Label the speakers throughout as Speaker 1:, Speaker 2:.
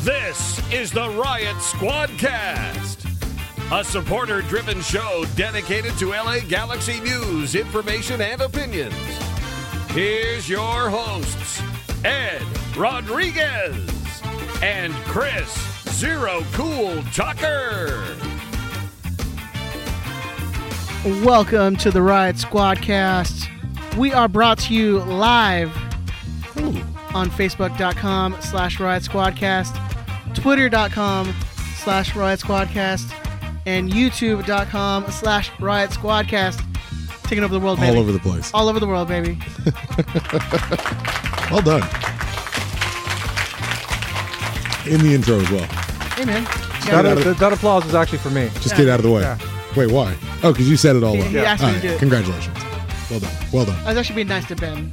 Speaker 1: This is the Riot Squadcast, a supporter driven show dedicated to LA Galaxy news, information, and opinions. Here's your hosts, Ed Rodriguez and Chris Zero Cool Tucker.
Speaker 2: Welcome to the Riot Squadcast. We are brought to you live on Facebook.com slash Riot Squadcast, Twitter.com slash Riot Squadcast, and YouTube.com slash Riot Squadcast. Taking over the world, baby.
Speaker 3: all over the place.
Speaker 2: All over the world, baby.
Speaker 3: Well done. In the intro as well.
Speaker 2: Hey, man.
Speaker 4: That,
Speaker 2: Yeah,
Speaker 3: out of-
Speaker 4: that- that applause is actually for me.
Speaker 3: Just get out of the way.
Speaker 4: Yeah.
Speaker 3: Wait, why? Oh, because you said it all.
Speaker 2: He-
Speaker 3: up.
Speaker 2: he asked me
Speaker 3: All
Speaker 2: to
Speaker 3: right,
Speaker 2: do it.
Speaker 3: Congratulations. Well done. Well done.
Speaker 2: I was actually being nice to Ben.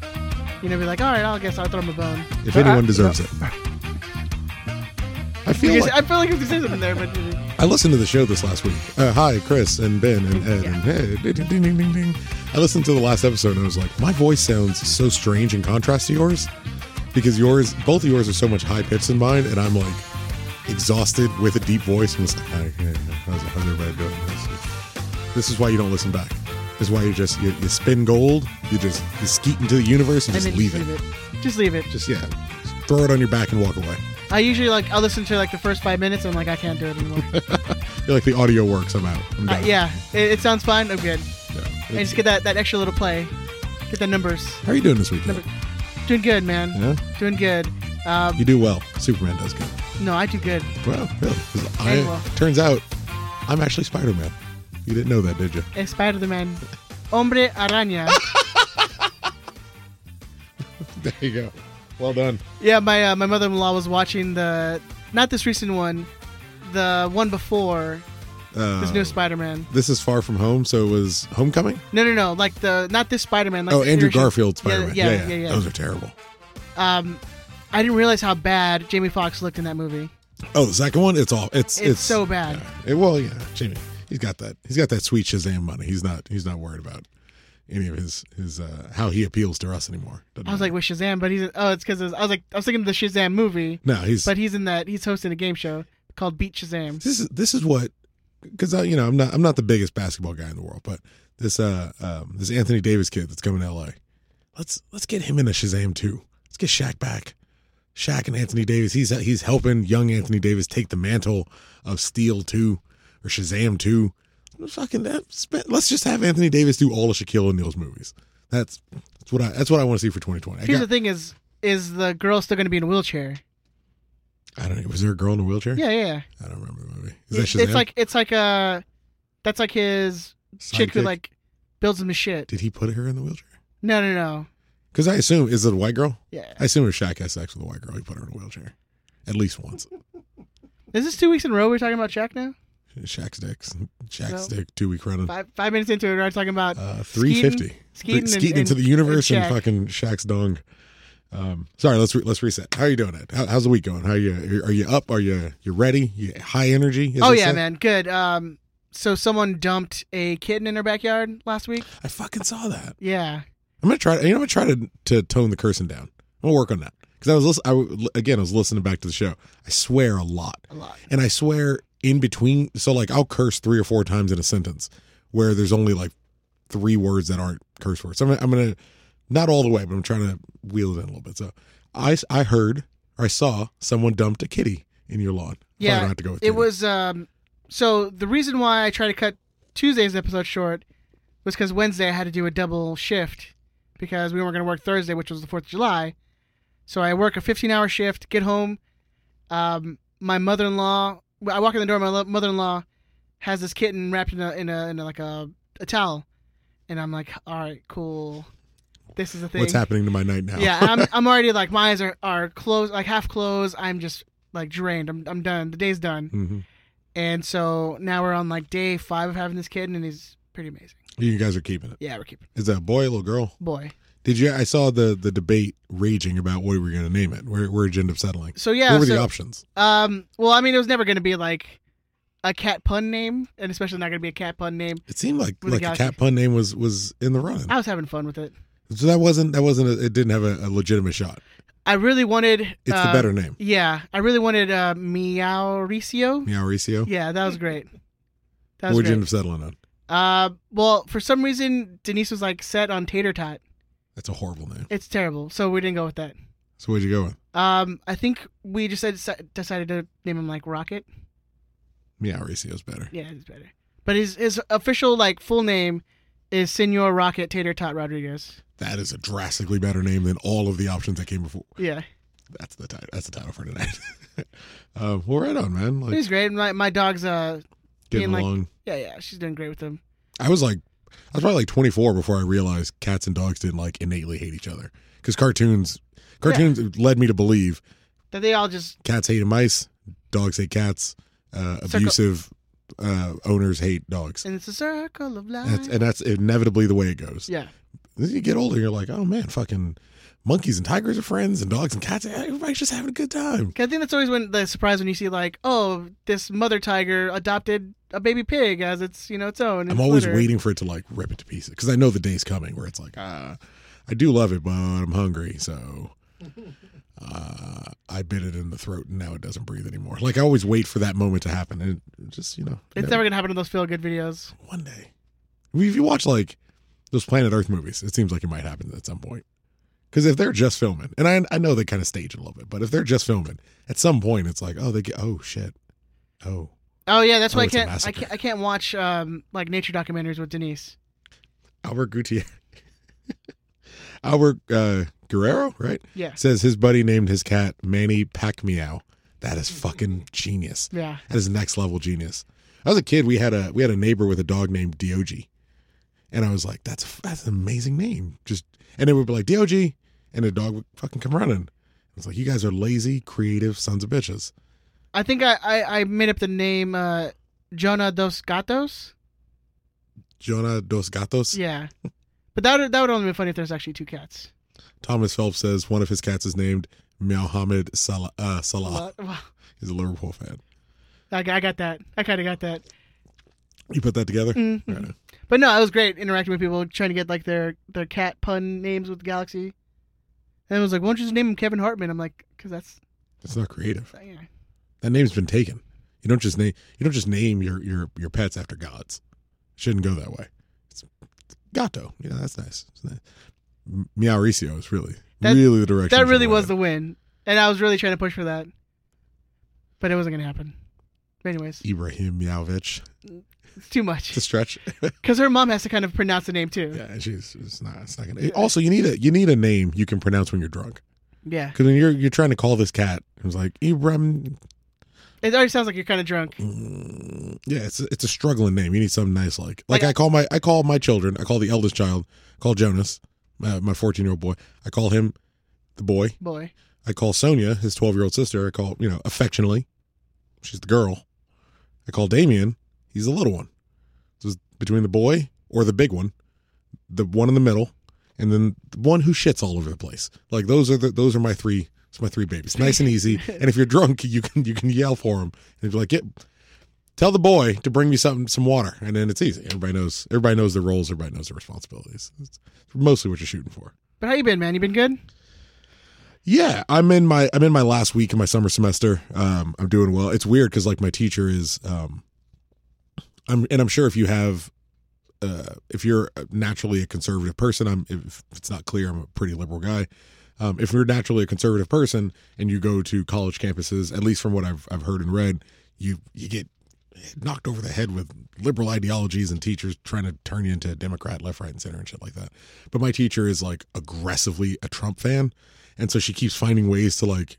Speaker 2: You know, be like, all right, I guess I'll throw him a bone.
Speaker 3: If
Speaker 4: No, I-
Speaker 3: anyone deserves it. I feel
Speaker 2: Uh-huh. Because
Speaker 3: like
Speaker 2: I feel like there's something there, but
Speaker 3: I listened to the show this last week. Uh, hi, Chris and Ben and Ed and hey, ding, ding, ding, ding, ding, ding. I listened to the last episode and I was like, my voice sounds so strange in contrast to yours because yours, both of yours, are so much high pitched than mine, and I'm like exhausted with a deep voice and it's like, "Hi, hi, hi, how's, how's everybody doing? This is, this is why you don't listen back. This is why you just you, you spin gold, you just you skeet into the universe and,
Speaker 2: and then
Speaker 3: just leave
Speaker 2: just
Speaker 3: it.
Speaker 2: Just leave it.
Speaker 3: Just yeah, just throw it on your back and walk away.
Speaker 2: I usually like I'll listen to like the first five minutes and I'm like I can't do it anymore.
Speaker 3: You're like the audio works. I'm out. I'm
Speaker 2: Uh,
Speaker 3: done.
Speaker 2: yeah, it, it sounds fine. I'm good.
Speaker 3: Yeah.
Speaker 2: I just get that, that extra little play, get the numbers.
Speaker 3: How are you doing this weekend?
Speaker 2: Number- Doing good, man.
Speaker 3: Yeah?
Speaker 2: Doing good. Um,
Speaker 3: You do well. Superman does good.
Speaker 2: no, I do good.
Speaker 3: Well, really. 'Cause
Speaker 2: Hey,
Speaker 3: I,
Speaker 2: well.
Speaker 3: Turns out, I'm actually Spider Man. You didn't know that, did you?
Speaker 2: Es Eh, Spider-Man, hombre araña.
Speaker 3: There you go. Well done.
Speaker 2: yeah, my uh, my mother-in-law was watching the not this recent one, the one before
Speaker 3: Uh,
Speaker 2: this new Spider-Man.
Speaker 3: this is far from home, so it was Homecoming.
Speaker 2: No, no, no, like the not this Spider-Man. Like
Speaker 3: oh,
Speaker 2: the
Speaker 3: Andrew
Speaker 2: original-
Speaker 3: Garfield Spider Man.
Speaker 2: Yeah, yeah, yeah. yeah,
Speaker 3: Those are terrible.
Speaker 2: Um, I didn't realize how bad Jamie Foxx looked in that movie.
Speaker 3: Oh, the second one. It's all. It's
Speaker 2: It's, so bad.
Speaker 3: Yeah. It- well, yeah, Jamie. He's got that. He's got that sweet Shazam money. He's not. He's not worried about any of his his uh, how he appeals to us anymore. Doesn't
Speaker 2: I was like,
Speaker 3: matter.
Speaker 2: with Shazam," but he's oh, it's because I was like, I was thinking of the Shazam movie,
Speaker 3: no, he's
Speaker 2: but he's in that he's hosting a game show called Beat Shazam.
Speaker 3: this is this is what because I you know I'm not I'm not the biggest basketball guy in the world, but this uh um, this Anthony Davis kid that's coming to LA, let's let's get him into Shazam too. Let's get Shaq back. Shaq and Anthony Davis. He's he's helping young Anthony Davis take the mantle of Steel two or Shazam two. Fucking that. spend- Let's just have Anthony Davis do all of Shaquille O'Neal's movies. That's that's what I that's what I want to see for 2020. I,
Speaker 2: Here's
Speaker 3: got-
Speaker 2: the thing: is is the girl still going to be in a wheelchair?
Speaker 3: I don't know. Was there a girl in a wheelchair?
Speaker 2: Yeah, yeah. yeah.
Speaker 3: I don't remember the movie. Is that Shazam?
Speaker 2: It's like it's like uh that's like his chick who
Speaker 3: Sidekick?
Speaker 2: like builds him the shit.
Speaker 3: Did he put her in the wheelchair?
Speaker 2: No, no, no.
Speaker 3: Because I assume is it a white girl?
Speaker 2: Yeah,
Speaker 3: I assume if Shaq has sex with a white girl, he put her in a wheelchair, at least once.
Speaker 2: is this two weeks in a row we're talking about Shaq now?
Speaker 3: Shaq's dicks, Shaq's
Speaker 2: No.
Speaker 3: dick, two week running,
Speaker 2: Five five minutes into it, we're already talking about
Speaker 3: uh, three fifty,
Speaker 2: skeeting, and-
Speaker 3: skeeting into
Speaker 2: and-
Speaker 3: the universe and,
Speaker 2: Shaq.
Speaker 3: fucking Shaq's dong. Um, sorry, let's re- let's reset. How are you doing? Ed? How, how's the week going? How are you? Are you up? Are you you ready? You high energy? as
Speaker 2: Oh
Speaker 3: they
Speaker 2: yeah,
Speaker 3: say?
Speaker 2: man, good. Um, so someone dumped a kitten in her backyard last week.
Speaker 3: I fucking saw that.
Speaker 2: Yeah,
Speaker 3: I'm gonna try. You know, I'm gonna try to to tone the cursing down. I'm gonna work on that because I was listen, I w- again I was listening back to the show. I swear a lot.
Speaker 2: a lot.
Speaker 3: and I swear in between so like I'll curse three or four times in a sentence where there's only like three words that aren't curse words. So I'm, I'm gonna not all the way, but I'm trying to wheel it in a little bit. So I I heard or I saw someone dumped a kitty in your lawn. Probably
Speaker 2: Yeah,
Speaker 3: don't have to go with
Speaker 2: It
Speaker 3: kitty.
Speaker 2: was um so the reason why I try to cut Tuesday's episode short was because Wednesday I had to do a double shift because we weren't going to work Thursday, which was the Fourth of July. So I work a 15-hour shift, get home. Um, my mother-in-law, I walk in the door. My lo- mother-in-law has this kitten wrapped in a in a, in a like a, a towel, and I'm like, all right, cool. This is the thing.
Speaker 3: what's happening to my night now.
Speaker 2: Yeah, I'm, I'm already like my eyes are, are closed, like half closed. I'm just like drained. I'm, I'm done. The day's done.
Speaker 3: hmm
Speaker 2: And so now we're on like day five of having this kid, and he's pretty amazing.
Speaker 3: You guys are keeping it.
Speaker 2: Yeah, we're keeping
Speaker 3: Is that a boy, little girl?
Speaker 2: boy.
Speaker 3: Did you? I saw the the debate raging about what we were gonna name it. Where where'd you end up settling?
Speaker 2: So yeah,
Speaker 3: what were the
Speaker 2: so,
Speaker 3: options?
Speaker 2: um, well, I mean, it was never going to be like a cat pun name, and especially not going to be a cat pun name.
Speaker 3: It seemed like
Speaker 2: With a
Speaker 3: like a
Speaker 2: galaxy.
Speaker 3: cat pun name was was in the running.
Speaker 2: I was having fun with it.
Speaker 3: So that wasn't that wasn't a, it didn't have a, a legitimate shot.
Speaker 2: I really wanted.
Speaker 3: It's the
Speaker 2: uh,
Speaker 3: better name.
Speaker 2: Yeah, I really wanted uh, Meowricio.
Speaker 3: Meow
Speaker 2: Yeah, that was great. That
Speaker 3: What
Speaker 2: was
Speaker 3: would you end
Speaker 2: great.
Speaker 3: up settling on?
Speaker 2: Uh, well, for some reason, Denise was like set on Tater Tot.
Speaker 3: That's a horrible name.
Speaker 2: It's terrible, so we didn't go with that.
Speaker 3: So what'd you go with?
Speaker 2: Um, I think we just said, decided to name him like Rocket.
Speaker 3: Meow Racio's better.
Speaker 2: Yeah, it's better. But his his official like full name is Senor Rocket Tater Tot Rodriguez.
Speaker 3: That is a drastically better name than all of the options that came before.
Speaker 2: Yeah,
Speaker 3: That's the title. That's the title for tonight. um, well, right on, man. Like
Speaker 2: he's great. My my dog's uh
Speaker 3: getting
Speaker 2: being like-
Speaker 3: along.
Speaker 2: yeah yeah she's doing great with him.
Speaker 3: I was like, I was probably like 24 before I realized cats and dogs didn't like innately hate each other because cartoons, cartoons led me to believe
Speaker 2: That they all just
Speaker 3: cats hate mice, dogs hate cats, uh,
Speaker 2: Circle-
Speaker 3: abusive uh, owners hate dogs.
Speaker 2: and it's a circle of life.
Speaker 3: And that's, and that's inevitably the way it goes.
Speaker 2: Uh-huh. yeah,
Speaker 3: As you get older, you're like, oh man, fucking monkeys and tigers are friends, and dogs and cats. Everybody's just having a good time.
Speaker 2: 'Cause I think that's always when the surprise when you see like oh this mother tiger adopted a baby pig as its you know its own. its
Speaker 3: I'm always
Speaker 2: litter.
Speaker 3: waiting for it to like rip it to pieces because I know the day's coming where it's like, ah, I do love it, but I'm hungry, so uh, I bit it in the throat, and now it doesn't breathe anymore. Like I always wait for that moment to happen, and it just you know,
Speaker 2: It's never gonna happen in those feel good videos.
Speaker 3: one day. I mean, if you watch like those Planet Earth movies, it seems like it might happen at some point. Because if they're just filming, and I I know they kind of stage it a little bit, but if they're just filming, at some point it's like, oh, they get, oh shit, oh,
Speaker 2: Oh yeah, that's why
Speaker 3: Oh,
Speaker 2: I
Speaker 3: it's a
Speaker 2: can't I
Speaker 3: massacre.
Speaker 2: can't I can't watch um like nature documentaries with Denise.
Speaker 3: Albert Gutierrez, Albert uh, Guerrero, right?
Speaker 2: Yeah,
Speaker 3: Says his buddy named his cat Manny Pac Meow. That is fucking genius.
Speaker 2: yeah.
Speaker 3: That is next level genius. I was a kid. We had a we had a neighbor with a dog named Diogi, and I was like, "That's that's an amazing name." Just and it would be like Diogi, and the dog would fucking come running. I was like, "You guys are lazy, creative sons of bitches."
Speaker 2: I think I, I, I made up the name uh, Jonah dos Gatos.
Speaker 3: Jonah dos Gatos.
Speaker 2: Yeah, but that would, that would only be funny if there's actually two cats.
Speaker 3: Thomas Phelps says one of his cats is named Mohammed Salah. Uh, Salah.
Speaker 2: Wow.
Speaker 3: He's a Liverpool fan.
Speaker 2: I, got- I got that. I kind of got that.
Speaker 3: You put that together.
Speaker 2: Mhm.
Speaker 3: Right on.
Speaker 2: But no, it was great interacting with people, trying to get like their their cat pun names with Galaxy. And it was like, why don't you just name him Kevin Hartman? I'm like, because that's
Speaker 3: It's not creative.
Speaker 2: yeah.
Speaker 3: That name's been taken. You don't just name you don't just name your your your pets after gods. It shouldn't go that way. It's Gato. You know that's nice. It's nice. M- Meow-ricio is really
Speaker 2: That-
Speaker 3: really the direction.
Speaker 2: that really was
Speaker 3: the
Speaker 2: the win, and I was really trying to push for that, but it wasn't gonna happen. But anyways,
Speaker 3: Ibrahim Meowvich.
Speaker 2: it's too much
Speaker 3: It's a stretch.
Speaker 2: because her mom has to kind of pronounce the name too.
Speaker 3: yeah, and she's it's not it's not gonna. Also, you need a you need a name you can pronounce when you're drunk.
Speaker 2: yeah.
Speaker 3: Because when you're you're trying to call this cat, it was like Ibrahim.
Speaker 2: It already sounds like you're kind of drunk.
Speaker 3: Mm, Yeah, it's a, it's a struggling name. You need something nice like
Speaker 2: Like
Speaker 3: like
Speaker 2: I-
Speaker 3: I call my I call my children. I call the eldest child. I call Jonas, uh, my fourteen year old boy. I call him the boy.
Speaker 2: Boy.
Speaker 3: I call Sonia, his 12 year old sister. I call, you know, affectionately. She's the girl. I call Damien. He's the little one. So it's between the boy or the big one, the one in the middle, and then the one who shits all over the place. Like those are the, those are my three. It's my three babies. Nice and easy. And if you're drunk, you can you can yell for him and be like, get, tell the boy to bring me something some water, and then it's easy. Everybody knows everybody knows the roles. Everybody knows the responsibilities. It's mostly what you're shooting for.
Speaker 2: But how you been, man? You been good?
Speaker 3: Yeah, I'm in my I'm in my last week of my summer semester. Um, I'm doing well. It's weird because like my teacher is, um, I'm and I'm sure if you have, uh, if you're naturally a conservative person, I'm if it's not clear, I'm a pretty liberal guy. Um, if you're naturally a conservative person and you go to college campuses, at least from what I've I've heard and read, you you get knocked over the head with liberal ideologies and teachers trying to turn you into a Democrat left, right, and center and shit like that. But my teacher is like aggressively a Trump fan. And so she keeps finding ways to like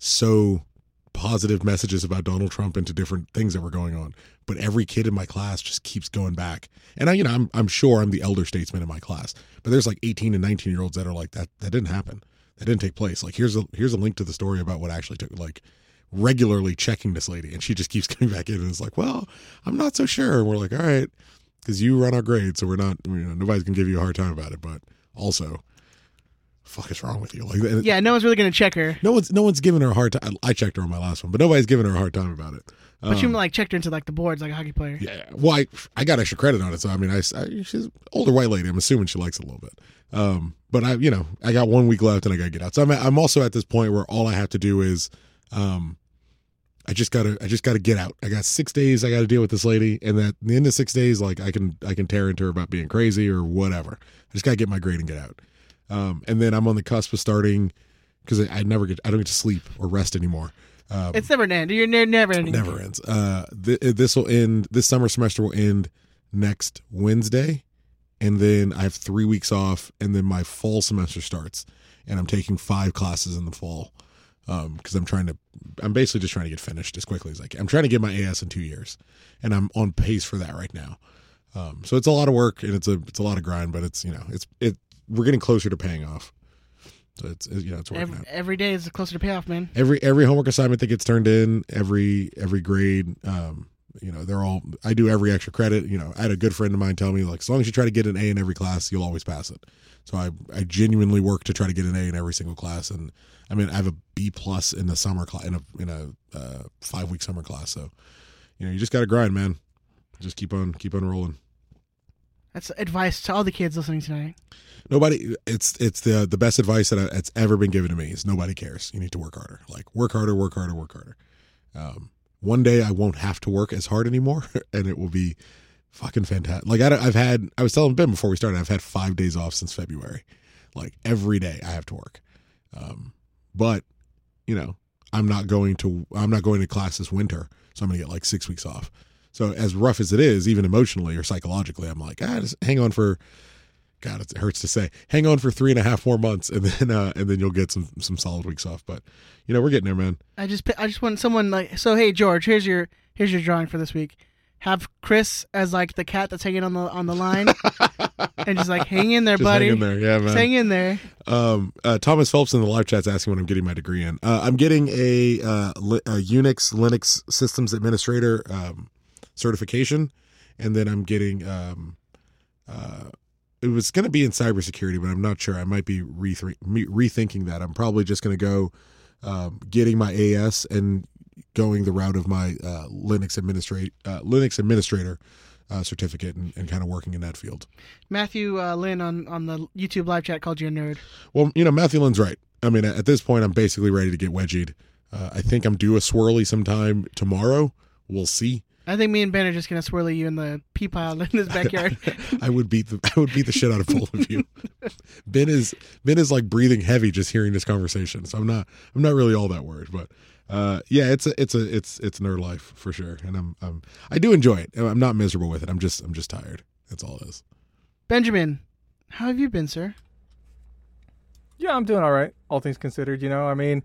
Speaker 3: sow positive messages about Donald Trump into different things that were going on. But every kid in my class just keeps going back. And I, you know, I'm I'm sure I'm the elder statesman in my class, but there's like 18 and 19 year olds that are like that that didn't happen. That didn't take place. Like here's a here's a link to the story about what actually took like regularly checking this lady and she just keeps coming back in and is like, "Well, I'm not so sure." And we're like, "All right, cuz you run our grade, so we're not you know, nobody's going to give you a hard time about it, but also fuck is wrong with you? Like, and-
Speaker 2: Yeah, no one's really gonna check her.
Speaker 3: No one's no one's giving her a hard time. I checked her on my last one, but nobody's giving her a hard time about it.
Speaker 2: But you
Speaker 3: Um,
Speaker 2: like checked her into like the boards like a hockey player.
Speaker 3: yeah. Well, I, I got extra credit on it, so I mean, I, I- she's an older white lady. I'm assuming she likes it a little bit. Um, but I, you know, I got one week left, and I got to get out. So I'm I'm also at this point where all I have to do is, um, I just gotta I just gotta get out. I got six days. I got to deal with this lady, and that the end of six days, like I can I can tear into her about being crazy or whatever. I just gotta get my grade and get out. Um, and then I'm on the cusp of starting because I, I never get I don't get to sleep or rest anymore. Um,
Speaker 2: It's never an end. You're ne- never ending.
Speaker 3: Never ends. Uh, th- this will end. This summer semester will end next Wednesday, and then I have three weeks off, and then my fall semester starts, and I'm taking five classes in the fall because I'm trying to. I'm basically just trying to get finished as quickly as I can. I'm trying to get my AS in two years, and I'm on pace for that right now. Um, so it's a lot of work and it's a it's a lot of grind, but it's you know it's it we're getting closer to paying off. So it's it- you know it's working out
Speaker 2: Every, every day is closer to payoff, man.
Speaker 3: every every homework assignment that gets turned in every every grade um you know they're all i do every extra credit you know i had a good friend of mine tell me like as long as you try to get an a in every class you'll always pass it so i i genuinely work to try to get an a in every single class and i mean i have a b plus in the summer class in a in a uh, five week summer class so you know you just gotta grind man just keep on keep on rolling
Speaker 2: That's advice to all the kids listening tonight.
Speaker 3: nobody it's it's the the best advice that I, that's ever been given to me is nobody cares you need to work harder like work harder work harder work harder um one day i won't have to work as hard anymore and it will be fucking fantastic like I, don't- i've had i was telling ben before we started i've had five days off since february like every day i have to work um but you know i'm not going to i'm not going to class this winter so i'm gonna get like six weeks off so as rough as it is even emotionally or psychologically i'm like ah, just hang on for God, it hurts to say. Hang on for three and a half more months, and then uh, and then you'll get some some solid weeks off. But you know, we're getting there, man.
Speaker 2: I just I just want someone like so. Hey George, here's your here's your drawing for this week. Have Chris as like the cat that's hanging on the on the line, and just like hang in there,
Speaker 3: Just
Speaker 2: buddy.
Speaker 3: hang in there, yeah,
Speaker 2: Just
Speaker 3: man.
Speaker 2: hang in there.
Speaker 3: Um, uh, Thomas Phelps in the live chat's asking when I'm getting my degree in. Uh, I'm getting a, uh, li- a Unix Linux Systems Administrator um, certification, and then I'm getting um, uh, it was going to be in cybersecurity, but I'm not sure. I might be rethink- me- rethinking that. I'm probably just going to go um, getting my AS and going the route of my uh, Linux administrate uh, Linux Administrator uh, certificate and, and kind of working in that field.
Speaker 2: Matthew uh, Lynn on on the YouTube live chat called you a nerd.
Speaker 3: Well, you know, Matthew Lynn's right. I mean, at this point, I'm basically ready to get wedgied. Uh, I think I'm due a swirly sometime tomorrow. We'll see.
Speaker 2: I think me and Ben are just gonna swirly you in the pea pile in his backyard.
Speaker 3: I would beat the I would beat the shit out of both of you. ben is Ben is like breathing heavy just hearing this conversation. So I'm not I'm not really all that worried, but uh, yeah, it's a it's a it's it's nerd life for sure. And I'm I'm I do enjoy it. I'm not miserable with it. I'm just I'm just tired. That's all it is.
Speaker 2: Benjamin, how have you been, sir?
Speaker 4: Yeah, I'm doing all right, all things considered. You know, I mean,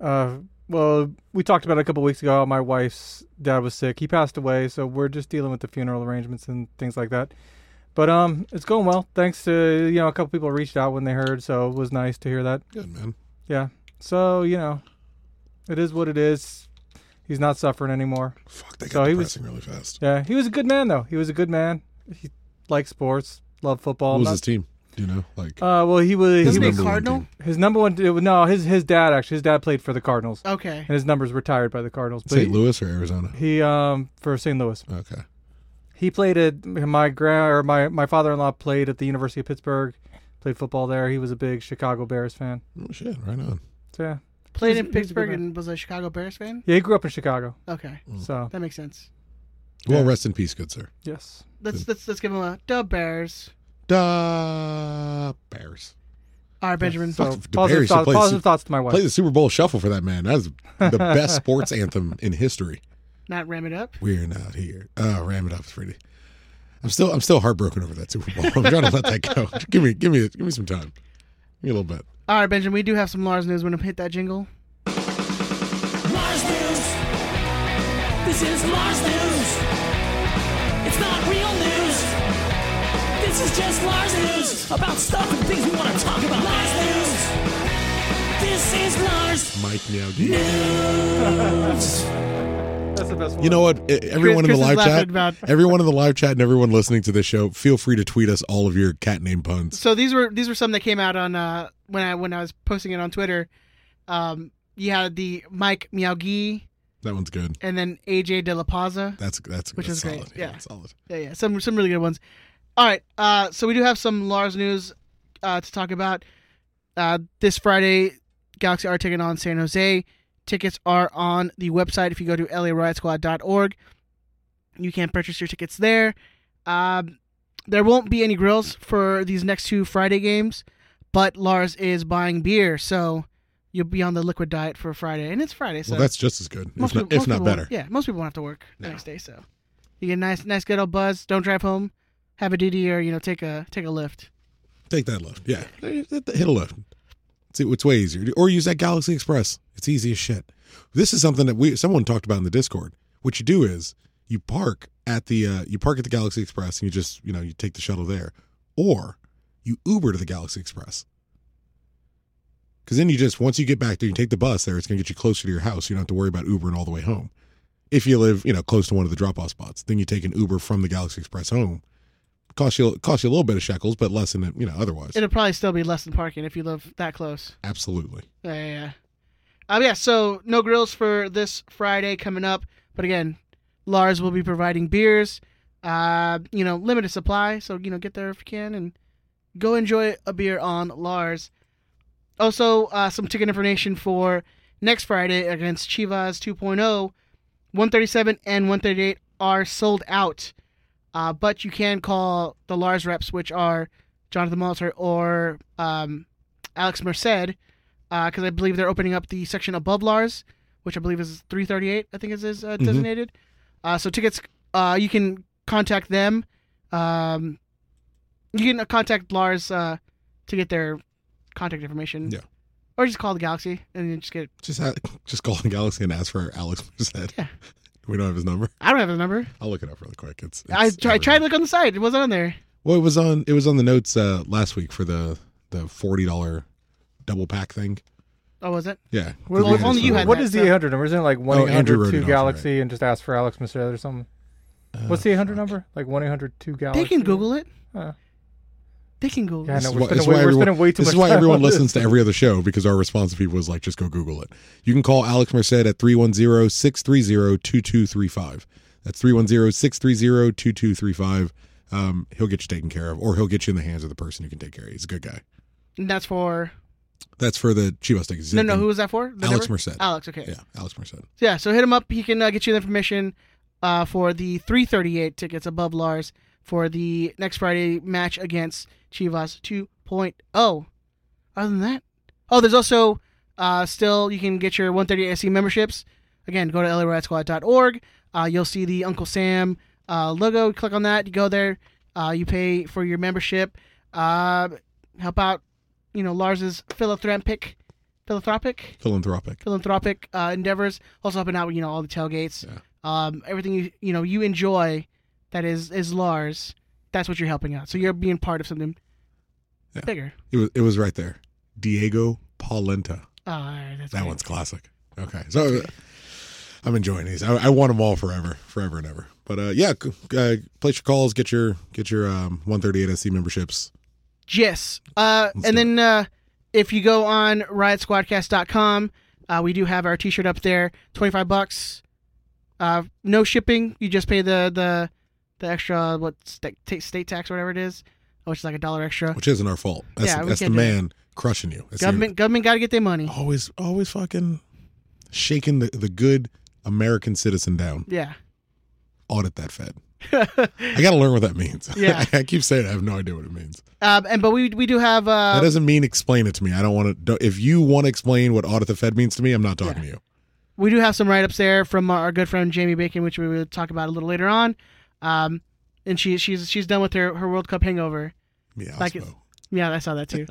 Speaker 4: uh, well, we talked about it a couple weeks ago. My wife's dad was sick; he passed away, so we're just dealing with the funeral arrangements and things like that. But um, it's going well. Thanks to you know, a couple people reached out when they heard, so it was nice to hear that.
Speaker 3: Good man.
Speaker 4: Yeah. So you know, it is what it is. He's not suffering anymore.
Speaker 3: Fuck, that
Speaker 4: So
Speaker 3: got
Speaker 4: he was-
Speaker 3: depressing really fast.
Speaker 4: Yeah, he was a good man though. He was a good man. He liked sports, loved football.
Speaker 3: What was
Speaker 4: Not-
Speaker 3: his team? Do you know? Like
Speaker 4: uh, well, he was.
Speaker 3: his
Speaker 2: Wasn't
Speaker 4: He
Speaker 2: he
Speaker 4: was
Speaker 3: number one
Speaker 2: Cardinal?
Speaker 3: team.
Speaker 4: his number one. No, his his dad actually. His dad played for the Cardinals.
Speaker 2: Okay,
Speaker 4: and his numbers retired by the Cardinals. But
Speaker 3: St.
Speaker 4: he,
Speaker 3: Louis or Arizona?
Speaker 4: he, um for St. Louis,
Speaker 3: Okay.
Speaker 4: he played at my grand or my my father in law played at the University of Pittsburgh, played football there. He was a big Chicago Bears fan.
Speaker 3: Oh shit! Right on.
Speaker 4: So yeah,
Speaker 2: played in
Speaker 4: He's- he's a good
Speaker 2: Pittsburgh
Speaker 4: man.
Speaker 2: and was a Chicago Bears fan.
Speaker 4: yeah, he grew up in Chicago.
Speaker 2: Okay,
Speaker 3: Mm.
Speaker 4: So
Speaker 2: that makes sense.
Speaker 3: Well,
Speaker 4: Yeah.
Speaker 3: rest in peace, good sir.
Speaker 4: yes,
Speaker 2: Let's let's let's give him a dub Bears.
Speaker 3: Da Bears.
Speaker 2: All right, Benjamin.
Speaker 4: So
Speaker 3: Fuck, the
Speaker 4: positive,
Speaker 3: Bears should
Speaker 4: thoughts,
Speaker 3: play
Speaker 4: positive
Speaker 3: Sup-
Speaker 4: thoughts to my wife.
Speaker 3: Play the Super Bowl shuffle for that man. That is the best sports anthem in history.
Speaker 2: Not ram it up.
Speaker 3: We're not here. Oh, ram it up, Freddie. I'm still I'm still heartbroken over that Super Bowl. I'm trying to let that go. Give me give me give me some time. Give me a little bit.
Speaker 2: All right, Benjamin. We do have some Lars news. When to hit that jingle.
Speaker 5: Mars News. This is Mars News. It's not real news. This is just Lars News about stuff and things we want to talk about. Lars News. This is Lars
Speaker 3: Mike Meow D.
Speaker 4: That's the best one.
Speaker 3: You know what? E- Everyone
Speaker 2: Chris
Speaker 3: in the
Speaker 2: is
Speaker 3: live
Speaker 2: laughing
Speaker 3: chat,
Speaker 2: about-
Speaker 3: everyone in the live chat, and everyone listening to this show, feel free to tweet us all of your cat name puns.
Speaker 2: So these were these were some that came out on uh, when I when I was posting it on Twitter. Um, you had the Mike Miyagi
Speaker 3: That one's good.
Speaker 2: and then AJ De La Paza.
Speaker 3: That's that's,
Speaker 2: Which
Speaker 3: that's
Speaker 2: is great,
Speaker 3: solid.
Speaker 2: yeah.
Speaker 3: that's solid.
Speaker 2: Yeah, yeah, some some really good ones. All right, uh, so we do have some Lars news uh, to talk about. Uh, this Friday, Galaxy are taking on San Jose. Tickets are on the website. If you go to LARiotSquad.org, you can purchase your tickets there. Um, there won't be any grills for these next two Friday games, but Lars is buying beer, so you'll be on the liquid diet for Friday, and it's Friday, so
Speaker 3: Well, that's just as good,
Speaker 2: most
Speaker 3: if not,
Speaker 2: people-
Speaker 3: if
Speaker 2: most
Speaker 3: not
Speaker 2: people won't-
Speaker 3: better.
Speaker 2: Yeah, most people won't have to work the
Speaker 3: No.
Speaker 2: next day, so you get a nice, nice good old buzz. Don't drive home. Have a DD or you know take a take a lift.
Speaker 3: Take that lift. Yeah, hit a lift. It's, it's way easier. Or use that Galaxy Express. It's easy as shit. This is something that we someone talked about in the Discord. What you do is you park at the uh, you park at the Galaxy Express and you just you know you take the shuttle there, or you Uber to the Galaxy Express. Because then you just once you get back there, you take the bus there. It's gonna get you closer to your house. You don't have to worry about Ubering all the way home. If you live you know close to one of the drop off spots, then you take an Uber from the Galaxy Express home. Cost you cost you a little bit of shekels, but less than you know otherwise.
Speaker 2: It'll probably still be less than parking if you live that close.
Speaker 3: Absolutely.
Speaker 2: Yeah, yeah, yeah. Um, yeah. So no grills for this Friday coming up, but again, Lars will be providing beers. Uh, you know, limited supply, so you know get there if you can and go enjoy a beer on Lars. Also, uh, some ticket information for next Friday against Chivas 2.0. 137 and 138 are sold out, uh, but you can call the Lars reps, which are Jonathan Malter or um, Alex Merced, because Uh, I believe they're opening up the section above Lars, which I believe is 338. I think is is
Speaker 3: Mm-hmm.
Speaker 2: uh, designated. Uh, so tickets, uh, you can contact them. Um, you can contact Lars uh, to get their contact information.
Speaker 3: Yeah.
Speaker 2: Or just call the Galaxy and then just get.
Speaker 3: Just ha- just call the Galaxy and ask for Alex Merced.
Speaker 2: Yeah.
Speaker 3: We don't have his number.
Speaker 2: I don't have the number.
Speaker 3: I'll look it up really quick. It's,
Speaker 2: I,
Speaker 3: it's
Speaker 2: tr- I tried to look on the site. It wasn't on there.
Speaker 3: Well, it was on it was on the notes uh, last week for the the forty dollar double pack thing.
Speaker 2: Oh, was it?
Speaker 3: Yeah.
Speaker 4: What-
Speaker 3: We had
Speaker 2: only
Speaker 3: some-
Speaker 2: you had
Speaker 4: What
Speaker 2: that,
Speaker 4: is the
Speaker 2: so-
Speaker 4: 800 number? Isn't it like 1
Speaker 3: Oh, Andrew wrote
Speaker 4: 800
Speaker 3: it
Speaker 4: 2
Speaker 3: off,
Speaker 4: Galaxy and just ask for Alex Merced or something?
Speaker 3: Uh,
Speaker 4: What's the 800 number? Like 1 800 2 Galaxy?
Speaker 2: They can Google it.
Speaker 4: Huh.
Speaker 2: They can Google
Speaker 4: Yeah, I
Speaker 2: it.
Speaker 4: know.
Speaker 3: This is
Speaker 4: We're
Speaker 3: why- this
Speaker 4: spending,
Speaker 3: is
Speaker 4: way,
Speaker 3: why
Speaker 4: we're
Speaker 3: everyone-
Speaker 4: spending way too
Speaker 3: this
Speaker 4: much
Speaker 3: is why
Speaker 4: time
Speaker 3: everyone
Speaker 4: on this.
Speaker 3: listens to every other show because our response to people is like, just go Google it. You can call Alex Merced at 310 630 2235. That's 310 630 2235. Um, He'll get you taken care of, or he'll get you in the hands of the person who can take care of you. He's a good guy.
Speaker 2: And that's for
Speaker 3: That's for the Chivas tickets.
Speaker 2: no, no. Who was that for? The
Speaker 3: Alex
Speaker 2: number?
Speaker 3: Merced.
Speaker 2: Alex. Okay.
Speaker 3: Yeah, Alex Merced.
Speaker 2: So, yeah, so hit him up. He can uh, get you the information uh, for the 338 tickets above Lars for the next Friday match against Chivas 2.0. Other than that, oh, there's also uh, still you can get your 138 SC memberships. Again, go to LARadSquad.org. Uh, you'll see the Uncle Sam uh, logo. Click on that. You go there. Uh, you pay for your membership. Uh, help out, you know, Lars's philanthropic, philanthropic
Speaker 3: Philanthropic.
Speaker 2: philanthropic uh, endeavors, also helping out with you know all the tailgates, um, everything you you know you enjoy that is is Lars. That's what you're helping out. So you're being part of something
Speaker 3: Yeah.
Speaker 2: bigger.
Speaker 3: It was it was right there. Diego Polenta.
Speaker 2: Oh, all right, that's
Speaker 3: That
Speaker 2: great.
Speaker 3: one's classic. Okay, so uh, I'm enjoying these. I, I want them all forever, forever and ever. But uh, yeah, c- uh, place your calls, get your get your um, 138 SC memberships.
Speaker 2: Yes. Uh,
Speaker 3: Let's
Speaker 2: and
Speaker 3: do
Speaker 2: then uh, if you go on riotsquadcast.com, uh, we do have our T-shirt up there. Twenty-five bucks. Uh, no shipping. You just pay the the the extra what state, state tax or whatever it is, which is like a dollar extra.
Speaker 3: which isn't our fault. That's,
Speaker 2: Yeah, we
Speaker 3: that's the
Speaker 2: can't do
Speaker 3: man crushing you. That's the-
Speaker 2: Government government got to get their money.
Speaker 3: always always fucking shaking the, the good American citizen down.
Speaker 2: Yeah.
Speaker 3: Audit that Fed. I got to learn what that means.
Speaker 2: Yeah.
Speaker 3: I keep saying it, I have no idea what it means.
Speaker 2: Um, and but we we do have uh,
Speaker 3: that doesn't mean explain it to me. I don't want to. If you want to explain what audit the Fed means to me, I'm not talking to you.
Speaker 2: we do have some write ups there from our, our good friend Jamie Bacon, which we will talk about a little later on. Um, and she she's she's done with her, her World Cup hangover.
Speaker 3: Yeah,
Speaker 2: Like
Speaker 3: Osmo.
Speaker 2: it's- Yeah, I saw that too.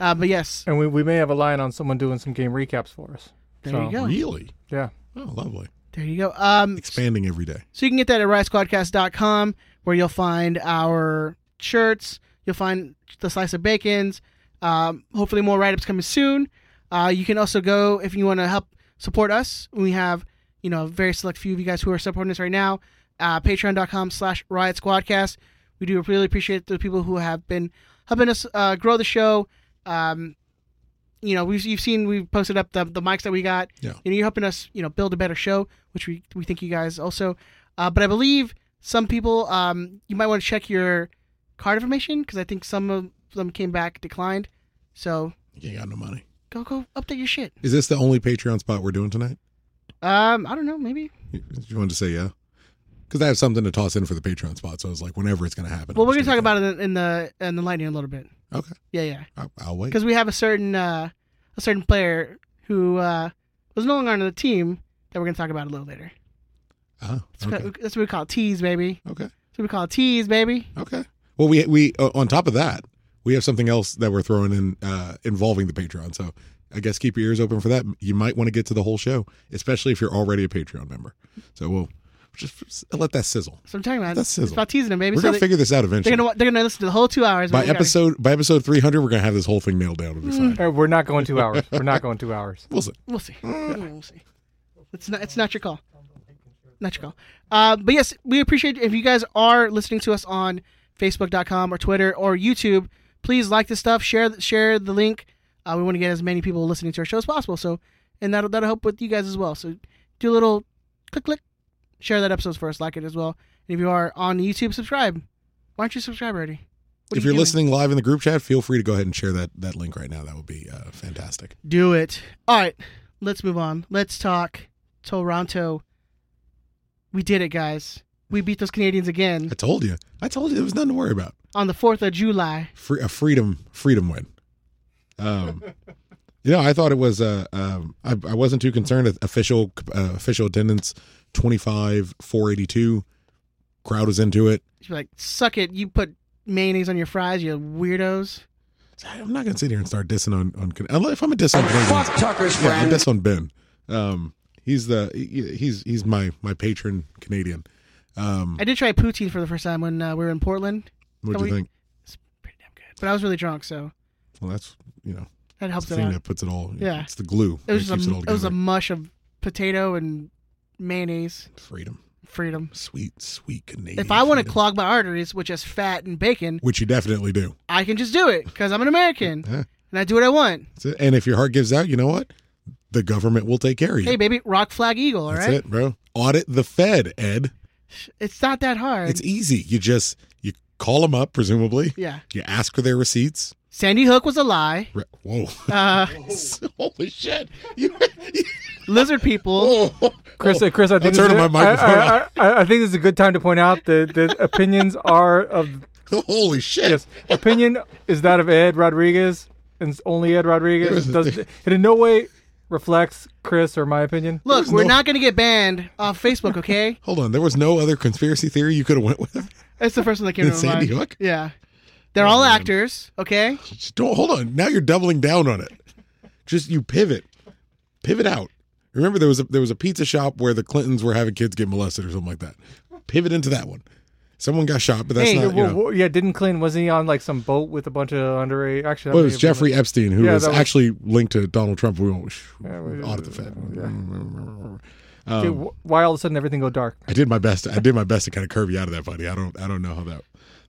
Speaker 2: uh, but yes,
Speaker 4: And we, we may have a line on someone doing some game recaps for us.
Speaker 2: there
Speaker 4: So,
Speaker 2: you go.
Speaker 3: really.
Speaker 4: Yeah.
Speaker 3: Oh, lovely.
Speaker 2: There you go. Um,
Speaker 3: Expanding every day.
Speaker 2: So you can get that at risequadcast.com where you'll find our shirts, you'll find the slice of bacons, um, hopefully more write-ups coming soon. Uh, you can also go if you want to help support us. We have you know, a very select few of you guys who are supporting this right now. Uh, Patreon.com slash Riot Squadcast. We do really appreciate the people who have been helping us uh, grow the show. Um, you know, we've you've seen we've posted up the, the mics that we got.
Speaker 3: Yeah.
Speaker 2: You know, you're helping us, you know, build a better show, which we, we think you guys also. Uh, but I believe some people, um, you might want to check your card information because I think some of them came back declined. So
Speaker 3: You ain't got no money.
Speaker 2: go go update your shit.
Speaker 3: Is this the only Patreon spot we're doing tonight?
Speaker 2: Um, I don't know, maybe.
Speaker 3: You, you wanted to say yeah? Because I have something to toss in for the Patreon spot. So I was like, whenever it's going to happen.
Speaker 2: Well,
Speaker 3: I'm
Speaker 2: we're gonna
Speaker 3: just
Speaker 2: talk about it in the in the lightning a little bit.
Speaker 3: Okay.
Speaker 2: Yeah, yeah.
Speaker 3: I'll, I'll wait.
Speaker 2: Because we have a certain uh, a certain player who uh, was no longer on the team that we're gonna talk about a little later.
Speaker 3: Ah,
Speaker 2: That's,
Speaker 3: okay.
Speaker 2: what, that's what we call tease, baby.
Speaker 3: Okay.
Speaker 2: That's what we call tease, baby.
Speaker 3: Okay. Well, we we uh, on top of that, we have something else that we're throwing in uh, involving the Patreon. So I guess keep your ears open for that. You might want to get to the whole show, especially if you're already a Patreon member. So we'll just let that sizzle.
Speaker 2: So I'm talking about.
Speaker 3: That's
Speaker 2: it's
Speaker 3: sizzle.
Speaker 2: about teasing them, baby.
Speaker 3: We're
Speaker 2: so
Speaker 3: gonna
Speaker 2: they,
Speaker 3: figure this out
Speaker 2: they're
Speaker 3: eventually.
Speaker 2: gonna wa- they're gonna listen to the whole two hours.
Speaker 3: by
Speaker 2: but we gotta-
Speaker 3: episode by episode 300, we're gonna have this whole thing nailed down.
Speaker 2: Mm.
Speaker 3: It'll be fine.
Speaker 4: All right, Uh, we're not going two hours. We're not going two hours.
Speaker 3: We'll see.
Speaker 2: We'll see. We'll see. It's not. It's not your call. Not your call. Uh, but yes, we appreciate if you guys are listening to us on Facebook.com or Twitter or YouTube. Please like this stuff. Share th- share the link. Uh, we want to get as many people listening to our show as possible. So, and that'll that'll help with you guys as well. So, do a little click click. Share that episode for us. Like it as well. And if you are on YouTube, subscribe. Why aren't you subscribed already? What are
Speaker 3: if you're
Speaker 2: doing?
Speaker 3: listening live in the group chat, feel free to go ahead and share that that link right now. That would be uh, fantastic.
Speaker 2: Do it. All right, let's move on. Let's talk Toronto. We did it, guys. We beat those Canadians again
Speaker 3: I told you. I told you there was nothing to worry about.
Speaker 2: on the 4th of July.
Speaker 3: free, a freedom freedom win. Um, you know, I thought it was. Uh, um, I, I wasn't too concerned. At official uh, official attendance twenty five four eighty two. Crowd was into it.
Speaker 2: She's like, suck it. You put mayonnaise on your fries, you weirdos.
Speaker 3: I'm not gonna sit here and start dissing on on unless if I'm a diss on Canadians.
Speaker 5: Fuck Tucker's
Speaker 3: Yeah, I
Speaker 5: friend.
Speaker 3: diss on Ben. Um, he's the he- he's he's my my patron Canadian. Um,
Speaker 2: I did try poutine for the first time when uh, we were in Portland.
Speaker 3: what do
Speaker 2: we-
Speaker 3: you think?
Speaker 2: Pretty damn good. But I was really drunk, so
Speaker 3: Well, that's you know
Speaker 2: that
Speaker 3: it's
Speaker 2: helps
Speaker 3: the
Speaker 2: it
Speaker 3: thing
Speaker 2: out.
Speaker 3: that puts it all.
Speaker 2: Yeah.
Speaker 3: it's the glue.
Speaker 2: it was
Speaker 3: that
Speaker 2: just
Speaker 3: keeps it all
Speaker 2: a, it was a
Speaker 3: together.
Speaker 2: mush of potato and mayonnaise.
Speaker 3: freedom,
Speaker 2: Freedom.
Speaker 3: sweet sweet Canadian.
Speaker 2: If I want to
Speaker 3: freedom.
Speaker 2: clog my arteries with just fat and bacon,
Speaker 3: which you definitely do.
Speaker 2: I can just do it because I'm an American
Speaker 3: Yeah.
Speaker 2: and I do what I want.
Speaker 3: That's it. And if your heart gives out, you know what? The government will take care of you.
Speaker 2: Hey, baby, rock flag eagle. All right,
Speaker 3: That's it, bro. Audit the Fed, Ed.
Speaker 2: it's not that hard.
Speaker 3: It's e- easy. You just you call them up, presumably.
Speaker 2: yeah,
Speaker 3: You ask for their receipts.
Speaker 2: Sandy Hook was a lie.
Speaker 3: Re- Whoa!
Speaker 2: Uh,
Speaker 3: Holy shit! You,
Speaker 2: lizard people.
Speaker 3: oh,
Speaker 4: Chris, uh, Chris, I think, this
Speaker 3: turning
Speaker 4: is-
Speaker 3: my microphone
Speaker 4: I, I, I, I think this is a good time to point out that the opinions are of
Speaker 3: holy shit!
Speaker 4: yes, opinion is that of Ed Rodriguez and it's only Ed Rodriguez. It, does, it in no way reflects Chris or my opinion.
Speaker 2: Look,
Speaker 3: There's
Speaker 2: we're
Speaker 3: no-
Speaker 2: not going to get banned off Facebook, okay?
Speaker 3: Hold on. There was no other conspiracy theory you could have went with.
Speaker 2: That's the first one that came to my
Speaker 3: Sandy
Speaker 2: mind.
Speaker 3: Hook? Oh,
Speaker 2: Yeah, they're all actors, okay?
Speaker 3: Just don't hold on. Now you're doubling down on it. Just you pivot, pivot out. Remember there was a there was a pizza shop where the Clintons were having kids get molested or something like that. Pivot into that one. Someone got shot, but that's
Speaker 2: Hey,
Speaker 3: not. You
Speaker 4: Well,
Speaker 3: know,
Speaker 4: well, yeah, didn't Clinton wasn't he on like some boat with a bunch of underage? Actually, that
Speaker 3: well,
Speaker 4: may
Speaker 3: it was
Speaker 4: have been
Speaker 3: Jeffrey Epstein who
Speaker 4: Yeah,
Speaker 3: was,
Speaker 4: that was-
Speaker 3: actually linked to Donald Trump. We won't sh-
Speaker 4: we-
Speaker 3: audit the Fed.
Speaker 4: it. Dude, wh- why all of a sudden everything go dark?
Speaker 3: I did my best. I did my best to kind of curve you out of that, buddy. I don't. I don't know how that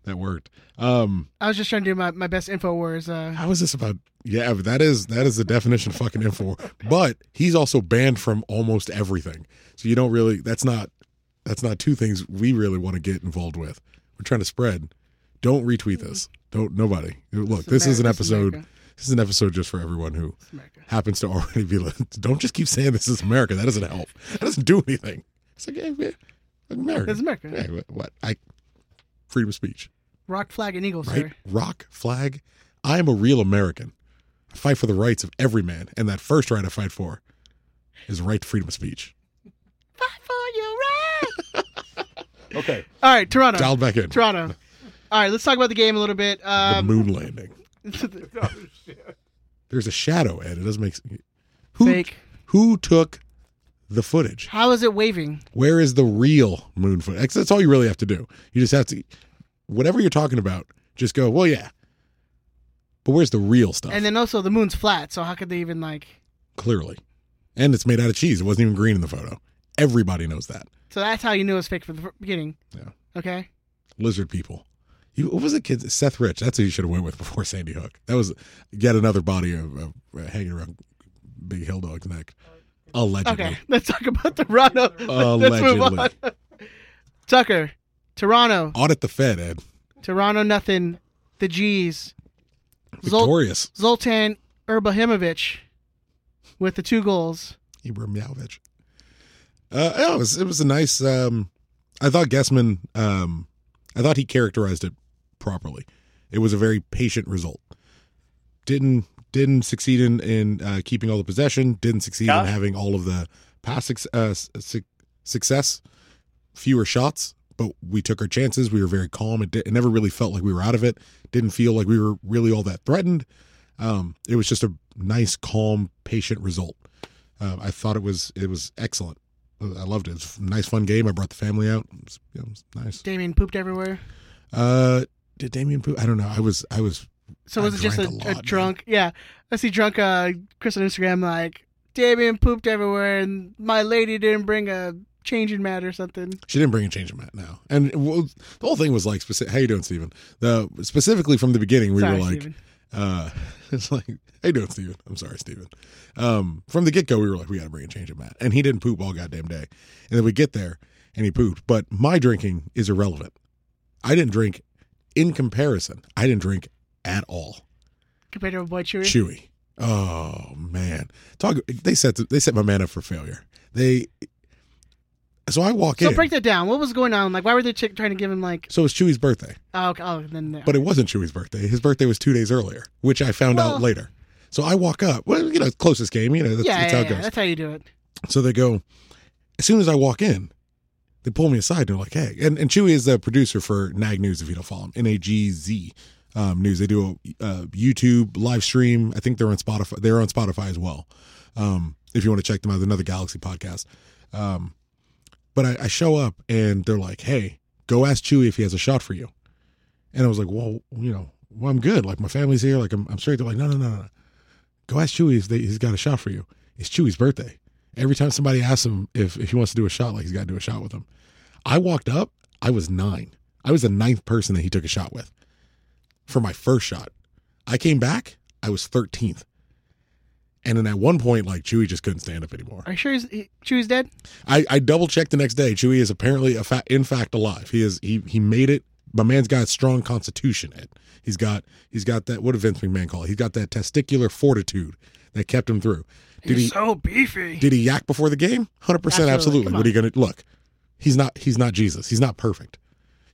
Speaker 3: that worked. Um,
Speaker 2: I was just trying to do my, my best Infowars. Uh,
Speaker 3: How is this about? Yeah, but that is that is the definition of fucking info. But he's also banned from almost everything. So you don't really. That's not. That's not two things we really want to get involved with. We're trying to spread. Don't retweet this. Don't nobody. Look, this is an
Speaker 2: Mm-hmm. America. This is
Speaker 3: episode.
Speaker 2: America.
Speaker 3: This is an episode just for everyone who
Speaker 2: America.
Speaker 3: happens to already be. li- Don't just keep saying this is America. That doesn't help. That doesn't do anything. It's like hey, man, America.
Speaker 2: It's America.
Speaker 3: Hey, what- what? I freedom of speech
Speaker 2: rock flag and eagle,
Speaker 3: right?
Speaker 2: sir.
Speaker 3: Rock, flag. I am a real American. I fight for the rights of every man, and that first right I fight for is the right to freedom of speech.
Speaker 2: Fight for your right.
Speaker 3: Okay.
Speaker 2: All right, Toronto.
Speaker 3: Dialed back in.
Speaker 2: Toronto. All right, let's talk about the game a little bit.
Speaker 3: the
Speaker 2: Um,
Speaker 3: moon landing. There's a shadow, Ed. It doesn't make sense. Who,
Speaker 2: Fake.
Speaker 3: who took the footage?
Speaker 2: How is it waving?
Speaker 3: Where is the real moon footage? 'Cause That's all you really have to do. You just have to, whatever you're talking about, just go, well, yeah. But where's the real stuff?
Speaker 2: And then also the moon's flat, so how could they even like?
Speaker 3: clearly. And it's made out of cheese. It wasn't even green in the photo. Everybody knows that.
Speaker 2: So that's how you knew it was fake from the fir- beginning.
Speaker 3: Yeah.
Speaker 2: Okay.
Speaker 3: Lizard people. You, what was the kid? Seth Rich. That's who you should have went with before Sandy Hook. That was yet another body of, of uh, hanging around Big Hill Dog's neck. Allegedly. Uh,
Speaker 2: Okay. Let's talk about the Toronto. Let's move on.
Speaker 3: Allegedly.
Speaker 2: Tucker, Toronto,
Speaker 3: Audit the Fed, Ed.
Speaker 2: Toronto, nothing. The G's. Zol-
Speaker 3: Victorious.
Speaker 2: Zoltan Erbahimovic with the two goals.
Speaker 3: Ibram Yalovich. Uh, yeah, it was it was a nice. Um, I thought Gessman. Um, I thought he characterized it properly. It was a very patient result. Didn't didn't succeed in in uh, keeping all the possession. Didn't succeed
Speaker 1: Yeah.
Speaker 3: in having all of the pass suc- uh, su- success. Fewer shots, but we took our chances. We were very calm. It, di- it never really felt like we were out of it. Didn't feel like we were really all that threatened. Um, it was just a nice, calm, patient result. Um, I thought it was it was excellent. I loved it. It was a nice, fun game. I brought the family out. It was, you know, it was nice.
Speaker 2: Damien pooped everywhere.
Speaker 3: Uh, did Damien poop? I don't know. I was I was
Speaker 2: So
Speaker 3: I
Speaker 2: was it just a,
Speaker 3: drank a
Speaker 2: a
Speaker 3: lot,
Speaker 2: drunk? Yeah, I see drunk uh, Chris on Instagram like Damien pooped everywhere, and my lady didn't bring a changing mat or something.
Speaker 3: She didn't bring a change of mat now, and well, the whole thing was like, speci- "How you doing, Steven? The specifically from the beginning, we
Speaker 2: Sorry,
Speaker 3: were like,
Speaker 2: Steven.
Speaker 3: uh, "It's like, how you doing, Steven? I'm sorry, Steven. Um, from the get go, we were like, "We got to bring a change of mat," and he didn't poop all goddamn day, and then we get there and he pooped. But my drinking is irrelevant. I didn't drink. In comparison, I didn't drink at all.
Speaker 2: Compared to a boy Chewy.
Speaker 3: Chewy. Oh man, talk. They set they set my man up for failure. They. So I walk
Speaker 2: so
Speaker 3: in.
Speaker 2: break that down. What was going on? Like, why were they ch- trying to give him like?
Speaker 3: so it's Chewy's birthday.
Speaker 2: Oh, okay, oh then.
Speaker 3: But it wasn't Chewy's birthday. His birthday was two days earlier, which I found
Speaker 2: Well-
Speaker 3: out later. So I walk up. Well, you know, closest game. You know, that's,
Speaker 2: yeah,
Speaker 3: that's
Speaker 2: yeah,
Speaker 3: how it
Speaker 2: yeah,
Speaker 3: goes.
Speaker 2: that's how you do it.
Speaker 3: So they go. As soon as I walk in, they pull me aside and they're like, "Hey!" And, and Chewy is the producer for Nag News. If you don't follow him, N A G Z um, News. They do a uh, YouTube live stream. I think they're on Spotify. They're on Spotify as well. Um, if you want to check them out, they're another Galaxy podcast. Um, but I, I show up and they're like, "Hey, go ask Chewy if he has a shot for you." And I was like, "Well, you know, well, I'm good. Like my family's here. Like I'm, I'm straight." They're like, "No, no, no, no. Go ask Chewy if they, he's got a shot for you. It's Chewy's birthday. Every time somebody asks him if if he wants to do a shot, like he's got to do a shot with him." I walked up. I was nine. I was the ninth person that he took a shot with for my first shot. I came back. I was thirteenth. And then at one point, like Chewy just couldn't stand up anymore.
Speaker 2: Are you sure he's, he, Chewy's dead?
Speaker 3: I, I double checked the next day. Chewy is apparently a fa- in fact alive. He is he he made it. My man's got a strong constitution. Ed. He's got he's got that. What did Vince McMahon call it? He's got that testicular fortitude that kept him through. Did he
Speaker 2: so beefy.
Speaker 3: did he yak before the game? Hundred percent,
Speaker 2: Absolutely.
Speaker 3: absolutely.
Speaker 2: Come
Speaker 3: What are you gonna look? He's not he's not Jesus. He's not perfect.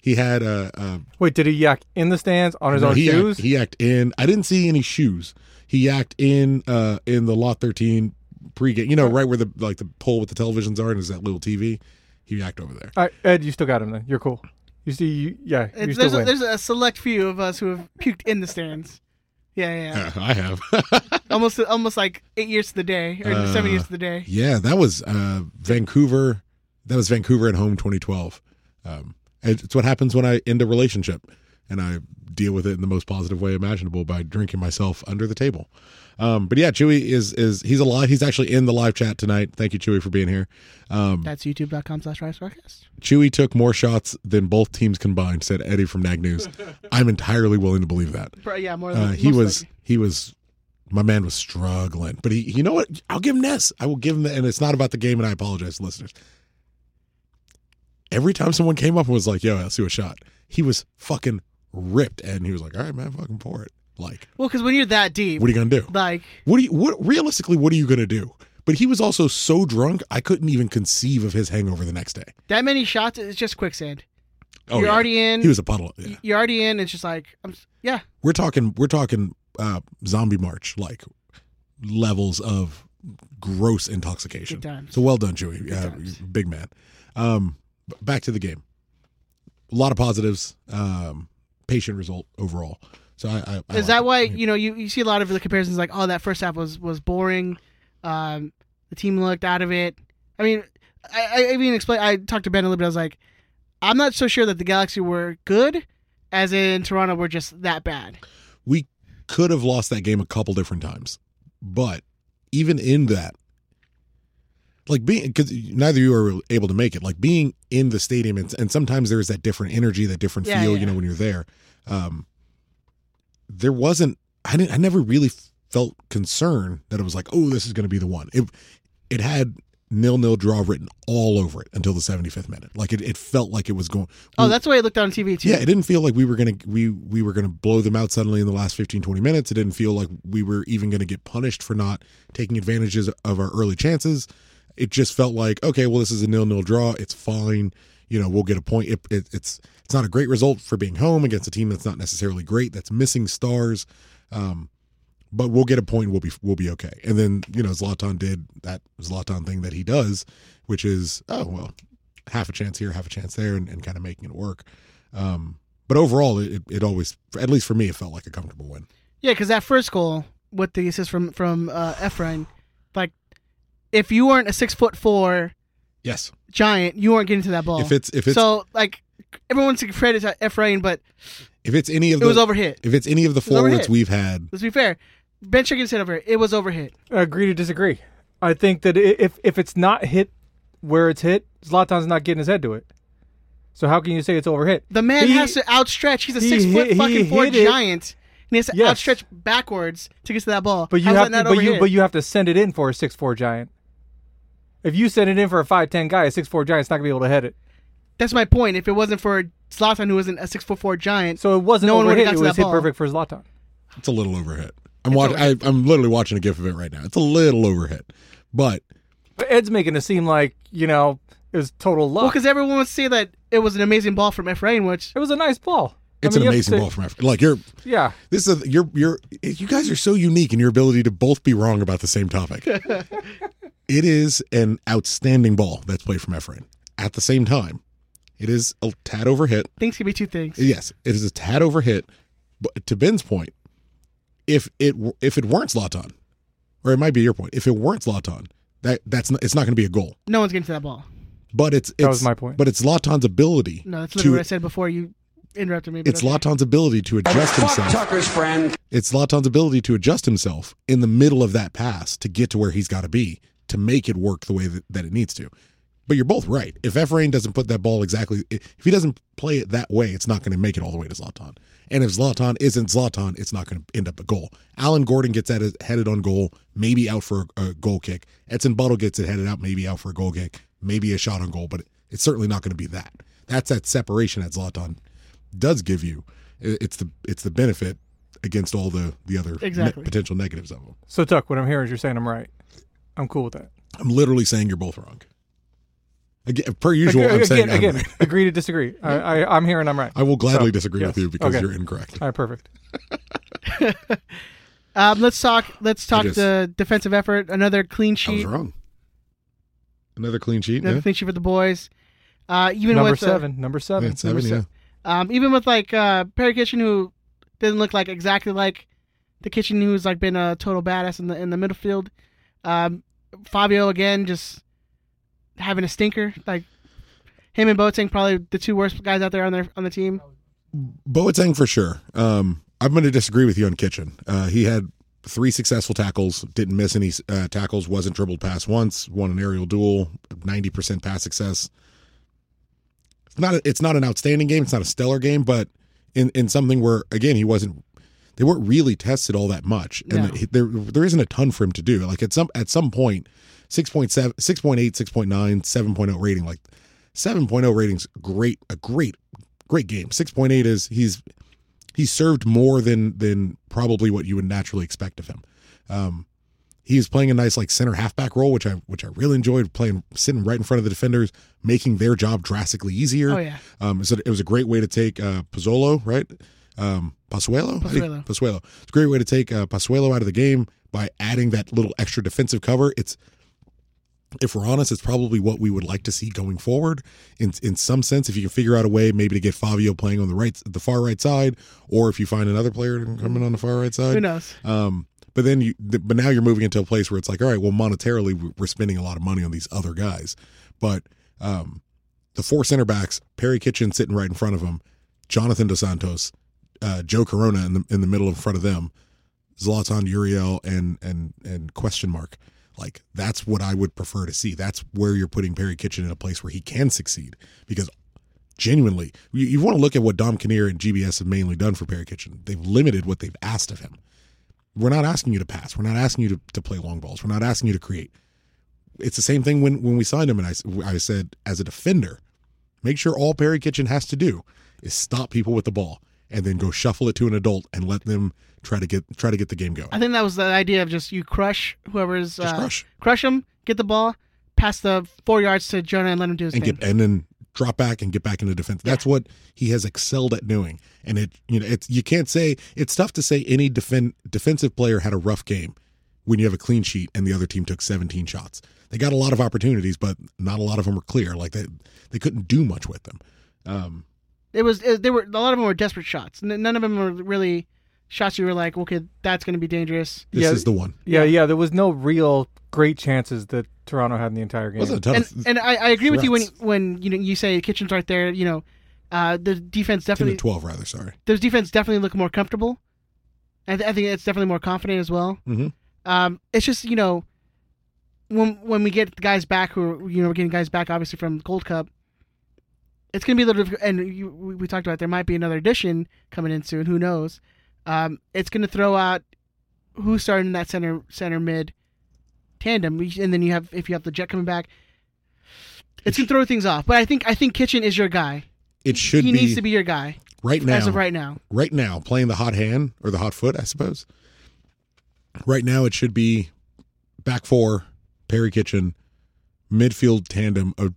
Speaker 3: He had uh, uh
Speaker 4: Wait, did he yak in the stands on his
Speaker 3: no,
Speaker 4: own
Speaker 3: he
Speaker 4: shoes?
Speaker 3: Act, he act in. I didn't see any shoes. He yacked in uh in the lot thirteen pregame. You know, right where the like the pole with the televisions are, and is that little TV. He yacked over there.
Speaker 4: All right, Ed, you still got him then. You're cool. You see, you, yeah, you
Speaker 2: It's,
Speaker 4: still
Speaker 2: there's, a,
Speaker 4: win.
Speaker 2: there's a select few of us who have puked in the stands. Yeah, yeah, yeah.
Speaker 3: Yeah, I have.
Speaker 2: almost, almost like eight years to the day or
Speaker 3: Uh,
Speaker 2: seven years to the day.
Speaker 3: yeah, that was uh, Vancouver. That was Vancouver at home 2012. Um, and it's what happens when I end a relationship and I deal with it in the most positive way imaginable by drinking myself under the table. Um, but yeah, Chewy is is he's alive. He's actually in the live chat tonight. Thank you, Chewy, for being here. Um,
Speaker 2: That's youtube.com slash rice podcast.
Speaker 3: Chewy took more shots than both teams combined, said Eddie from Nag News. I'm entirely willing to believe that.
Speaker 2: Pro- Yeah, more than
Speaker 3: Uh, he
Speaker 2: most
Speaker 3: was
Speaker 2: likely.
Speaker 3: he was my man was struggling, but he you know what? I'll give him this. I will give him that, and it's not about the game. And I apologize, to listeners. Every time someone came up and was like, "Yo, let's do a shot," he was fucking ripped, and he was like, "All right, man, fucking pour it." Like,
Speaker 2: Well, because when you're that deep,
Speaker 3: what are you gonna do?
Speaker 2: like
Speaker 3: What do you? What realistically? What are you gonna do? But he was also so drunk, I couldn't even conceive of his hangover the next day.
Speaker 2: that many shots, it's just quicksand.
Speaker 3: Oh,
Speaker 2: you're
Speaker 3: yeah.
Speaker 2: already in.
Speaker 3: He was a puddle. Yeah.
Speaker 2: You're already in. It's just like, I'm, s- yeah,
Speaker 3: we're talking we're talking uh zombie march like levels of gross intoxication
Speaker 2: Good times.
Speaker 3: so well done chewy uh,
Speaker 2: times.
Speaker 3: big man um b- back to the game a lot of positives um patient result overall so i, I, I
Speaker 2: is
Speaker 3: like
Speaker 2: that
Speaker 3: it.
Speaker 2: why
Speaker 3: I mean,
Speaker 2: you know you, you see a lot of the comparisons like oh that first half was was boring um the team looked out of it i mean i i, I mean explain i talked to ben a little bit i was like i'm not so sure that the galaxy were good as in toronto were just that bad
Speaker 3: we could have lost that game a couple different times but even in that like being because neither of you are able to make it like being in the stadium and, and sometimes there's that different energy that different
Speaker 2: Yeah,
Speaker 3: feel
Speaker 2: yeah.
Speaker 3: you know when you're there um there wasn't i didn't i never really felt concern that it was like oh this is going to be the one it it had nil nil draw written all over it until the 75th minute like it, it felt like it was going
Speaker 2: Oh, that's the way it looked on TV too.
Speaker 3: yeah, it didn't feel like we were going to we we were going to blow them out suddenly in the last 15 20 minutes. It didn't feel like we were even going to get punished for not taking advantages of our early chances. It just felt like okay, well this is a nil-nil draw. It's fine. You know, we'll get a point. It, it, it's it's not a great result for being home against a team that's not necessarily great, that's missing stars. Um but we'll get a point. We'll be we'll be okay. And then you know Zlatan did that Zlatan thing that he does, which is oh well, half a chance here, half a chance there, and, and kind of making it work. Um, but overall, it, it always, at least for me, it felt like a comfortable win.
Speaker 2: Yeah, because that first goal with the assist from from uh, Efrain, like if you weren't a six foot four
Speaker 3: Yes,
Speaker 2: giant, you weren't getting to that ball.
Speaker 3: if it's if it's
Speaker 2: so like everyone's credit to Efrain, but
Speaker 3: if it's any of
Speaker 2: it was
Speaker 3: the
Speaker 2: overhit.
Speaker 3: if it's any of the
Speaker 2: was overhit.
Speaker 3: forwards we've had,
Speaker 2: Let's be fair. Ben Chicken said over it was overhit.
Speaker 4: Agree to disagree. I think that i- if if it's not hit where it's hit, Zlatan's not getting his head to it. So how can you say it's overhit?
Speaker 2: The man
Speaker 4: He-
Speaker 2: has to outstretch. He's a
Speaker 4: he
Speaker 2: six foot
Speaker 4: hit- he
Speaker 2: fucking four
Speaker 4: hit it.
Speaker 2: giant, and he has to
Speaker 4: Yes.
Speaker 2: outstretch backwards to get to that ball.
Speaker 4: But you
Speaker 2: How's
Speaker 4: have
Speaker 2: that
Speaker 4: to,
Speaker 2: not
Speaker 4: but you
Speaker 2: overhit?
Speaker 4: but you have to send it in for a six four giant. If you send it in for a five ten guy, a six four giant's not gonna be able to head it.
Speaker 2: That's my point. If it wasn't for Zlatan, who wasn't a six foot four giant,
Speaker 4: So it wasn't
Speaker 2: No one would've
Speaker 4: overhit.
Speaker 2: got
Speaker 4: It
Speaker 2: to
Speaker 4: was
Speaker 2: that
Speaker 4: hit
Speaker 2: ball.
Speaker 4: perfect for Zlatan.
Speaker 3: it's a little overhit. I'm watching. I'm literally watching a gif of it right now. It's a little overhit, but
Speaker 4: But Ed's making it seem like you know it was total luck.
Speaker 2: well, because Oh, everyone would say that it was an amazing ball from Efrain, which
Speaker 4: it was a nice ball. I
Speaker 3: it's
Speaker 4: mean,
Speaker 3: an
Speaker 4: you have
Speaker 3: amazing
Speaker 4: to say-
Speaker 3: ball from Africa. Like you're
Speaker 4: Yeah,
Speaker 3: this is a, you're you're you guys are so unique in your ability to both be wrong about the same topic. it is an outstanding ball that's played from Efrain. At the same time, it is a tad overhit.
Speaker 2: things can be two things.
Speaker 3: Yes, it is a tad overhit. But to Ben's point, if it w- if it weren't Zlatan, or it might be your point, if it weren't Zlatan, that that's not, it's not going to be a goal.
Speaker 2: No one's getting to that ball.
Speaker 3: But it's, it's
Speaker 4: was my point.
Speaker 3: But it's Zlatan's ability.
Speaker 2: No, that's literally
Speaker 3: to,
Speaker 2: what I said before you interrupted me. but
Speaker 3: It's
Speaker 2: okay.
Speaker 3: Zlatan's ability to adjust
Speaker 5: Fuck
Speaker 3: himself.
Speaker 5: Tucker's friend.
Speaker 3: It's Zlatan's ability to adjust himself in the middle of that pass to get to where he's got to be to make it work the way that, that it needs to. But you're both right. If Efrain doesn't put that ball exactly, if he doesn't play it that way, it's not going to make it all the way to Zlatan. And if Zlatan isn't Zlatan, it's not going to end up a goal. Alan Gordon gets at headed on goal, maybe out for a, a goal kick. Edson Buttle gets it headed out, maybe out for a goal kick, maybe a shot on goal, but it's certainly not going to be that. That's that separation that Zlatan does give you. I- It's the it's the benefit against all the the other ne-
Speaker 2: Exactly.
Speaker 3: potential negatives of them.
Speaker 4: So Tuck, what I'm hearing is you're saying I'm right. I'm cool with that.
Speaker 3: I'm literally saying you're both wrong. Again, per usual,
Speaker 4: again,
Speaker 3: I'm saying
Speaker 4: again,
Speaker 3: I'm
Speaker 4: again,
Speaker 3: right.
Speaker 4: agree to disagree. I, I, I'm hearing I'm right.
Speaker 3: I will gladly
Speaker 4: So,
Speaker 3: disagree with
Speaker 4: yes.
Speaker 3: you because
Speaker 4: Okay.
Speaker 3: you're incorrect.
Speaker 4: All right, perfect.
Speaker 2: Um, let's talk. Let's talk
Speaker 3: just-
Speaker 2: the defensive effort. Another clean
Speaker 3: I was
Speaker 2: sheet.
Speaker 3: wrong. Another clean sheet.
Speaker 2: Another
Speaker 3: Yeah.
Speaker 2: clean sheet for the boys. Uh, even
Speaker 4: number
Speaker 2: with uh,
Speaker 4: seven, number seven,
Speaker 3: Yeah, seven,
Speaker 4: number
Speaker 3: yeah.
Speaker 4: se-
Speaker 2: um, even with like uh, Perry Kitchen, who didn't look like exactly like the Kitchen, who's like been a total badass in the in the middle field. Um, Fabio again, just having a stinker. Like him and Boateng, probably the two worst guys out there on their on the team.
Speaker 3: Boateng for sure. Um, I'm going to disagree with you on Kitchen. Uh, he had three successful tackles, didn't miss any uh, tackles, wasn't dribbled past once, won an aerial duel, 90% pass success. It's not a, it's not an outstanding game. It's not a stellar game, but in in something where again he wasn't they weren't really tested all that much,
Speaker 2: No.
Speaker 3: and he- there there isn't a ton for him to do. Like at some at some point, 6.7, 6.8, 6.9, 7.0 rating, like 7.0 ratings, great a great great game. 6.8 is he's he served more than than probably what you would naturally expect of him. Um, he was playing a nice like center halfback role, which I which I really enjoyed playing, sitting right in front of the defenders, making their job drastically easier.
Speaker 2: Oh, yeah.
Speaker 3: Um, so it was a great way to take uh, Pozzolo, right? Um, Pasuelo, I think-
Speaker 2: Pozuelo.
Speaker 3: Pozuelo. It's a great way to take uh, Pasuelo out of the game by adding that little extra defensive cover. It's if we're honest, it's probably what we would like to see going forward. In in some sense, if you can figure out a way maybe to get Fabio playing on the right, the far right side, or if you find another player to come in on the far right side,
Speaker 2: Who knows?
Speaker 3: um, but then you, th- but now you're moving into a place where it's like, all right, well, monetarily we- we're spending a lot of money on these other guys, but um, the four center backs, Perry Kitchen sitting right in front of him, Jonathan Dos Santos, uh, Joe Corona in the in the middle in front of them, Zlatan Uriel and and and question mark. Like that's what I would prefer to see. That's where you're putting Perry Kitchen in a place where he can succeed because genuinely, you, you want to look at what Dom Kinnear and GBS have mainly done for Perry Kitchen. They've limited what they've asked of him. We're not asking you to pass. We're not asking you to, to play long balls. We're not asking you to create. It's the same thing when, when we signed him, and I, s- I said, as a defender, make sure all Perry Kitchen has to do is stop people with the ball and then go shuffle it to an adult and let them try to get try to get the game going.
Speaker 2: I think that was the idea of just you crush whoever's
Speaker 3: Just
Speaker 2: uh,
Speaker 3: crush.
Speaker 2: them, get the ball, pass the four yards to Jonah, and let him do his
Speaker 3: and
Speaker 2: thing.
Speaker 3: get and then drop back and get back into defense. That's what he has excelled at doing. And it you know it's you can't say it's tough to say any defend defensive player had a rough game when you have a clean sheet and the other team took 17 shots. They got a lot of opportunities, but not a lot of them were clear. Like they they couldn't do much with them. Um,
Speaker 2: it was it, they were a lot of them were desperate shots. N- none of them were really shots you were like, okay, that's going to be dangerous.
Speaker 3: this
Speaker 4: Yeah.
Speaker 3: is the one.
Speaker 4: Yeah, yeah. There was no real great chances that Toronto had in the entire game.
Speaker 3: Wasn't a ton
Speaker 2: and
Speaker 3: of
Speaker 2: and I, I agree with you when
Speaker 3: threats.
Speaker 2: when you know you say kitchen's right there. You know, uh, the defense
Speaker 3: 10 to
Speaker 2: definitely
Speaker 3: 12 rather, sorry.
Speaker 2: their defense definitely looked more comfortable. I, th- I think it's definitely more confident as well.
Speaker 3: Mhm.
Speaker 2: Um, it's just you know, when when we get guys back who are, you know we're getting guys back obviously from Gold Cup, it's gonna be a little difficult. And you, we we talked about there might be another addition coming in soon. Who knows? Um, it's gonna throw out who's starting in that center center mid tandem, We- and then you have if you have the Jet coming back, it's gonna throw things off. But I think I think Kitchen is your guy.
Speaker 3: It should
Speaker 2: he
Speaker 3: be
Speaker 2: needs to be your guy
Speaker 3: right now.
Speaker 2: as of right now.
Speaker 3: right now, playing the hot hand or the hot foot, I suppose. Right now, it should be back four, Perry Kitchen, midfield tandem of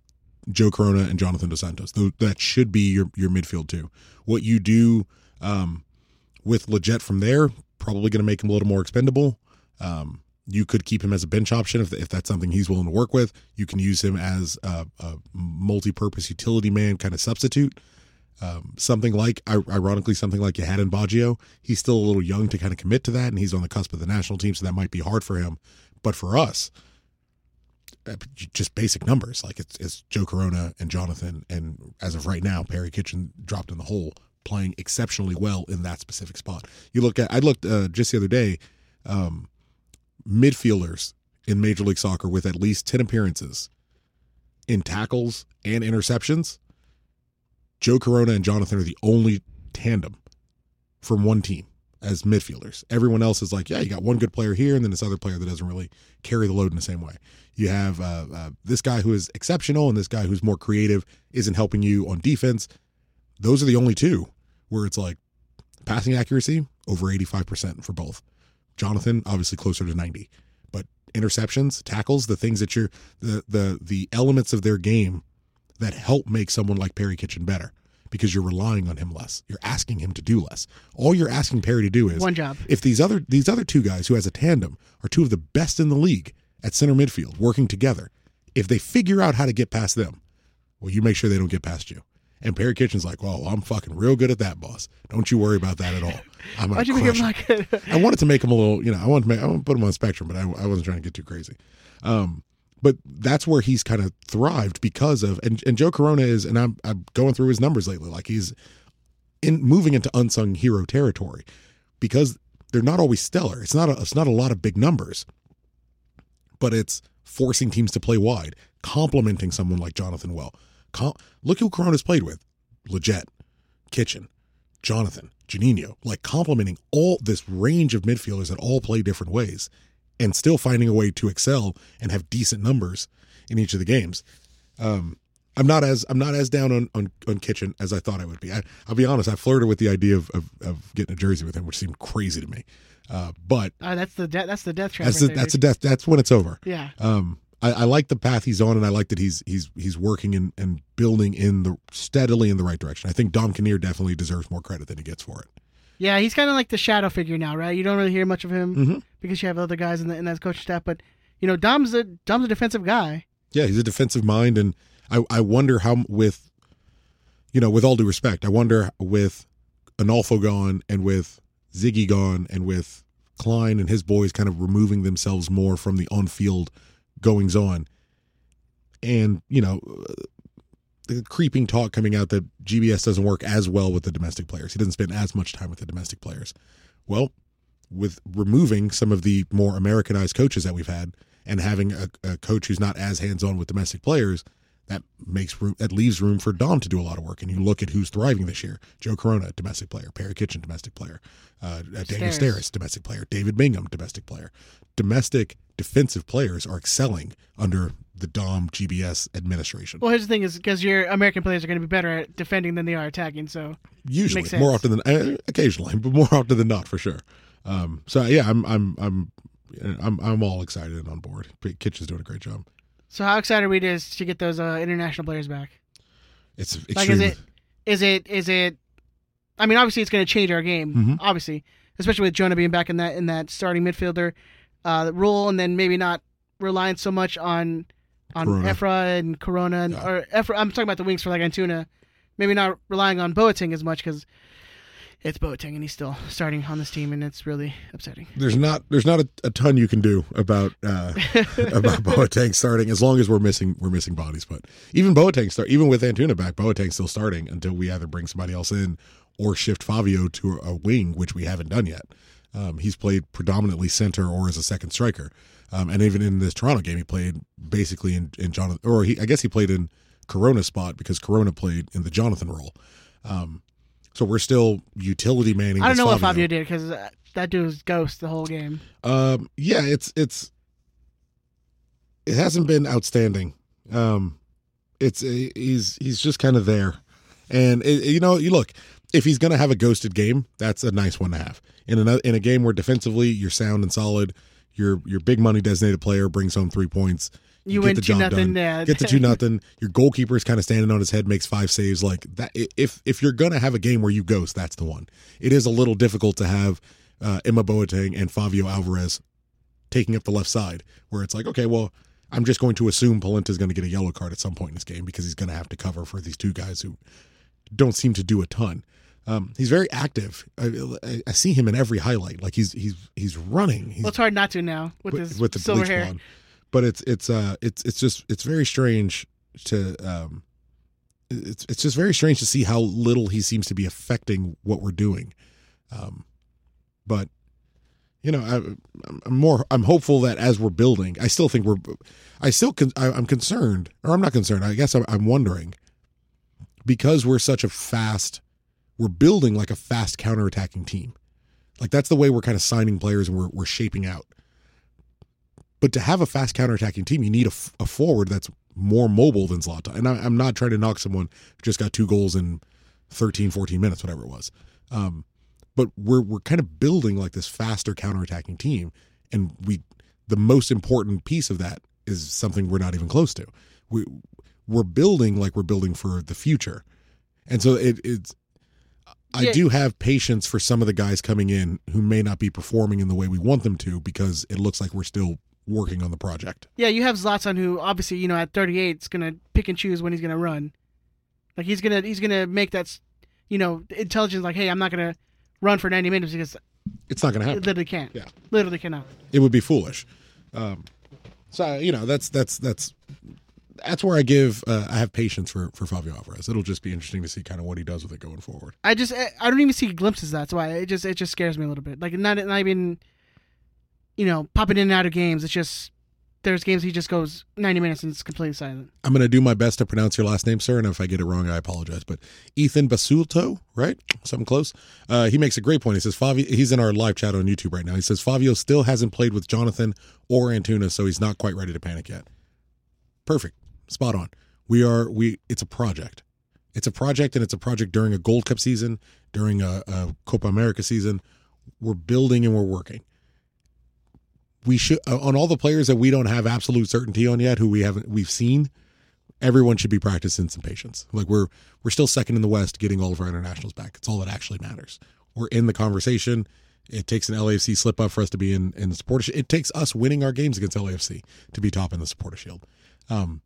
Speaker 3: Joe Corona and Jonathan Dos Santos. Tho- That should be your your midfield too. What you do um, with Leggett from there probably going to make him a little more expendable. Um, you could keep him as a bench option if, if that's something he's willing to work with. You can use him as a, a multi-purpose utility man kind of substitute something like ironically something like you had in Baggio. He's still a little young to kind of commit to that, and he's on the cusp of the national team, so that might be hard for him. But for us, uh, just basic numbers like it's, it's Joe Corona and Jonathan, and as of right now, Perry Kitchen dropped in the hole, playing exceptionally well in that specific spot. You look at I looked uh, just the other day, um, midfielders in Major League Soccer with at least ten appearances in tackles and interceptions. Joe Corona and Jonathan are the only tandem from one team as midfielders. Everyone else is like, yeah, you got one good player here, and then this other player that doesn't really carry the load in the same way. You have uh, uh, this guy who is exceptional, and this guy who's more creative isn't helping you on defense. Those are the only two where it's like passing accuracy over 85% for both. Jonathan obviously closer to 90, but interceptions, tackles, the things that you're the the the elements of their game that help make someone like Perry Kitchen better because you're relying on him less. You're asking him to do less. All you're asking Perry to do is
Speaker 2: One job.
Speaker 3: If these other these other two guys who has a tandem are two of the best in the league at center midfield working together, if they figure out how to get past them, well, you make sure they don't get past you. And Perry Kitchen's like, well, I'm fucking real good at that, boss. Don't you worry about that at all. I'm gonna
Speaker 2: Why'd you make him
Speaker 3: crush
Speaker 2: like a-
Speaker 3: I wanted to make him a little, you know, I wanted to make, I wanted to put him on the spectrum, but I, I wasn't trying to get too crazy. Um, but that's where he's kind of thrived because of, and, and Joe Corona is, and I'm, I'm going through his numbers lately. Like he's in moving into unsung hero territory because they're not always stellar. It's not a, it's not a lot of big numbers, but it's forcing teams to play wide, complimenting someone like Jonathan Well. Com- look who Corona's played with. Leggett, Kitchen, Jonathan, Janino, like complimenting all this range of midfielders that all play different ways and still finding a way to excel and have decent numbers in each of the games. Um, I'm not as I'm not as down on, on, on Kitchen as I thought I would be. I, I'll be honest. I flirted with the idea of, of, of getting a jersey with him, which seemed crazy to me. Uh, but
Speaker 2: Oh, that's the de- that's the death trap.
Speaker 3: that's
Speaker 2: right
Speaker 3: the,
Speaker 2: there,
Speaker 3: that's a
Speaker 2: dude.
Speaker 3: death. That's when it's over.
Speaker 2: yeah.
Speaker 3: Um, I, I like the path he's on, and I like that he's he's he's working and, and building in the steadily in the right direction. I think Dom Kinnear definitely deserves more credit than he gets for it.
Speaker 2: Yeah, he's kind of like the shadow figure now, right? You don't really hear much of him
Speaker 3: Mm-hmm.
Speaker 2: because you have other guys in, the, in that coaching staff. But you know, Dom's a Dom's a defensive guy.
Speaker 3: Yeah, he's a defensive mind, and I I wonder how with, you know, with all due respect, I wonder with Anolfo gone and with Ziggy gone and with Klein and his boys kind of removing themselves more from the on field goings on, and you know. The creeping talk coming out that GBS doesn't work as well with the domestic players. He doesn't spend as much time with the domestic players. Well, with removing some of the more Americanized coaches that we've had, and having a, a coach who's not as hands on with domestic players, that makes room that leaves room for Dom to do a lot of work. And you look at who's thriving this year: Joe Corona, domestic player; Perry Kitchen, domestic player; uh, uh, Daniel
Speaker 2: Stairs.
Speaker 3: Steris, domestic player; David Bingham, domestic player. Domestic defensive players are excelling under the Dom GBS administration.
Speaker 2: Well, here's the thing: is because your American players are going to be better at defending than they are attacking. So
Speaker 3: usually
Speaker 2: Makes
Speaker 3: more
Speaker 2: sense.
Speaker 3: often than uh, occasionally but more often than not for sure um so yeah i'm i'm i'm i'm, I'm all excited and on board P- kitchen's doing a great job
Speaker 2: So how excited are we to, to get those uh, international players back?
Speaker 3: it's
Speaker 2: Like, is
Speaker 3: extremely
Speaker 2: it, is it, is it? I mean, obviously, it's going to change our game.
Speaker 3: Mhm.
Speaker 2: Obviously, especially with Jonah being back in that in that starting midfielder uh, role, and then maybe not relying so much on on
Speaker 3: Corona.
Speaker 2: Efra and Corona and,
Speaker 3: Yeah.
Speaker 2: or Efra. I'm talking about the wings for like Antuna. Maybe not relying on Boateng as much because it's Boateng and he's still starting on this team, and it's really upsetting.
Speaker 3: there's not there's not a, a ton you can do about uh about Boateng starting as long as we're missing we're missing bodies but even Boateng start even with Antuna back Boateng's still starting until we either bring somebody else in or shift Fabio to a wing which we haven't done yet um, he's played predominantly center or as a second striker um, and even in this Toronto game he played basically in, in Jonathan or he I guess he played in Corona spot because Corona played in the Jonathan role um, so we're still utility manning
Speaker 2: I don't
Speaker 3: this
Speaker 2: know what Fabio did because that dude was ghost the whole game.
Speaker 3: um, yeah, it's it's it hasn't been outstanding. Um, it's uh, he's he's just kind of there, and it, you know, you look if he's gonna have a ghosted game, that's a nice one to have in another in a game where defensively you're sound and solid. Your your big money designated player brings home three points.
Speaker 2: You
Speaker 3: get
Speaker 2: win
Speaker 3: the
Speaker 2: 2
Speaker 3: job
Speaker 2: nothing,
Speaker 3: done.
Speaker 2: yeah.
Speaker 3: Get the two nothing. Your goalkeeper is kind of standing on his head, makes five saves. Like that. i- If if you're gonna have a game where you ghost, that's the one. It is a little difficult to have uh, Emma Boateng and Fabio Alvarez taking up the left side, where it's like, okay, well, I'm just going to assume Polenta's going to get a yellow card at some point in this game because he's going to have to cover for these two guys who don't seem to do a ton. Um, he's very active. I, I, I see him in every highlight. Like he's he's he's running. He's
Speaker 2: Well, it's hard not to now with his silver
Speaker 3: bleach
Speaker 2: hair.
Speaker 3: blonde. But it's it's uh it's it's just it's very strange to um it's it's just very strange to see how little he seems to be affecting what we're doing. Um but you know, I, I'm- I'm more. I'm hopeful that as we're building, I still think we're. I still. Con, I, I'm concerned, or I'm not concerned. I guess I'm, I'm wondering because we're such a fast. We're building like a fast counterattacking team. Like that's the way we're kind of signing players and we're we're shaping out. But to have a fast counterattacking team, you need a, f- a forward that's more mobile than Zlatan. And I, I'm not trying to knock someone who just got two goals in 13, 14 minutes, whatever it was. Um, but we're we're kind of building like this faster counterattacking team, and we the most important piece of that is something we're not even close to. We we're building like we're building for the future, and so it, it's. I
Speaker 2: Yeah.
Speaker 3: do have patience for some of the guys coming in who may not be performing in the way we want them to because it looks like we're still working on the project.
Speaker 2: Yeah, you have Zlatan, who obviously you know at 38 is gonna pick and choose when he's gonna run. Like he's gonna he's gonna make that, s- you know, intelligence. Like, hey, I'm not gonna run for 90 minutes because
Speaker 3: It's not going to
Speaker 2: it
Speaker 3: happen.
Speaker 2: literally can't.
Speaker 3: Yeah.
Speaker 2: literally cannot.
Speaker 3: it would be foolish. Um, so you know that's that's that's that's where I give uh, I have patience for for Fabio Alvarez. It'll just be interesting to see kind of what he does with it going forward.
Speaker 2: I just I I don't even see glimpses of that. That's why it just it just scares me a little bit. Like not not even, you know, popping in and out of games. It's just there's games he just goes 90 minutes and it's completely silent.
Speaker 3: I'm going to do my best to pronounce your last name, sir, and if I get it wrong, I apologize. But Ethan Basulto, right? Something close. Uh, he makes a great point. He says Fabio. He's in our live chat on YouTube right now. He says Fabio still hasn't played with Jonathan or Antuna, so he's not quite ready to panic yet. Perfect, spot on. We are we. It's a project. It's a project, and it's a project during a Gold Cup season, during a, a Copa America season. We're building and we're working we should uh, on all the players that we don't have absolute certainty on yet who we haven't we've seen everyone should be practicing some patience like we're we're still second in the west getting all of our internationals back it's all that actually matters we're in the conversation it takes an LAFC slip up for us to be in in the supporter shield. it takes us winning our games against LAFC to be top in the supporter shield um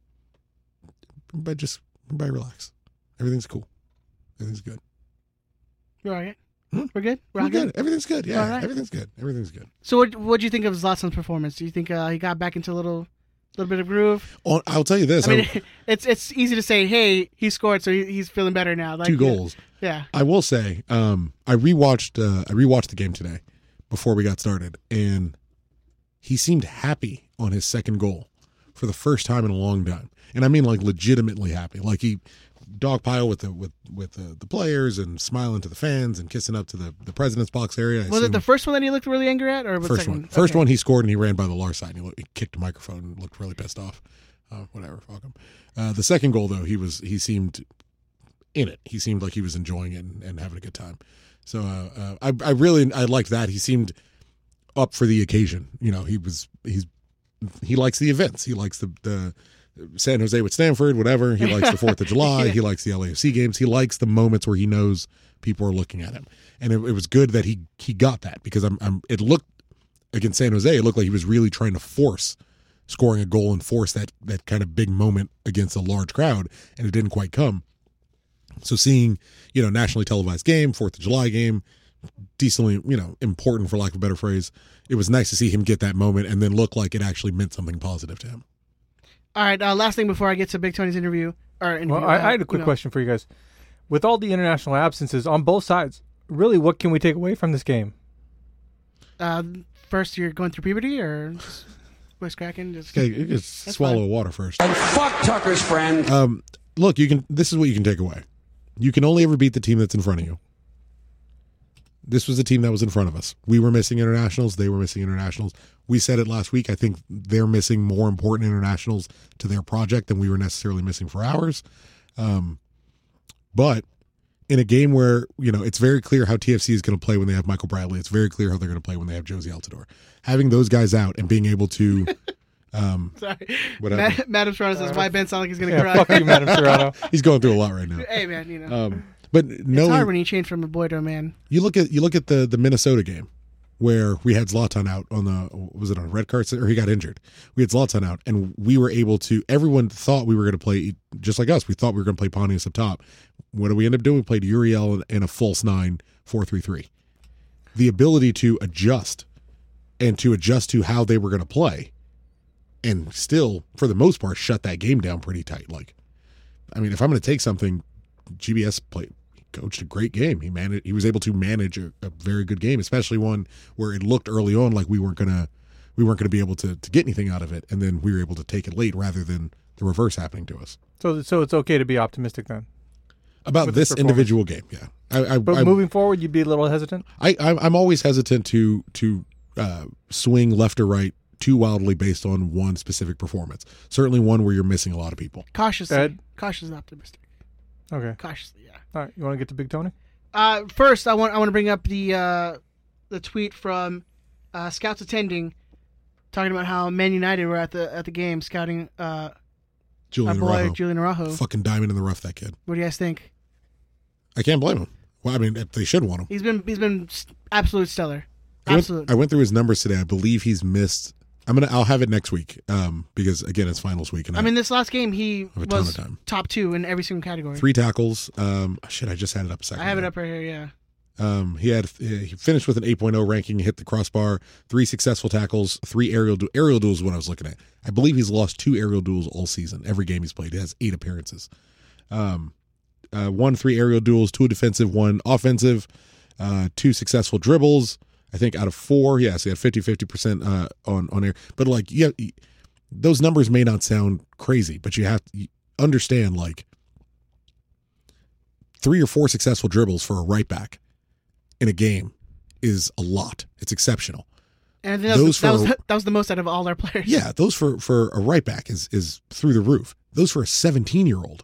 Speaker 3: but just everybody relax everything's cool everything's good
Speaker 2: You all right?
Speaker 3: Hmm?
Speaker 2: We're good.
Speaker 3: we're
Speaker 2: all
Speaker 3: good everything's good yeah
Speaker 2: All right.
Speaker 3: everything's good everything's good
Speaker 2: So what what do you think of Zlatan's performance? Do you think uh, he got back into a little little bit of groove?
Speaker 3: on, I'll tell you this
Speaker 2: I mean,
Speaker 3: I-
Speaker 2: it's it's easy to say, hey, he scored, so he, he's feeling better now. Like,
Speaker 3: two
Speaker 2: yeah,
Speaker 3: goals
Speaker 2: Yeah,
Speaker 3: I will say, um, I rewatched uh, I rewatched the game today before we got started, and he seemed happy on his second goal for the first time in a long time, and I mean like legitimately happy. Like he dogpile with the with with the, the players and smiling to the fans and kissing up to the the president's box area. I
Speaker 2: Was it
Speaker 3: assume-
Speaker 2: the first one that he looked really angry at, or was
Speaker 3: First
Speaker 2: second
Speaker 3: one, first
Speaker 2: Okay.
Speaker 3: one he scored and he ran by the Lars side and he, looked, he kicked a microphone and looked really pissed off. Uh, whatever, fuck him. Uh, the second goal though, he was he seemed in it. He seemed like he was enjoying it and, and having a good time. So uh, uh, I I really I liked that. He seemed up for the occasion. You know, he was he's he likes the events. He likes the the San Jose with Stanford, whatever. He likes the Fourth of July. He likes the LAFC games. He likes the moments where he knows people are looking at him, and it, it was good that he he got that because I'm, I'm it looked against San Jose, it looked like he was really trying to force scoring a goal and force that that kind of big moment against a large crowd, and it didn't quite come. So seeing, you know, nationally televised game, Fourth of July game, decently, you know, important for lack of a better phrase, it was nice to see him get that moment and then look like it actually meant something positive to him.
Speaker 2: All right. Uh, last thing before I get to Big Tony's interview. Or interview
Speaker 4: Well, I,
Speaker 2: uh,
Speaker 4: I had a
Speaker 2: you
Speaker 4: quick
Speaker 2: know.
Speaker 4: question for you guys. With all the international absences on both sides, really, what can we take away from this game?
Speaker 2: Uh, first, you're going through puberty, or just voice cracking? Just
Speaker 3: Okay, you just swallow water first.
Speaker 5: And fuck Tucker's friend.
Speaker 3: Um, look, you can. This is what you can take away. You can only ever beat the team that's in front of you. This was the team that was in front of us. We were missing internationals. They were missing internationals. We said it last week. I think they're missing more important internationals to their project than we were necessarily missing for ours. Um, but in a game where you know it's very clear how TFC is going to play when they have Michael Bradley, it's very clear how they're going to play when they have Josie Altidore. Having those guys out and being able to, um,
Speaker 2: Sorry.
Speaker 3: Whatever.
Speaker 2: Ma- Madam Toronto says, "Why Ben sound like he's gonna
Speaker 4: Uh, Yeah,
Speaker 2: cry?"
Speaker 4: fuck you, Madam Serrano.
Speaker 3: he's going through a lot right now.
Speaker 2: Hey man, you know
Speaker 3: Um, but
Speaker 2: it's
Speaker 3: knowing
Speaker 2: hard when you change from a boy to a man.
Speaker 3: You look at you look at the the Minnesota game where we had Zlatan out on the was it on a red card or he got injured. We had Zlatan out and we were able to everyone thought we were going to play just like us. We thought we were going to play Pontius up top. What do we end up doing? We played Uriel in a false nine four three three. The ability to adjust and to adjust to how they were going to play and still for the most part shut that game down pretty tight like I mean, if I'm going to take something, GBS played coached a great game. He managed. He was able to manage a, a very good game, especially one where it looked early on like we weren't gonna we weren't gonna be able to to get anything out of it, and then we were able to take it late rather than the reverse happening to us.
Speaker 4: So, so it's okay to be optimistic then.
Speaker 3: About
Speaker 4: With
Speaker 3: this
Speaker 4: this performance.
Speaker 3: individual game, yeah. I, I,
Speaker 4: But
Speaker 3: I,
Speaker 4: moving forward, you'd be a little hesitant.
Speaker 3: I, I'm I'm always hesitant to to uh, swing left or right too wildly based on one specific performance. Certainly one where you're missing a lot of people.
Speaker 2: Cautiously,
Speaker 4: Ed?
Speaker 2: cautiously optimistic.
Speaker 4: Okay.
Speaker 2: Cautiously, yeah.
Speaker 4: All right. You want to get to Big Tony?
Speaker 2: Uh, first, I want I want to bring up the uh, the tweet from uh, scouts attending, talking about how Man United were at the at the game scouting uh, our
Speaker 3: Julian
Speaker 2: boy
Speaker 3: Araujo,
Speaker 2: Julian Araujo.
Speaker 3: fucking diamond in the rough. That kid.
Speaker 2: What do you guys think?
Speaker 3: I can't blame him. Well, I mean, they should want him.
Speaker 2: He's been he's been s- absolute stellar.
Speaker 3: I went-
Speaker 2: Absolute.
Speaker 3: I went through his numbers today. I believe he's missed. I'm gonna. I'll have it next week. Um, because again, it's finals week, and I,
Speaker 2: I mean, this last game he
Speaker 3: have a ton
Speaker 2: was
Speaker 3: of time.
Speaker 2: top two in every single category.
Speaker 3: three tackles. Um, shit, I just had it up a second.
Speaker 2: I have it
Speaker 3: ago.
Speaker 2: up right here. Yeah.
Speaker 3: Um, he had he finished with an 8.0 ranking, hit the crossbar, three successful tackles, three aerial du- aerial duels. is What I was looking at, I believe he's lost two aerial duels all season. Every game he's played, he has eight appearances. Um, uh, one three aerial duels, two defensive, one offensive, uh, two successful dribbles. I think out of four, yes, he had 50 50 percent uh, on on air. But like, yeah, those numbers may not sound crazy, but you have to you understand like three or four successful dribbles for a right back in a game is a lot. It's exceptional.
Speaker 2: And I think that was,
Speaker 3: Those
Speaker 2: that, was,
Speaker 3: for-
Speaker 2: that was the most out of all our players.
Speaker 3: Yeah, those for for a right back is is through the roof. Those for a 17 year old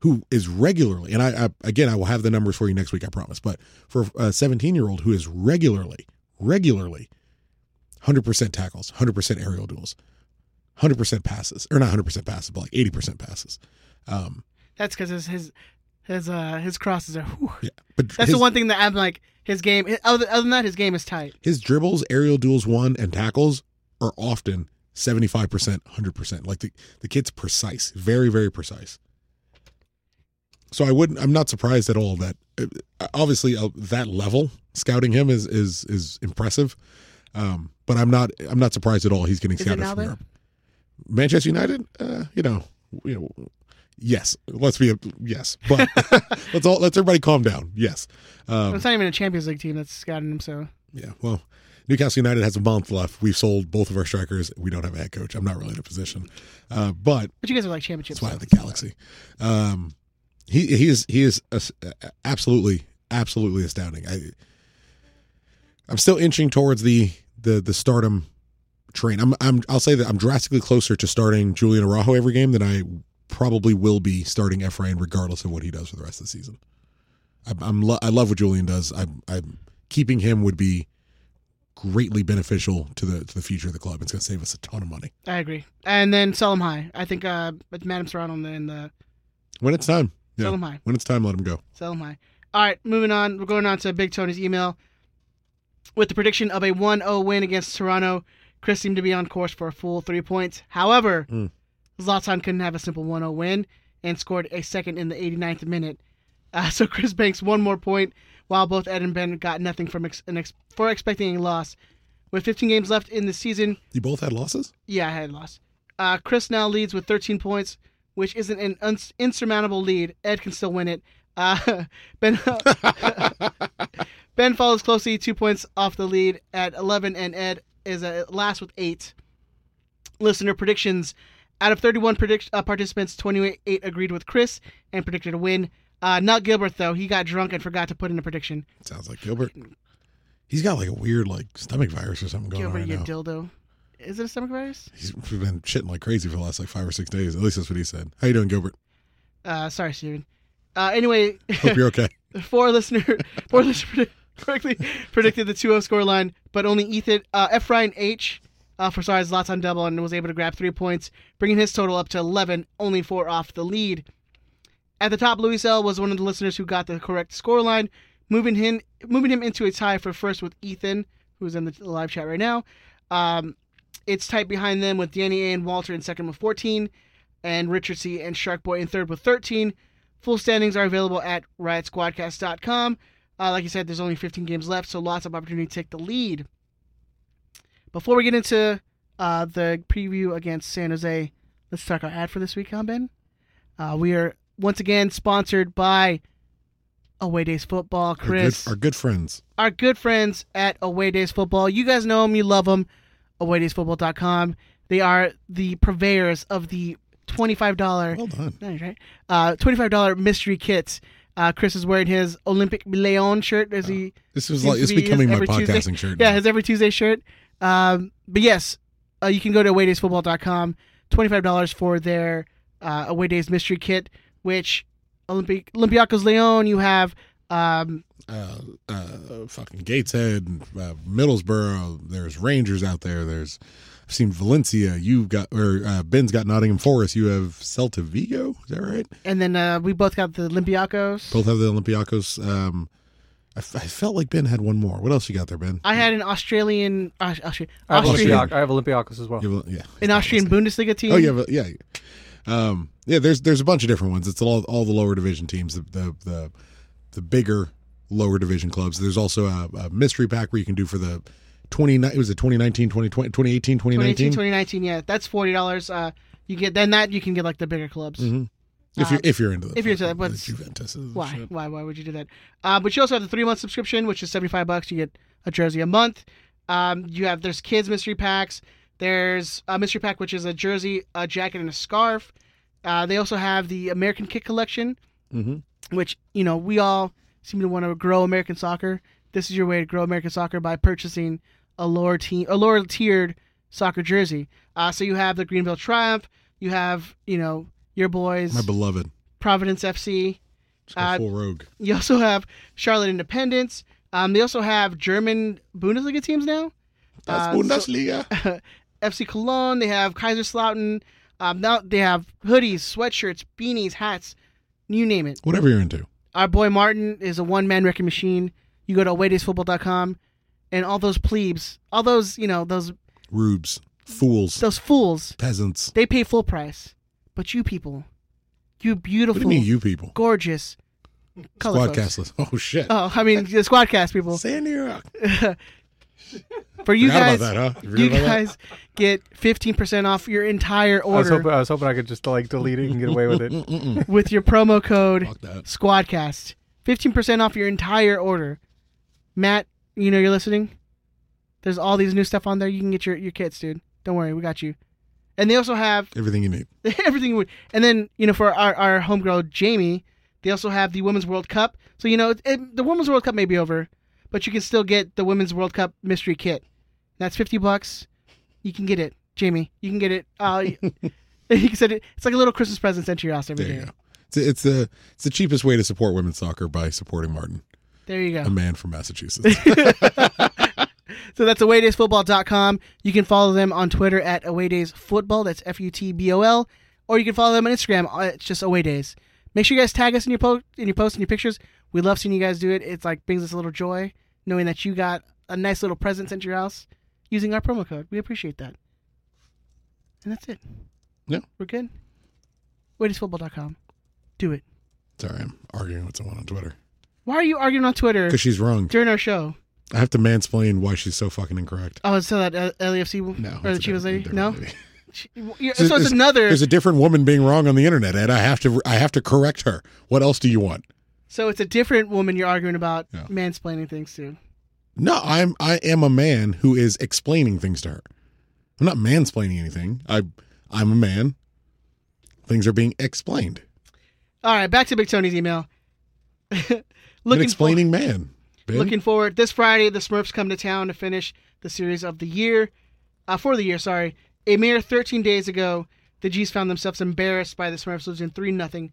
Speaker 3: who is regularly and I, I again I will have the numbers for you next week I promise. But for a 17 year old who is regularly regularly 100% tackles, 100% aerial duels, 100% passes or not 100% passes, but like 80% passes. Um,
Speaker 2: That's because his his his uh his crosses are. whew.
Speaker 3: yeah, but
Speaker 2: That's the
Speaker 3: his-
Speaker 2: one thing that I'm like his game. Other, other than that, his game is tight.
Speaker 3: his dribbles, aerial duels won, and tackles are often 75%, 100%. Like the, the kid's precise, very, very precise. So I wouldn't, I'm not surprised at all that uh, obviously uh, that level scouting him is, is, is impressive. Um, but I'm not, I'm not surprised at all. He's getting
Speaker 2: Is it
Speaker 3: scouted
Speaker 2: now
Speaker 3: from
Speaker 2: though?
Speaker 3: Europe. Manchester United, uh, you know, you know, yes, let's be a, yes, but let's all, let's everybody calm down. Yes. Um,
Speaker 2: It's not even a Champions League team that's scouting him. So
Speaker 3: yeah, well, Newcastle United has a month left. We've sold both of our strikers. We don't have a head coach. I'm not really in a position, uh, but
Speaker 2: But you guys are like championships.
Speaker 3: that's why I like Galaxy. Um, he he is he is as- absolutely absolutely astounding. I I'm still inching towards the the the stardom train. I'm I'm I'll say that I'm drastically closer to starting Julian Araujo every game than I probably will be starting Efrain, regardless of what he does for the rest of the season. I'm, I'm lo- I love what Julian does. I'm I'm keeping him would be greatly beneficial to the to the future of the club. It's going to save us a ton of money
Speaker 2: I agree. And then sell them high. I think uh, with Madame Serrano and the, and the
Speaker 3: when it's time.
Speaker 2: Sell him high.
Speaker 3: when it's time, let him go.
Speaker 2: sell them high. All right, moving on. We're going on to Big Tony's email with the prediction of a 1-0 win against Toronto. Chris seemed to be on course for a full three points. However,
Speaker 3: Mm.
Speaker 2: Zlatan couldn't have a simple 1-0 win and scored a second in the 89th minute. Uh, so Chris banks one more point, while both Ed and Ben got nothing from ex- an ex- for expecting a loss. With 15 games left in the season,
Speaker 3: You both had losses.
Speaker 2: Yeah, I had lost. Uh, Chris now leads with 13 points, which isn't an uns insurmountable lead. Ed can still win it. Uh, ben Ben follows closely, two points off the lead at 11, and Ed is at last with eight. Listener predictions: Out of 31 predict- uh, participants, 28 agreed with Chris and predicted a win. Uh, not Gilbert though; he got drunk and forgot to put in a prediction.
Speaker 3: Sounds like Gilbert. He's got like a weird like stomach virus or something going
Speaker 2: Gilbert,
Speaker 3: on
Speaker 2: you
Speaker 3: right now.
Speaker 2: dildo. Is it a stomach virus?
Speaker 3: He's been shitting like crazy for the last like five or six days. At least that's what he said. How you doing, Gilbert?
Speaker 2: Uh, sorry, Steven. Uh, anyway,
Speaker 3: Hope you're okay.
Speaker 2: four listener four listener correctly predicted the 2-0 scoreline, but only Ethan uh, F Ryan H uh, for sorry Zlatan double and was able to grab three points, bringing his total up to eleven, only four off the lead. At the top, Luis L was one of the listeners who got the correct scoreline, moving him moving him into a tie for first with Ethan, who's in the live chat right now. Um, it's tight behind them with Danny A and Walter in second with 14, and Richard C and Shark Boy in third with 13. Full standings are available at riotsquadcast.com. Uh, like I said, there's only 15 games left, so lots of opportunity to take the lead. Before we get into uh, the preview against San Jose, let's talk our ad for this week, huh, Ben? Uh, we are once again sponsored by Away Days Football.
Speaker 3: Our good,
Speaker 2: Chris,
Speaker 3: our good friends.
Speaker 2: our good friends at Away Days Football. You guys know them, you love them. AwayDaysFootball.com. They are the purveyors of the twenty-five dollar,
Speaker 3: Well done.
Speaker 2: right? Uh, twenty-five dollar mystery kits. Uh, Chris is wearing his Olympic Leon shirt as he
Speaker 3: Oh, This was
Speaker 2: seems
Speaker 3: like
Speaker 2: to
Speaker 3: it's
Speaker 2: be his
Speaker 3: becoming my
Speaker 2: every Tuesday-
Speaker 3: podcasting shirt.
Speaker 2: Yeah,
Speaker 3: now.
Speaker 2: his every Tuesday shirt. Um, but yes, uh, you can go to awaydaysfootball.com. Twenty-five dollars for their uh, away days mystery kit, which Olympic Olympiacos Leon. You have um,
Speaker 3: uh, uh, fucking Gateshead, uh, Middlesbrough. There's Rangers out there. There's I've seen Valencia. You've got or uh, Ben's got Nottingham Forest. You have Celta Vigo. Is that right?
Speaker 2: and then uh, we both got the Olympiacos.
Speaker 3: Both have the Olympiacos. Um, I, f- I felt like Ben had one more. What else you got there, Ben?
Speaker 2: I had an Australian, uh, Austria,
Speaker 4: I have,
Speaker 2: Austrian,
Speaker 4: Olympiac- I have Olympiacos as well.
Speaker 3: You have a- yeah.
Speaker 2: an Austrian Bundesliga team.
Speaker 3: Oh, you have a, yeah. Um, yeah. There's there's a bunch of different ones. It's all all the lower division teams. The the the, the bigger lower division clubs. There's also a, a mystery pack where you can do for the 29 it was a 2019 2020 2018
Speaker 2: 2018,
Speaker 3: 2019
Speaker 2: 2019, Yeah, that's forty dollars. Uh, you get then that you can get like the bigger clubs.
Speaker 3: Mm-hmm. if you're if you're into the
Speaker 2: uh, if you're into that,
Speaker 3: the
Speaker 2: but-
Speaker 3: Juventus and
Speaker 2: Why?
Speaker 3: shit.
Speaker 2: Why? Why would you do that? Uh, but you also have the three month subscription, which is seventy five bucks. You get a jersey a month. Um, you have there's kids mystery packs. There's a mystery pack which is a jersey, a jacket, and a scarf. Uh, they also have the American Kit collection,
Speaker 3: Mhm.
Speaker 2: which you know we all seem to want to grow American soccer. This is your way to grow American soccer by purchasing a lower team, a lower tiered soccer jersey. Uh, so you have the Greenville Triumph. You have you know your boys,
Speaker 3: my beloved
Speaker 2: Providence FC.
Speaker 3: Just go
Speaker 2: Uh,
Speaker 3: full rogue
Speaker 2: You also have Charlotte Independence. Um, they also have German Bundesliga teams now.
Speaker 3: that's
Speaker 2: uh,
Speaker 3: Bundesliga
Speaker 2: FC Cologne. They have Kaiserslautern. Um, now they have hoodies, sweatshirts, beanies, hats. You name it.
Speaker 3: whatever you're into
Speaker 2: Our boy Martin is a one-man wrecking machine. You go to awaydaysfootball.com, and all those plebes, all those you know, those
Speaker 3: rubes fools
Speaker 2: those fools,
Speaker 3: peasants
Speaker 2: they pay full price. But you people, you
Speaker 3: what
Speaker 2: beautiful,
Speaker 3: do you mean you people
Speaker 2: gorgeous, color folks.
Speaker 3: squadcastless oh shit
Speaker 2: Oh, I mean the squadcast people.
Speaker 3: Sandy Rock
Speaker 2: For you
Speaker 3: Forgot
Speaker 2: guys,
Speaker 3: about that huh forgot
Speaker 2: you
Speaker 3: about that?
Speaker 2: guys get 15% off your entire
Speaker 4: I was,
Speaker 2: order
Speaker 4: hoping, I was hoping I could just like delete it and get away with it.
Speaker 3: Mm-mm.
Speaker 2: with your promo code
Speaker 3: fuck that
Speaker 2: SQUADCAST. 15% off your entire order. Matt, you know you're listening? There's all these new stuff on there. You can get your your kits, dude. Don't worry, we got you. And they also have
Speaker 3: Everything you need.
Speaker 2: everything. we- And then you know, for our our homegirl Jamie, they also have the Women's World Cup. So you know, it, it- the Women's World Cup may be over, but you can still get the Women's World Cup mystery kit. That's fifty bucks. You can get it, Jamie. You can get it. Uh, he said it, it's like a little Christmas present sent to your house every
Speaker 3: There you
Speaker 2: day.
Speaker 3: go. It's, it's the it's the cheapest way to support women's soccer by supporting Martin,
Speaker 2: There you go.
Speaker 3: a man from Massachusetts.
Speaker 2: So that's awaydaysfootball.com. You can follow them on Twitter at awaydaysfootball. That's F U T B O L. Or you can follow them on Instagram. uh, It's just awaydays. Make sure you guys tag us in your post, in your posts, and your pictures. We love seeing you guys do it. It's like brings us a little joy knowing that you got a nice little present sent to your house using our promo code. We appreciate that. And that's it.
Speaker 3: Yeah.
Speaker 2: We're good. Awaydaysfootball.com. Do it.
Speaker 3: Sorry, I'm arguing with someone on Twitter
Speaker 2: Why are you arguing on Twitter
Speaker 3: because she's wrong.
Speaker 2: during our show?
Speaker 3: I have to mansplain why she's so fucking incorrect.
Speaker 2: Oh, so that uh, LAFC
Speaker 3: No,
Speaker 2: or the
Speaker 3: it's a
Speaker 2: Chivas
Speaker 3: different-
Speaker 2: lady?
Speaker 3: different
Speaker 2: No,
Speaker 3: lady.
Speaker 2: She- you're- so it's another.
Speaker 3: There's a different woman being wrong on the internet, and I have to I have to correct her. What else do you want?
Speaker 2: So it's a different woman you're arguing about
Speaker 3: Yeah.
Speaker 2: mansplaining things to.
Speaker 3: No, I'm I am a man who is explaining things to her. I'm not mansplaining anything. I I'm a man. Things are being explained.
Speaker 2: All right, back to Big Tony's email.
Speaker 3: An
Speaker 2: looking
Speaker 3: explaining man.
Speaker 2: for-
Speaker 3: Ben.
Speaker 2: looking forward this Friday. The Smurfs come to town to finish the series of the year, uh, for the year. Sorry, a mere 13 days ago, the G's found themselves embarrassed by the Smurfs losing three nothing.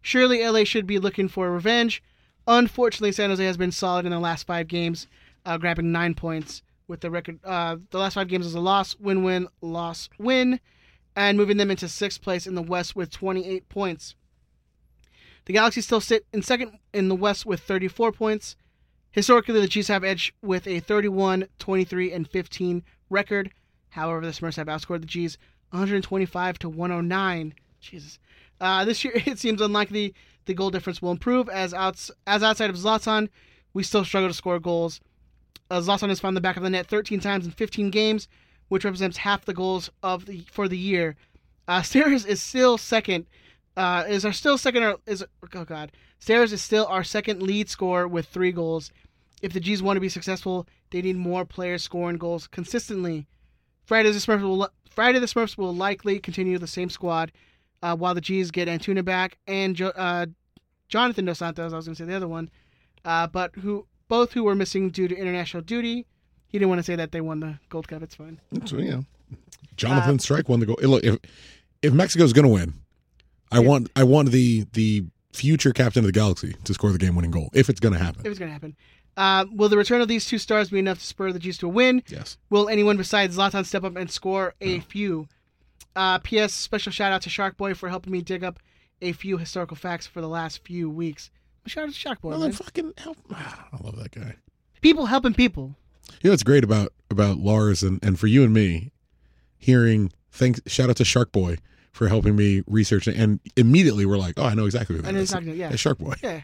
Speaker 2: Surely LA should be looking for revenge. Unfortunately, San Jose has been solid in the last five games, uh, grabbing nine points with the record. Uh, the last five games is a loss, win, win, loss, win, and moving them into sixth place in the West with 28 points. The Galaxy still sit in second in the West with 34 points. Historically, the Chiefs have edged with a 31, 23, and 15 record. However, the Smurfs have outscored the G's 125 to 109. Jesus. Uh, this year, it seems unlikely the goal difference will improve as outs- as outside of Zlatan, we still struggle to score goals. Uh, Zlatan has found the back of the net 13 times in 15 games, which represents half the goals of the for the year. Uh, Stairs is still second. Uh, is our still second? Or is oh god, Stairs is still our second lead scorer with three goals. If the G's want to be successful, they need more players scoring goals consistently. Friday the Smurfs will Friday the Smurfs will likely continue the same squad, uh, while the G's get Antuna back and jo- uh, Jonathan Dos Santos. I was going to say the other one, uh, but who both who were missing due to international duty. He didn't want to say that they won the Gold Cup. It's fine.
Speaker 3: So, yeah.
Speaker 2: Uh,
Speaker 3: Jonathan Strike won the goal. Look, if if Mexico's going to win, I want I want the the future captain of the galaxy to score the game winning goal if it's going to
Speaker 2: It
Speaker 3: happen.
Speaker 2: was going to happen. Uh, will the return of these two stars be enough to spur the G's to a win?
Speaker 3: Yes.
Speaker 2: Will anyone besides Zlatan step up and score a few? Uh, P.S. Special shout out to Shark Boy for helping me dig up a few historical facts for the last few weeks. Shout out to Shark Boy.
Speaker 3: Well,
Speaker 2: man.
Speaker 3: then fucking help. Ah, I love that guy.
Speaker 2: people helping people.
Speaker 3: You know what's great about about Lars and, and for you and me, hearing thanks shout out to Shark Boy for helping me research it, and immediately we're like, oh, I know exactly who that
Speaker 2: And
Speaker 3: is.
Speaker 2: it's not gonna- yeah.
Speaker 3: That's Shark Boy.
Speaker 2: Yeah.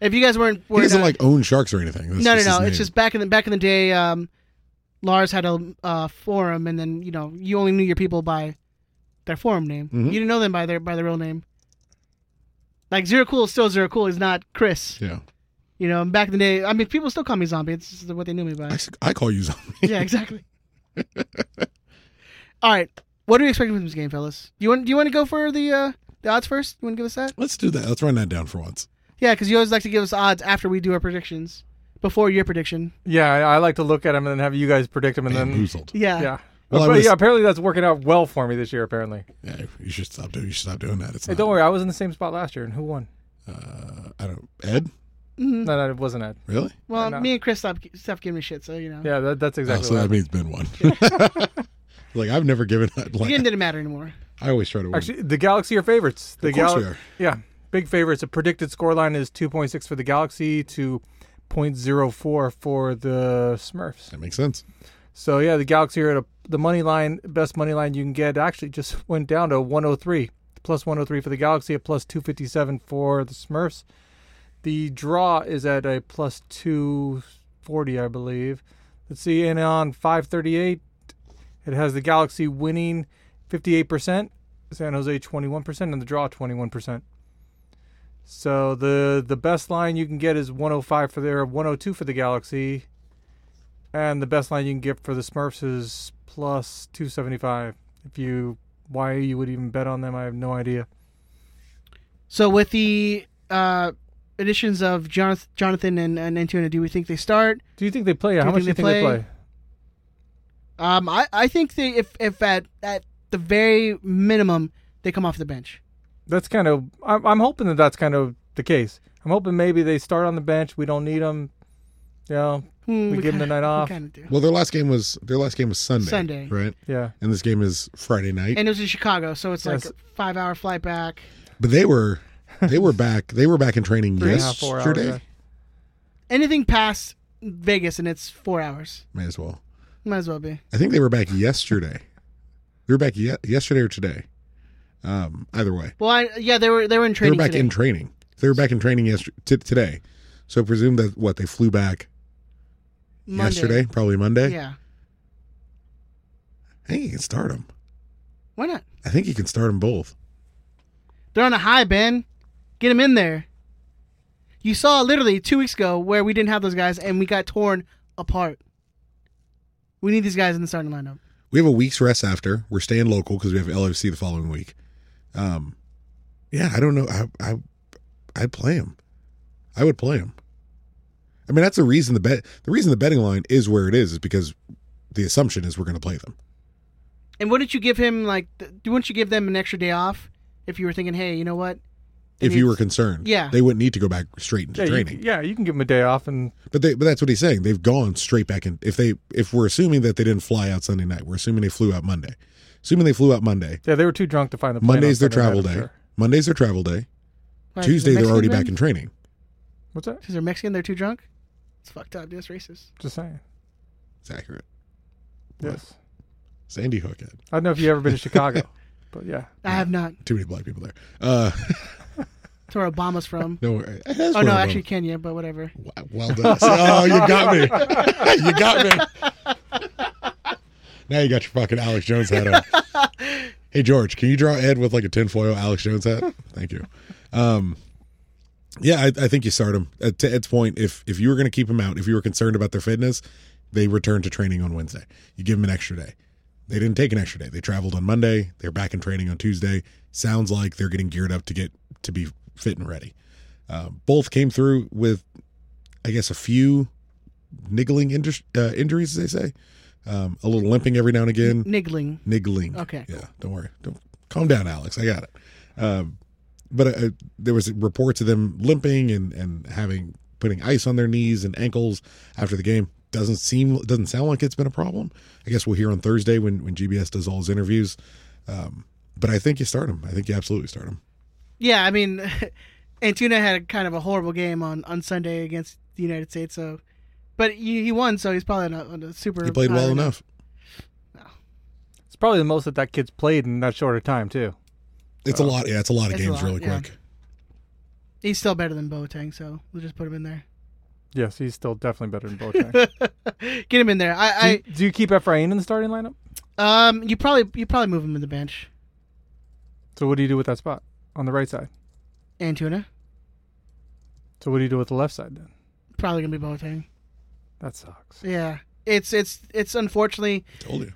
Speaker 2: If you guys weren't,
Speaker 3: He
Speaker 2: weren't
Speaker 3: doesn't
Speaker 2: uh,
Speaker 3: like own sharks or anything. That's
Speaker 2: no, no,
Speaker 3: just his
Speaker 2: no.
Speaker 3: name.
Speaker 2: It's just back in the back in the day. Um, Lars had a uh, forum, and then you know you only knew your people by their forum name.
Speaker 3: Mm-hmm.
Speaker 2: You didn't know them by their by their real name. Like Zero Cool is still Zero Cool. He's not Chris.
Speaker 3: yeah.
Speaker 2: You know, back in the day, I mean, people still call me Zombie. It's just what they knew me by.
Speaker 3: I, s- I call you zombie.
Speaker 2: yeah, exactly. All right, what are you expecting from this game, fellas? You want do you want to go for the uh, the odds first? You want to give us that?
Speaker 3: Let's do that. Let's run that down for once.
Speaker 2: Yeah, because you always like to give us odds after we do our predictions, before your prediction.
Speaker 4: Yeah, I, I like to look at them and then have you guys predict them and then
Speaker 3: Bamboozled.
Speaker 2: Yeah.
Speaker 4: yeah.
Speaker 3: Well, I
Speaker 4: but,
Speaker 3: was-
Speaker 4: yeah, apparently that's working out well for me this year. Apparently,
Speaker 3: Yeah, you should stop doing. You should stop doing that. It's
Speaker 4: hey,
Speaker 3: not,
Speaker 4: don't worry, I was in the same spot last year, and who won?
Speaker 3: I don't. Ed,
Speaker 4: No, no, it wasn't Ed.
Speaker 3: really?
Speaker 2: Well,
Speaker 4: know.
Speaker 2: me and Chris stopped, stopped giving me shit, so you know.
Speaker 4: Yeah, that, that's
Speaker 3: Oh,
Speaker 4: exactly.
Speaker 3: so
Speaker 4: what
Speaker 3: that
Speaker 4: I
Speaker 3: means Ben won. like I've never given. Up,
Speaker 2: The game
Speaker 3: like,
Speaker 2: didn't matter anymore.
Speaker 3: I always try to win.
Speaker 4: Actually, the Galaxy are favorites. The
Speaker 3: Of course
Speaker 4: Gal-
Speaker 3: we are.
Speaker 4: Yeah, big favorites. The predicted scoreline is 2.6 for the Galaxy to 0.04 for the Smurfs.
Speaker 3: that makes sense.
Speaker 4: So yeah, the Galaxy are at a, the money line, best money line you can get. Actually, just went down to 103, plus 103 for the Galaxy, at plus 257 for the Smurfs. The draw is at a plus 240, I believe. Let's see, and on 538, it has the Galaxy winning 58%, San Jose 21%, and the draw 21%. So oh the the best line you can get is 105 for their 102 for the Galaxy, And the best line you can get for the Smurfs is plus 275. If you why you would even bet on them, I have no idea.
Speaker 2: So with the uh, additions of Jonath- Jonathan and, and Antuna, do we think they start?
Speaker 4: Do you think they play? How
Speaker 2: you
Speaker 4: much do you
Speaker 2: think
Speaker 4: think
Speaker 2: they
Speaker 4: they
Speaker 2: play?
Speaker 4: play?
Speaker 2: Um, I, I think they if if at at the very minimum they come off the bench.
Speaker 4: That's kind of. I'm, I'm hoping that that's kind of the case. I'm hoping maybe they start on the bench. We don't need them. You know,
Speaker 2: Hmm,
Speaker 4: We give 'em the
Speaker 2: kinda-
Speaker 4: night off.
Speaker 2: We kind of do.
Speaker 3: Well, their last game was their last game was Sunday,
Speaker 2: Sunday.
Speaker 3: right?
Speaker 4: yeah.
Speaker 3: And this game is Friday night.
Speaker 2: And it was in Chicago, so it's like
Speaker 4: Yes.
Speaker 2: a five hour flight back.
Speaker 3: but they were they were back they were back in training
Speaker 4: Three and a half, four hours,
Speaker 3: yesterday.
Speaker 4: yeah.
Speaker 2: Anything past Vegas and it's four hours.
Speaker 3: May as well.
Speaker 2: Might as well be.
Speaker 3: I think they were back yesterday. they were back ye- yesterday or today. Um, either way,
Speaker 2: Well, I, yeah, they were they were in
Speaker 3: they were
Speaker 2: training.
Speaker 3: back
Speaker 2: today.
Speaker 3: in training. They were back in training yesterday t- today. So presume that what they flew back
Speaker 2: Monday.
Speaker 3: yesterday, eh? probably Monday.
Speaker 2: Yeah.
Speaker 3: I think you can start them.
Speaker 2: Why not?
Speaker 3: I think you can start them both.
Speaker 2: They're on a high, Ben. Get them in there. You saw literally two weeks ago where we didn't have those guys and we got torn apart. We need these guys in the starting lineup.
Speaker 3: We have a week's rest after. We're staying local because we have LFC the following week. Um, yeah, I don't know. I I I'd play him. I would play him. I mean, that's the reason the bet. The reason the betting line is where it is is because the assumption is we're going to play them.
Speaker 2: And wouldn't you give him like? Th- wouldn't you give them an extra day off if you were thinking, hey, you know what? They
Speaker 3: if you
Speaker 2: need-
Speaker 3: were concerned,
Speaker 2: Yeah.
Speaker 3: they wouldn't need to go back straight into
Speaker 4: Yeah, you,
Speaker 3: training.
Speaker 4: yeah, you can give them a day off and
Speaker 3: But they, but that's what he's saying. They've gone straight back in. If they, if we're assuming that they didn't fly out Sunday night, we're assuming they flew out Monday. Assuming they flew out Monday,
Speaker 4: yeah, they were too drunk to find the plane on
Speaker 3: Monday's their
Speaker 4: Sunday night,
Speaker 3: travel
Speaker 4: I'm
Speaker 3: day.
Speaker 4: sure.
Speaker 3: Monday's their travel day.
Speaker 2: Why, 'cause
Speaker 3: Tuesday they're
Speaker 2: Mexican
Speaker 3: already
Speaker 2: then?
Speaker 3: back in training.
Speaker 4: What's that?
Speaker 2: Because they're Mexican, they're too drunk. It's fucked up. dude. It's racist.
Speaker 4: Just saying.
Speaker 3: It's accurate. What?
Speaker 4: Yes.
Speaker 3: Sandy Hook had
Speaker 4: I don't know if you've ever been to Chicago, but yeah.
Speaker 2: I have not.
Speaker 3: too many black people there. Uh,
Speaker 2: That's where Obama's from.
Speaker 3: no, that's
Speaker 2: oh no, actually Kenya, but whatever.
Speaker 3: Wow, well done. oh, you got me. you got me. Now you got your fucking Alex Jones hat on. Hey George, can you draw Ed with like a tinfoil Alex Jones hat? Thank you. Um, yeah, I, I think you start him. Uh, to Ed's point, if if you were going to keep him out, if you were concerned about their fitness, they return to training on Wednesday. You give them an extra day. They didn't take an extra day. They traveled on Monday. They're back in training on Tuesday. Sounds like they're getting geared up to get to be fit and ready. Uh, both came through with I guess a few niggling inju- uh, injuries, as they say. Um, a little limping every now and again.
Speaker 2: Niggling.
Speaker 3: Niggling.
Speaker 2: Okay.
Speaker 3: Yeah. Don't worry. Don't calm down, Alex. I got it. Um, but uh, there was reports of them limping and and having putting ice on their knees and ankles after the game. Doesn't seem doesn't sound like it's been a problem. I guess we'll hear on Thursday when when GBS does all his interviews. Um, but I think you start him. I think you absolutely start him.
Speaker 2: Yeah, I mean, Antuna had a kind of a horrible game on on Sunday against the United States. So, but he, he won, so he's probably not on a super.
Speaker 3: He played well
Speaker 2: high-
Speaker 3: enough.
Speaker 4: It's probably the most that that kid's played in that short of time too.
Speaker 3: It's a lot. Yeah, it's a lot of
Speaker 2: Uh, It's a lot,
Speaker 3: games really
Speaker 2: yeah.
Speaker 3: quick.
Speaker 2: He's still better than Boateng, so we'll just put him in there.
Speaker 4: Yes, he's still definitely better than Boateng.
Speaker 2: Get him in there. I, I
Speaker 4: do, you, do you keep Efrain in the starting lineup?
Speaker 2: Um, you probably you probably move him to the bench.
Speaker 4: So what do you do with that spot on the right side?
Speaker 2: Antuna
Speaker 4: So what do you do with the left side then?
Speaker 2: probably gonna be Boateng.
Speaker 4: That sucks.
Speaker 2: Yeah, it's it's it's unfortunately
Speaker 3: Told you.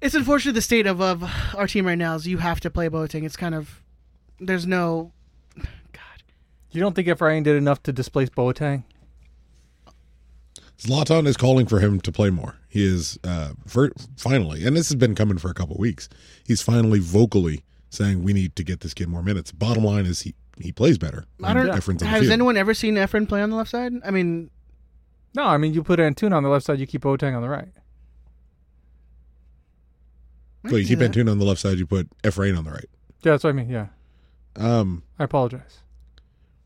Speaker 2: it's unfortunately the state of, of our team right now is you have to play Boateng. It's kind of there's no God.
Speaker 4: You don't think Efrain did enough to displace Boateng?
Speaker 3: Zlatan is calling for him to play more. He is uh, for, finally, and this has been coming for a couple weeks. He's finally vocally saying we need to get this kid more minutes. Bottom line is he he plays better.
Speaker 2: I don't.
Speaker 3: when Efren's on the
Speaker 2: Has
Speaker 3: field.
Speaker 2: anyone ever seen Efren play on the left side? I mean,
Speaker 4: No, I mean you put Antuna on the left side, you keep Boateng on the right.
Speaker 2: I
Speaker 3: So
Speaker 2: can
Speaker 3: you
Speaker 2: see
Speaker 3: keep
Speaker 2: that.
Speaker 3: Antuna on the left side. You put Efrain on the right.
Speaker 4: Yeah, that's what I mean. Yeah,
Speaker 3: Um,
Speaker 4: I apologize.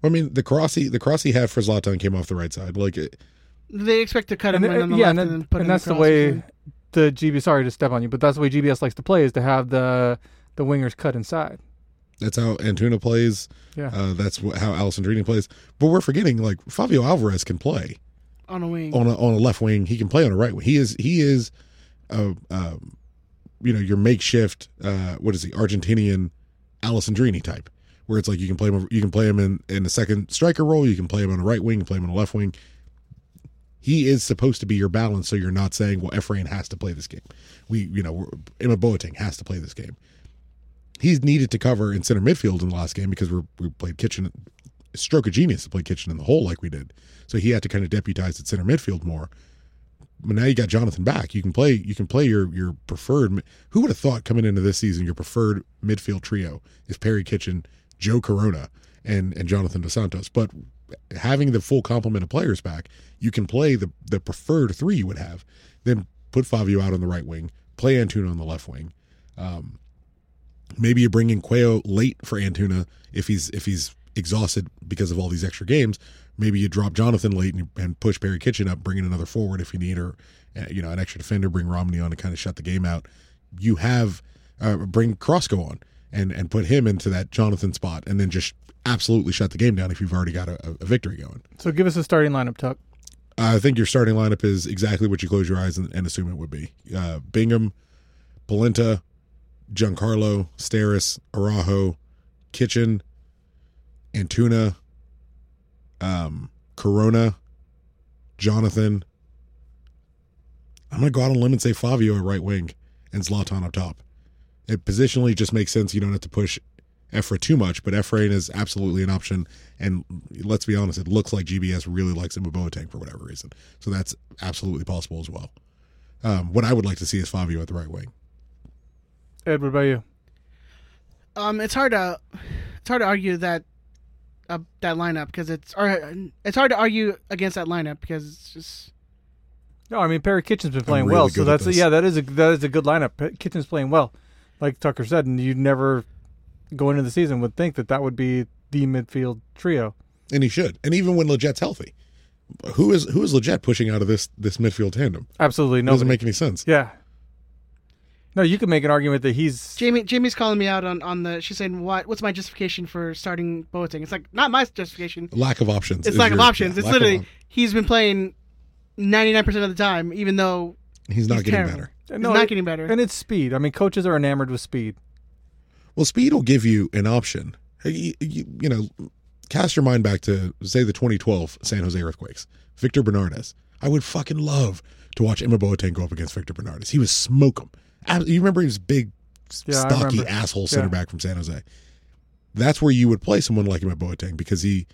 Speaker 3: I mean the cross he the cross he had for Zlatan came off the right side. Like it,
Speaker 2: They expect to cut him
Speaker 4: And
Speaker 2: in
Speaker 4: then- uh,
Speaker 2: on the
Speaker 4: yeah,
Speaker 2: left
Speaker 4: and,
Speaker 2: and,
Speaker 4: then-
Speaker 2: then put him.
Speaker 4: and
Speaker 2: in
Speaker 4: that's the
Speaker 2: crosses
Speaker 4: way
Speaker 2: and-
Speaker 4: the GB. Sorry to step on you, but that's the way GBS likes to play is to have the the wingers cut inside.
Speaker 3: that's how Antuna plays.
Speaker 4: Yeah,
Speaker 3: Uh, that's wh- how Alessandrini plays. But we're forgetting like Fabio Alvarez can play.
Speaker 2: on a wing.
Speaker 4: Oh.
Speaker 3: on a on a left wing. He can play on a right wing. He is he is, uh, um, you know, your makeshift uh, what is he Argentinian Alessandrini type, where it's like you can play him you can play him in in a second striker role. You can play him on a right wing. You can play him on a left wing. He is supposed to be your balance, so you're not saying, "Well, Efrain has to play this game." We, you know, we're- Emma Boateng has to play this game. He's needed to cover in center midfield in the last game because we we played Kitchen. Stroke of genius to play Kitchen in the hole like we did, so he had to kind of deputize at center midfield more. But now you got Jonathan back. You can play. You can play your your preferred. mi- Who would have thought coming into this season your preferred midfield trio is Perry Kitchen, Joe Corona, and and Jonathan Dos Santos. But having the full complement of players back, you can play the the preferred three you would have. Then put Fabio out on the right wing, play Antuna on the left wing. Maybe you bring in Cuello late for Antuna if he's if he's exhausted because of all these extra games. Maybe you drop Jonathan late and, and push Perry Kitchen up, bring in another forward if you need, or uh, you know an extra defender. Bring Romney on to kind of shut the game out. You have uh, bring Crosco on and and put him into that Jonathan spot, and then just absolutely shut the game down if you've already got a, a victory going.
Speaker 4: So give us a starting lineup, Tuck.
Speaker 3: I think your starting lineup is exactly what you close your eyes and, and assume it would be. Uh, Bingham, Polenta, Giancarlo, Steris, Araujo, Kitchen, Antuna, um, Corona, Jonathan. I'm going to go out on a limb and say Fabio at right wing and Zlatan up top. It positionally just makes sense. You don't have to push Efra too much, but Efrain is absolutely an option. And let's be honest, it looks like GBS really likes Emma Boateng for whatever reason. So that's absolutely possible as well. Um, what I would like to see is Fabio at the right wing.
Speaker 4: Ed, what about you?
Speaker 2: Um, it's hard to it's hard to argue that uh, that lineup because it's or it's hard to argue against that lineup because it's just
Speaker 4: No, I mean Perry Kitchen's been playing
Speaker 3: really
Speaker 4: well,
Speaker 3: good
Speaker 4: so
Speaker 3: at
Speaker 4: that's a,
Speaker 3: this.
Speaker 4: yeah, that is a that is a good lineup. Pe- Kitchen's playing well, like Tucker said, and you never going into the season would think that that would be the midfield trio.
Speaker 3: And he should. And even when Leget's healthy. Who is who is Leget pushing out of this this midfield tandem?
Speaker 4: Absolutely
Speaker 3: It
Speaker 4: no.
Speaker 3: doesn't make any sense.
Speaker 4: Yeah. No, you can make an argument that he's
Speaker 2: Jamie Jamie's calling me out on on the she's saying what what's my justification for starting Boateng? It's like not my justification.
Speaker 3: Lack of options.
Speaker 2: It's
Speaker 3: is
Speaker 2: lack of
Speaker 3: your-
Speaker 2: options.
Speaker 3: yeah,
Speaker 2: it's
Speaker 3: lack of
Speaker 2: literally
Speaker 3: op-
Speaker 2: he's been playing ninety nine percent of the time, even though
Speaker 3: he's not
Speaker 2: he's
Speaker 3: getting
Speaker 2: terrible.
Speaker 3: better.
Speaker 2: he's
Speaker 4: uh, No,
Speaker 2: not
Speaker 4: it-
Speaker 2: getting better.
Speaker 4: and it's speed. I mean, coaches are enamored with speed.
Speaker 3: Well, speed will give you an option. You, you, you know, cast your mind back to say the 2012 San Jose Earthquakes. Victor Bernardes. I would fucking love to watch Emma Boateng go up against Victor Bernardes. He was smoke him. Ab- You remember he was big, s-
Speaker 4: Yeah, I
Speaker 3: stocky
Speaker 4: remember.
Speaker 3: asshole
Speaker 4: Yeah.
Speaker 3: center back from San Jose. That's where you would play someone like Emma Boateng because he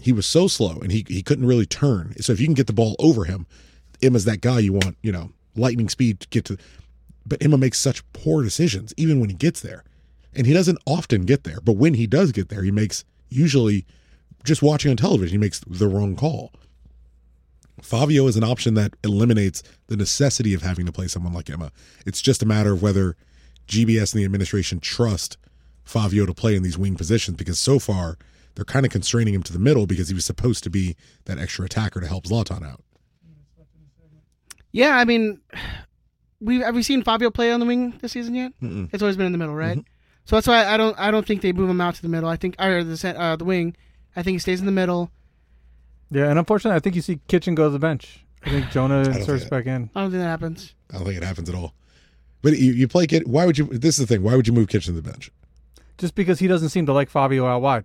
Speaker 3: he was so slow and he he couldn't really turn. So if you can get the ball over him, Emma's that guy you want. You know, lightning speed to get to. But Emma makes such poor decisions even when he gets there, and he doesn't often get there. But when he does get there, he makes usually just watching on television he makes the wrong call. Fabio is an option that eliminates the necessity of having to play someone like Emma. It's just a matter of whether GBS and the administration trust Fabio to play in these wing positions because so far they're kind of constraining him to the middle because he was supposed to be that extra attacker to help Zlatan out.
Speaker 2: Yeah, I mean, we have we seen Fabio play on the wing this season yet? mm It's always been in the middle,
Speaker 3: Mm-hmm.
Speaker 2: right? So that's why I don't I don't think they move him out to the middle. I think or the cent- uh, the wing. I think he stays in the middle.
Speaker 4: Yeah, and unfortunately, I think you see Kitchen go to the bench. I think Jonah
Speaker 3: think
Speaker 4: inserts
Speaker 3: that-
Speaker 4: back in.
Speaker 2: I don't think that happens.
Speaker 3: I don't think it happens at all. But you, you play Kit. Why would you? This is the thing. Why would you move Kitchen to the bench?
Speaker 4: just because he doesn't seem to like Fabio out wide.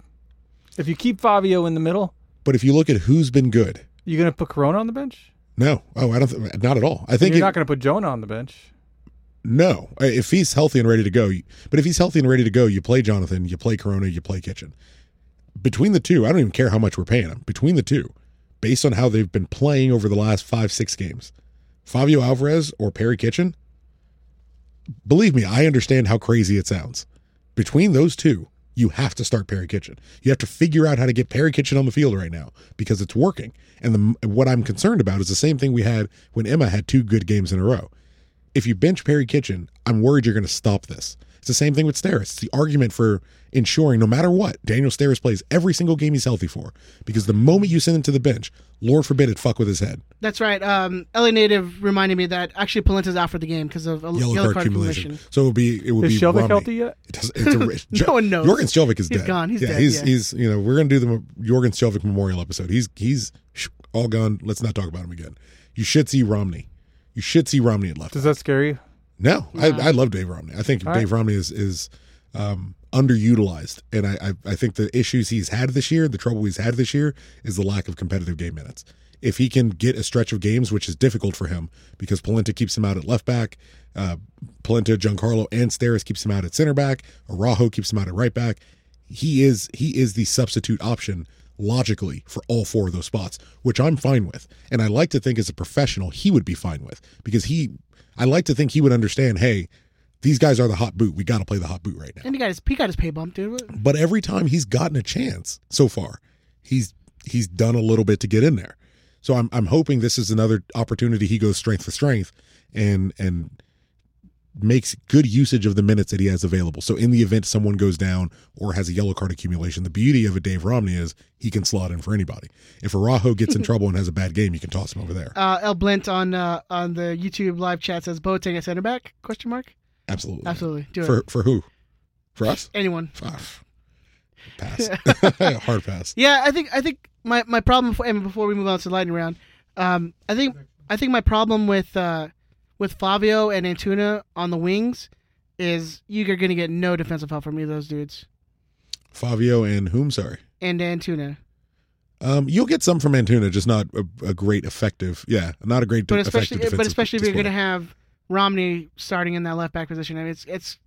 Speaker 4: If you keep Fabio in the middle,
Speaker 3: But if you look at who's been good,
Speaker 4: you're going to put Corona on the bench.
Speaker 3: no. Oh, I don't. Th- not at all. I think
Speaker 4: You're
Speaker 3: it-
Speaker 4: not going to put Jonah on the bench.
Speaker 3: No, Uh, if he's healthy and ready to go, you- but if he's healthy and ready to go, you play Jonathan, you play Corona, you play Kitchen. Between the two, I don't even care how much we're paying him. Between the two, based on how they've been playing over the last five, six games, Fabio Alvarez or Perry Kitchen, believe me, I understand how crazy it sounds. Between those two, you have to start Perry Kitchen. You have to figure out how to get Perry Kitchen on the field right now because it's working. And the, what I'm concerned about is the same thing we had when Emma had two good games in a row if you bench Perry Kitchen, I'm worried you're going to stop this. It's the same thing with Steris. It's the argument for ensuring, no matter what, Daniel Steris plays every single game he's healthy for. Because the moment you send him to the bench, Lord forbid it fuck with his head.
Speaker 2: That's right. Um, LA native reminded me that actually Polenta's out for the game because of a
Speaker 3: Yellow, card,
Speaker 2: accumulation.
Speaker 3: accumulation. So it would be it would
Speaker 4: Is
Speaker 3: be
Speaker 4: Shelvick
Speaker 3: Romney.
Speaker 4: healthy yet?
Speaker 3: It doesn't, it's a, it's
Speaker 2: No one knows.
Speaker 3: Jorgen Shelvick is
Speaker 2: He's
Speaker 3: dead.
Speaker 2: gone. He's
Speaker 3: yeah,
Speaker 2: dead,
Speaker 3: He's
Speaker 2: yeah.
Speaker 3: he's you know we're gonna do the Mo- Jorgen Shelvick memorial episode. He's he's sh- all gone. Let's not talk about him again. You should see Romney. You should see Romney at left.
Speaker 4: Does that scare you?
Speaker 3: No, I, I love Dave Romney. I think
Speaker 4: All
Speaker 3: Dave Romney is is um, underutilized, and I, I I think the issues he's had this year, the trouble he's had this year, is the lack of competitive game minutes. if he can get a stretch of games, which is difficult for him because Polenta keeps him out at left back, uh, Polenta, Giancarlo, and Steris keeps him out at center back, Araujo keeps him out at right back. He is he is the substitute option logically for all four of those spots, which I'm fine with. And I like to think as a professional, he would be fine with because he, I like to think he would understand, hey, these guys are the hot boot. We got to play the hot boot right now.
Speaker 2: And he got his he got his pay bump, dude.
Speaker 3: But every time he's gotten a chance so far, he's he's done a little bit to get in there. So I'm I'm hoping this is another opportunity he goes strength for strength and and makes good usage of the minutes that he has available. So in the event someone goes down or has a yellow card accumulation, the beauty of a Dave Romney is he can slot in for anybody. If Araujo gets in trouble and has a bad game, you can toss him over there.
Speaker 2: Uh, El Blint on uh, on the YouTube live chat says Boateng at center back? Question mark.
Speaker 3: Absolutely.
Speaker 2: Absolutely. Do it.
Speaker 3: For for who? For us?
Speaker 2: Anyone.
Speaker 3: Ah, Pass. Hard pass.
Speaker 2: Yeah, I think I think my, my problem for, and before we move on to the lightning round, um, I think I think my problem with uh, with Flavio and Antuna on the wings is you're gonna get no defensive help from either of those dudes
Speaker 3: Fabio and whom? Sorry.
Speaker 2: and Antuna,
Speaker 3: Um, you'll get some from Antuna, just not a, a great effective. Yeah, not a great.
Speaker 2: but
Speaker 3: de-
Speaker 2: especially
Speaker 3: effective
Speaker 2: but especially if you're
Speaker 3: display.
Speaker 2: gonna have Romney starting in that left back position. I mean, it's it's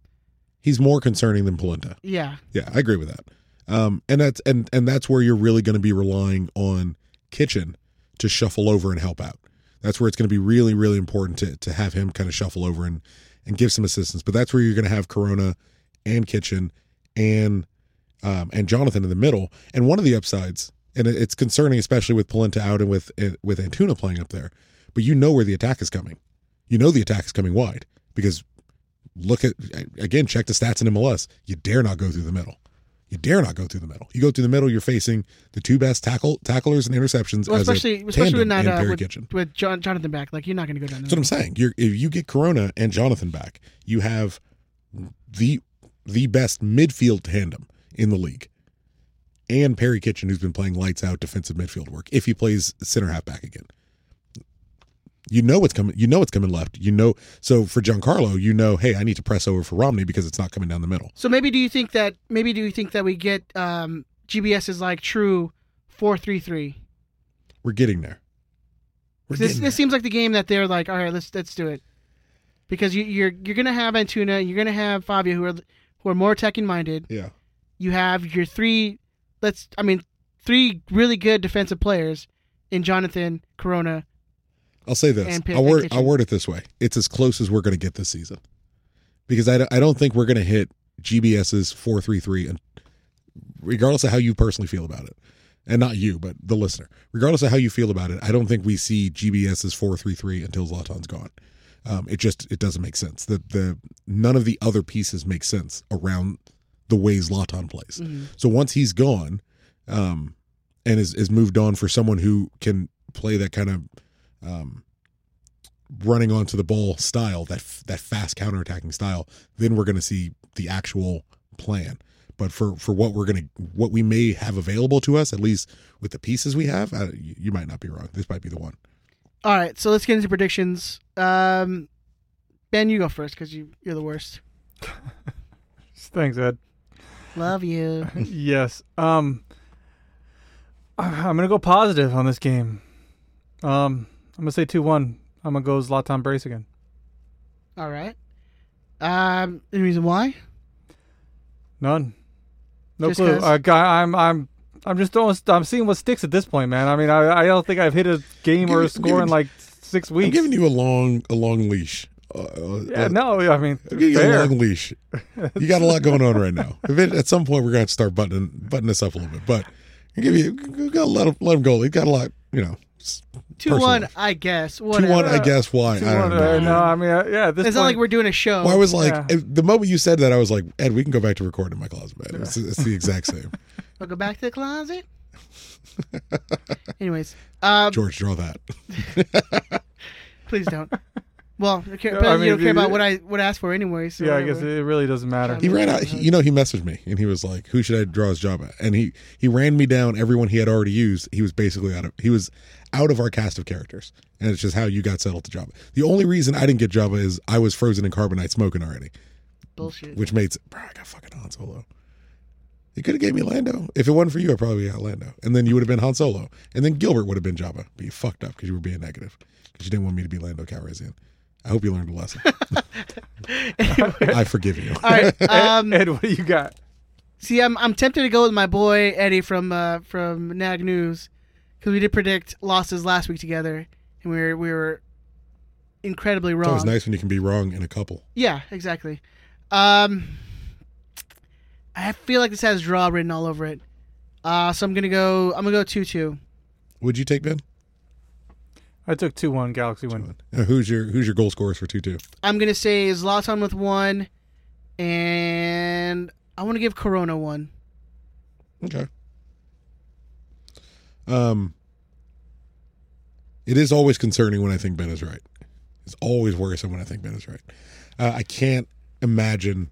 Speaker 3: He's more concerning than Polenta.
Speaker 2: yeah.
Speaker 3: Yeah, I agree with that. Um, and that's and and that's where you're really going to be relying on Kitchen to shuffle over and help out. That's where it's going to be really really important to to have him kind of shuffle over and and give some assistance. But that's where you're going to have Corona and Kitchen and um, and Jonathan in the middle. And one of the upsides, and it- it's concerning especially with Polenta out and with eh, with Antuna playing up there, but you know where the attack is coming. You know the attack is coming wide because look at again check the stats in MLS. You dare not go through the middle. You dare not go through the middle. You go through the middle, you're facing the two best tackle tacklers and interceptions.
Speaker 2: Well,
Speaker 3: as a
Speaker 2: especially especially with
Speaker 3: tandem
Speaker 2: not
Speaker 3: and
Speaker 2: uh,
Speaker 3: Perry Kitchen.
Speaker 2: with, with John, Jonathan back, like you're not gonna go down.
Speaker 3: That's what
Speaker 2: There.
Speaker 3: I'm saying. You're, if you get Corona and Jonathan back, you have the the best midfield tandem in the league, and Perry Kitchen, who's been playing lights out defensive midfield work. If he plays center half back again, you know what's coming. You know what's coming left. You know. So for Giancarlo, you know, hey, I need to press over for Romney because it's not coming down the middle.
Speaker 2: So maybe do you think that maybe do you think that we get um, GBS is like true four three three?
Speaker 3: We're getting there. We're
Speaker 2: This,
Speaker 3: getting
Speaker 2: this seems like the game that they're like, all right, let's let's do it, because you, you're you're gonna have Antuna, you're gonna have Fabio, who are who are more attacking minded.
Speaker 3: there. yeah.
Speaker 2: You have your three, let's I mean, three really good defensive players in Jonathan Corona.
Speaker 3: I'll say this.
Speaker 2: and Pitt
Speaker 3: I'll
Speaker 2: and
Speaker 3: word,
Speaker 2: Kitchen.
Speaker 3: I'll word it this way. It's as close as we're going to get this season. Because I, don't- I don't think we're going to hit GBS's 433, and regardless of how you personally feel about it, and not you, but the listener, regardless of how you feel about it, I don't think we see GBS's 433 until Zlatan's gone. Um, it just it doesn't make sense. The the none of the other pieces make sense around the way Zlatan plays.
Speaker 2: Mm-hmm.
Speaker 3: So once he's gone, um, and is is moved on for someone who can play that kind of um, running onto the ball style, that f- that fast counterattacking style, then we're going to see the actual plan. But for for what we're going to what we may have available to us, at least with the pieces we have, uh, you, you might not be wrong. This might be the one.
Speaker 2: All right, so let's get into predictions. Um, ben, you go first because you you're the worst.
Speaker 4: Thanks, Ed.
Speaker 2: Love you.
Speaker 4: yes. Um, I- I'm gonna go positive on this game. Um, I'm gonna say two one. I'm gonna go Zlatan brace again.
Speaker 2: All right. Um, any reason why?
Speaker 4: None. No
Speaker 2: Just
Speaker 4: clue.
Speaker 2: 'cause?
Speaker 4: Uh, guy, I'm I'm I'm just throwing. st- I'm seeing what sticks at this point, man. I mean, I I don't think I've hit a game or
Speaker 3: giving-
Speaker 4: a score
Speaker 3: giving-
Speaker 4: in like six
Speaker 3: I'm
Speaker 4: weeks.
Speaker 3: giving you a long a long leash. Uh, uh,
Speaker 4: yeah, no, I mean,
Speaker 3: I'm giving you a
Speaker 4: fair.
Speaker 3: long leash. You got a lot going on right now. If it- at some point we're going to start buttoning buttoning this up a little bit, but I give you you gotta let him let him go. He got a lot, you know.
Speaker 2: Two
Speaker 3: Personal
Speaker 2: one,
Speaker 3: life.
Speaker 2: I guess.
Speaker 3: Two
Speaker 2: Whatever.
Speaker 3: one, I guess. Why I don't know.
Speaker 4: Uh, no, I mean, uh, yeah, at this
Speaker 2: It's not
Speaker 4: point,
Speaker 2: like we're doing a show.
Speaker 3: Well, I was like,
Speaker 4: Yeah.
Speaker 3: if- the moment you said that, I was like, Ed, we can go back to recording in my closet, man. It's, it's the exact same.
Speaker 2: I'll go back to the closet. Anyways, um,
Speaker 3: George, draw that.
Speaker 2: please don't. Well, I care,
Speaker 4: No,
Speaker 2: but
Speaker 4: I
Speaker 2: you don't
Speaker 4: mean,
Speaker 2: care about
Speaker 4: it-
Speaker 2: what I what I asked for anyway. So
Speaker 4: yeah, I guess
Speaker 2: whatever.
Speaker 4: it really doesn't matter.
Speaker 3: He ran out. he- you know, he messaged me and he was like, "Who should I draw his job at?" And he he ran me down everyone he had already used. He was basically out of he was out of our cast of characters, and it's just how you got settled to Java. The only reason I didn't get Java is I was frozen in carbonite smoking already,
Speaker 2: bullshit.
Speaker 3: which made s- bro, I got fucking on solo. They could have gave me Lando. If it wasn't for you, I probably got Lando, and then you would have been Han Solo, and then Gilbert would have been Jabba. But you fucked up because you were being negative because you didn't want me to be Lando Calrissian. I hope you learned a lesson. I forgive you.
Speaker 2: All right. Um,
Speaker 4: Ed, what do you got?
Speaker 2: see, I'm I'm tempted to go with my boy Eddie from uh, from Nag News because we did predict losses last week together, and we were we were incredibly
Speaker 3: It's
Speaker 2: wrong.
Speaker 3: always nice when you can be wrong in a couple.
Speaker 2: Yeah, exactly. Um, I feel like this has draw written all over it. Uh, so I'm gonna go. I'm gonna go two two.
Speaker 3: Would you take Ben?
Speaker 4: I took two one Galaxy win.
Speaker 3: Uh, who's your Who's your goal scorers for two two?
Speaker 2: I'm gonna say Zlatan with one, and I want to give Corona one.
Speaker 3: Okay. Um, it is always concerning when I think Ben is right. It's always worrisome when I think Ben is right. Uh, I can't imagine.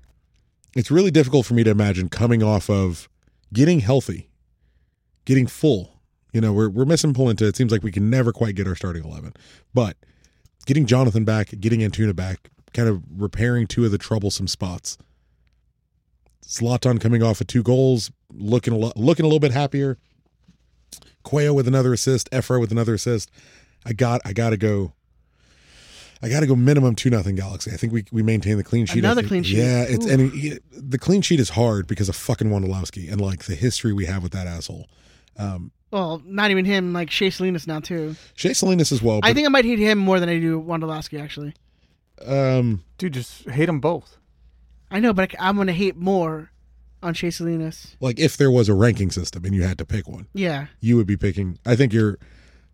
Speaker 3: It's really difficult for me to imagine coming off of getting healthy, getting full. You know, we're we're missing Polenta. It seems like we can never quite get our starting eleven, but getting Jonathan back, getting Antuna back, kind of repairing two of the troublesome spots. Zlatan coming off of two goals, looking a lo- looking a little bit happier. Cuello with another assist, Efra with another assist. I got I got to go. I got to go minimum two nothing Galaxy. I think we we maintain the clean sheet. I
Speaker 2: Another
Speaker 3: think-
Speaker 2: clean sheet.
Speaker 3: Yeah, it's
Speaker 2: Ooh.
Speaker 3: and he- the clean sheet is hard because of fucking Wondolowski and like the history we have with that asshole. Um,
Speaker 2: Well, not even him. Like Shea Salinas now too.
Speaker 3: Shea Salinas as well. But,
Speaker 2: I think I might hate him more than I do Wondolowski. Actually,
Speaker 3: um,
Speaker 4: Dude, just hate them both.
Speaker 2: I know, but I, am gonna hate more on Shea Salinas.
Speaker 3: like if there was a ranking system and you had to pick one.
Speaker 2: Yeah,
Speaker 3: you would be picking. I think you're.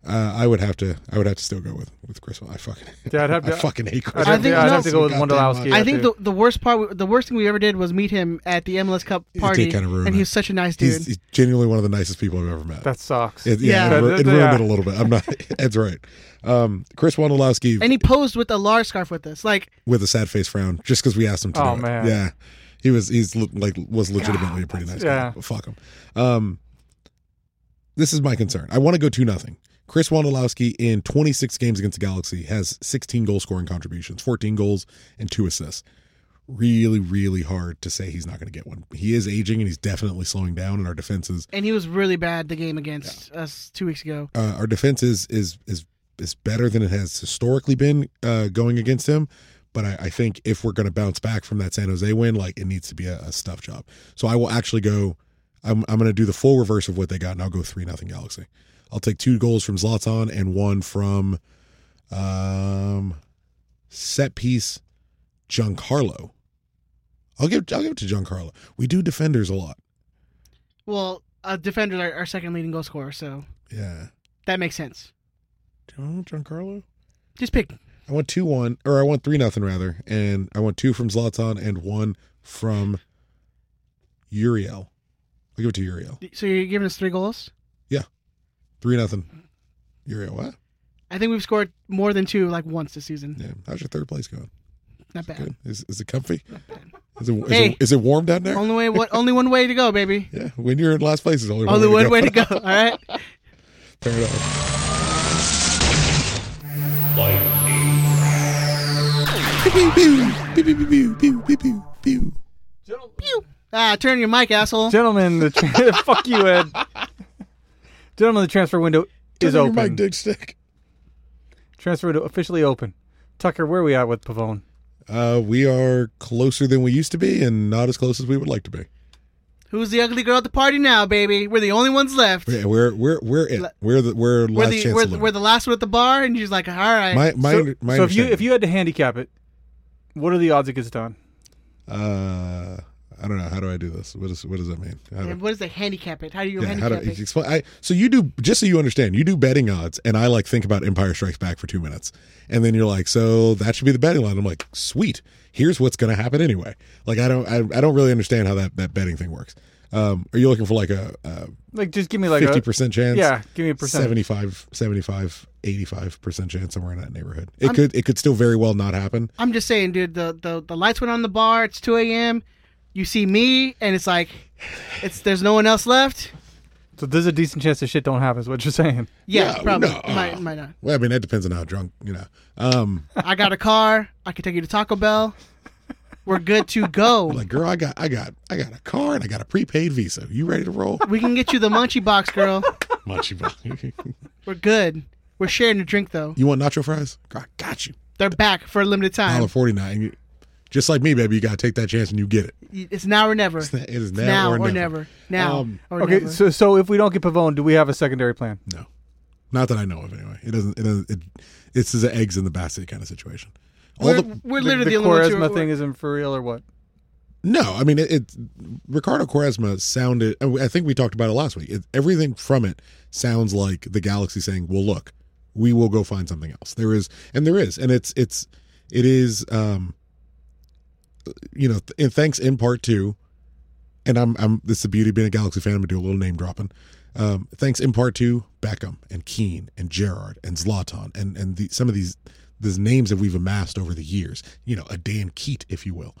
Speaker 3: Uh, I would have to. I would have to still go with with Chris. I fucking.
Speaker 4: Yeah, I'd have
Speaker 3: I
Speaker 4: to-
Speaker 3: fucking hate Chris.
Speaker 4: I'd have,
Speaker 2: think-
Speaker 4: to, I'd
Speaker 2: no.
Speaker 4: have to go with
Speaker 3: Goddamn
Speaker 4: Wondolowski.
Speaker 3: much.
Speaker 2: I think the the worst part, the worst thing we ever did was meet him at the MLS Cup
Speaker 3: did
Speaker 2: party,
Speaker 3: kinda ruin
Speaker 2: and he
Speaker 3: it.
Speaker 2: was such a nice dude.
Speaker 3: He's, he's genuinely one of the nicest people I've ever met.
Speaker 4: that sucks.
Speaker 3: it, yeah,
Speaker 2: Yeah.
Speaker 3: It, ru- it
Speaker 4: Yeah.
Speaker 3: ruined it a little bit. I'm not. Ed's right. Um, Chris Wondolowski
Speaker 2: and he posed with a large scarf with us. Like,
Speaker 3: with a sad face frown just because we asked him to.
Speaker 4: Oh,
Speaker 3: do it.
Speaker 4: man.
Speaker 3: Yeah, he was. He's le- like was legitimately a pretty nice guy.
Speaker 4: yeah.
Speaker 3: But fuck him. Um, this is my concern. I want to go two nothing. Chris Wondolowski in 26 games against the Galaxy has 16 goal scoring contributions, 14 goals and two assists. Really, really hard to say he's not going to get one. He is aging and he's definitely slowing down, and our defense is
Speaker 2: and he was really bad the game against us two weeks ago.
Speaker 3: uh, our defense is is is is better than it has historically been uh, going against him. But I, I think if we're going to bounce back from that San Jose win, like it needs to be a, a stuff job. So I will actually go. I'm I'm going to do the full reverse of what they got, and I'll go three nothing Galaxy. I'll take two goals from Zlatan and one from um, set piece Giancarlo. I'll give I'll give it to Giancarlo. We do defenders a lot.
Speaker 2: Well, uh, defenders are our second leading goal scorer, so
Speaker 3: Yeah,
Speaker 2: that makes sense.
Speaker 3: Giancarlo.
Speaker 2: Just pick.
Speaker 3: I want two one, or I want three nothing rather, and I want two from Zlatan and one from Uriel. I'll give it to Uriel.
Speaker 2: So you're giving us three goals.
Speaker 3: Three nothing. Uriel, what?
Speaker 2: I think we've scored more than two like once this season.
Speaker 3: Yeah. How's your third place going?
Speaker 2: Not bad.
Speaker 3: Good. Is is it comfy? Is it is,
Speaker 2: Hey.
Speaker 3: it, is it warm down there?
Speaker 2: Only way, what? Only one way to go, baby.
Speaker 3: yeah. When you're in last place, is only,
Speaker 2: Only
Speaker 3: one way to
Speaker 2: one way to
Speaker 3: go.
Speaker 2: go. All right.
Speaker 3: Fair enough. Pew, pew, pew, pew, pew, pew, pew, pew, pew.
Speaker 2: Ah, turn your mic, asshole.
Speaker 4: Gentlemen, the tra- fuck you, Ed. Gentlemen, the transfer window
Speaker 3: Turn
Speaker 4: is
Speaker 3: on your mic,
Speaker 4: open.
Speaker 3: dick stick.
Speaker 4: Transfer window officially open. Tucker, where are we at with Pavone?
Speaker 3: Uh, we are closer than we used to be, and not as close as we would like to be.
Speaker 2: Who's the ugly girl at the party now, baby? We're the only ones left.
Speaker 3: Yeah, we're we're we're it. We're the
Speaker 2: We're
Speaker 3: we're last
Speaker 2: the
Speaker 3: chance
Speaker 2: we're,
Speaker 3: to live.
Speaker 2: we're the last one at the bar, and she's like, "All right."
Speaker 3: my my
Speaker 4: so,
Speaker 3: under- my
Speaker 4: so if you
Speaker 3: understanding-
Speaker 4: if you had to handicap it, what are the odds it gets done?
Speaker 3: uh I don't know how do I do this? What does what does that mean? How do-
Speaker 2: And what is the handicap it? How do you
Speaker 3: yeah, how
Speaker 2: handicap
Speaker 3: do
Speaker 2: it?
Speaker 3: explain? I, so you do just so you understand, you do betting odds, and I like think about Empire Strikes Back for two minutes, and then you're like, so that should be the betting line. I'm like, sweet. Here's what's going to happen anyway. Like I don't I, I don't really understand how that that betting thing works. Um, are you looking for like a
Speaker 4: Like, just give me like
Speaker 3: fifty
Speaker 4: a
Speaker 3: percent chance?
Speaker 4: yeah, give me a percent.
Speaker 3: 75 75 85% chance somewhere in that neighborhood. It could it could still very well not happen.
Speaker 2: I'm just saying, dude. The, the the lights went on the bar. It's 2 a.m. You see me, and it's like, it's there's no one else left.
Speaker 4: So there's a decent chance this shit don't happen. Is what you're saying?
Speaker 2: Yeah,
Speaker 3: No,
Speaker 2: probably
Speaker 3: no.
Speaker 2: might might not.
Speaker 3: Well, I mean, that depends on how drunk, you know. Um
Speaker 2: I got a car. I can take you to Taco Bell. We're good to go.
Speaker 3: I'm like, girl, I got, I got, I got a car and I got a prepaid Visa. You ready to roll?
Speaker 2: We can get you the munchie box, girl.
Speaker 3: Munchie box.
Speaker 2: We're good. We're sharing a drink though.
Speaker 3: you want nacho fries? Girl, I got you.
Speaker 2: They're back for a limited
Speaker 3: Dollar
Speaker 2: time.
Speaker 3: forty nine. Just like me, baby, you gotta take that chance and you get it.
Speaker 2: It's now or never.
Speaker 3: It is now,
Speaker 2: Now
Speaker 3: or, never.
Speaker 2: Now
Speaker 3: Um,
Speaker 2: or
Speaker 4: Okay,
Speaker 2: never.
Speaker 4: so so if we don't get Pavone, do we have a secondary plan?
Speaker 3: No, not that I know of. Anyway, it doesn't. It doesn't. It, it's just an eggs in the basket kind of situation. All
Speaker 2: we're,
Speaker 3: the
Speaker 2: we're literally the, only ones who
Speaker 4: Quaresma
Speaker 2: are-
Speaker 4: thing isn't for real or what?
Speaker 3: no, I mean, it, it Ricardo Quaresma sounded. I I think we talked about it last week. It, everything from it sounds like the galaxy saying, "Well, look, we will go find something else." There is, and there is, and it's it's it is. um You know, th- and thanks in part to, and I'm I'm. This is the beauty of being a galaxy fan. I'm gonna do a little name dropping. Um, thanks in part to Beckham and Keane and Gerard and Zlatan and and the, some of these these names that we've amassed over the years. You know, a Dan Keat, if you will.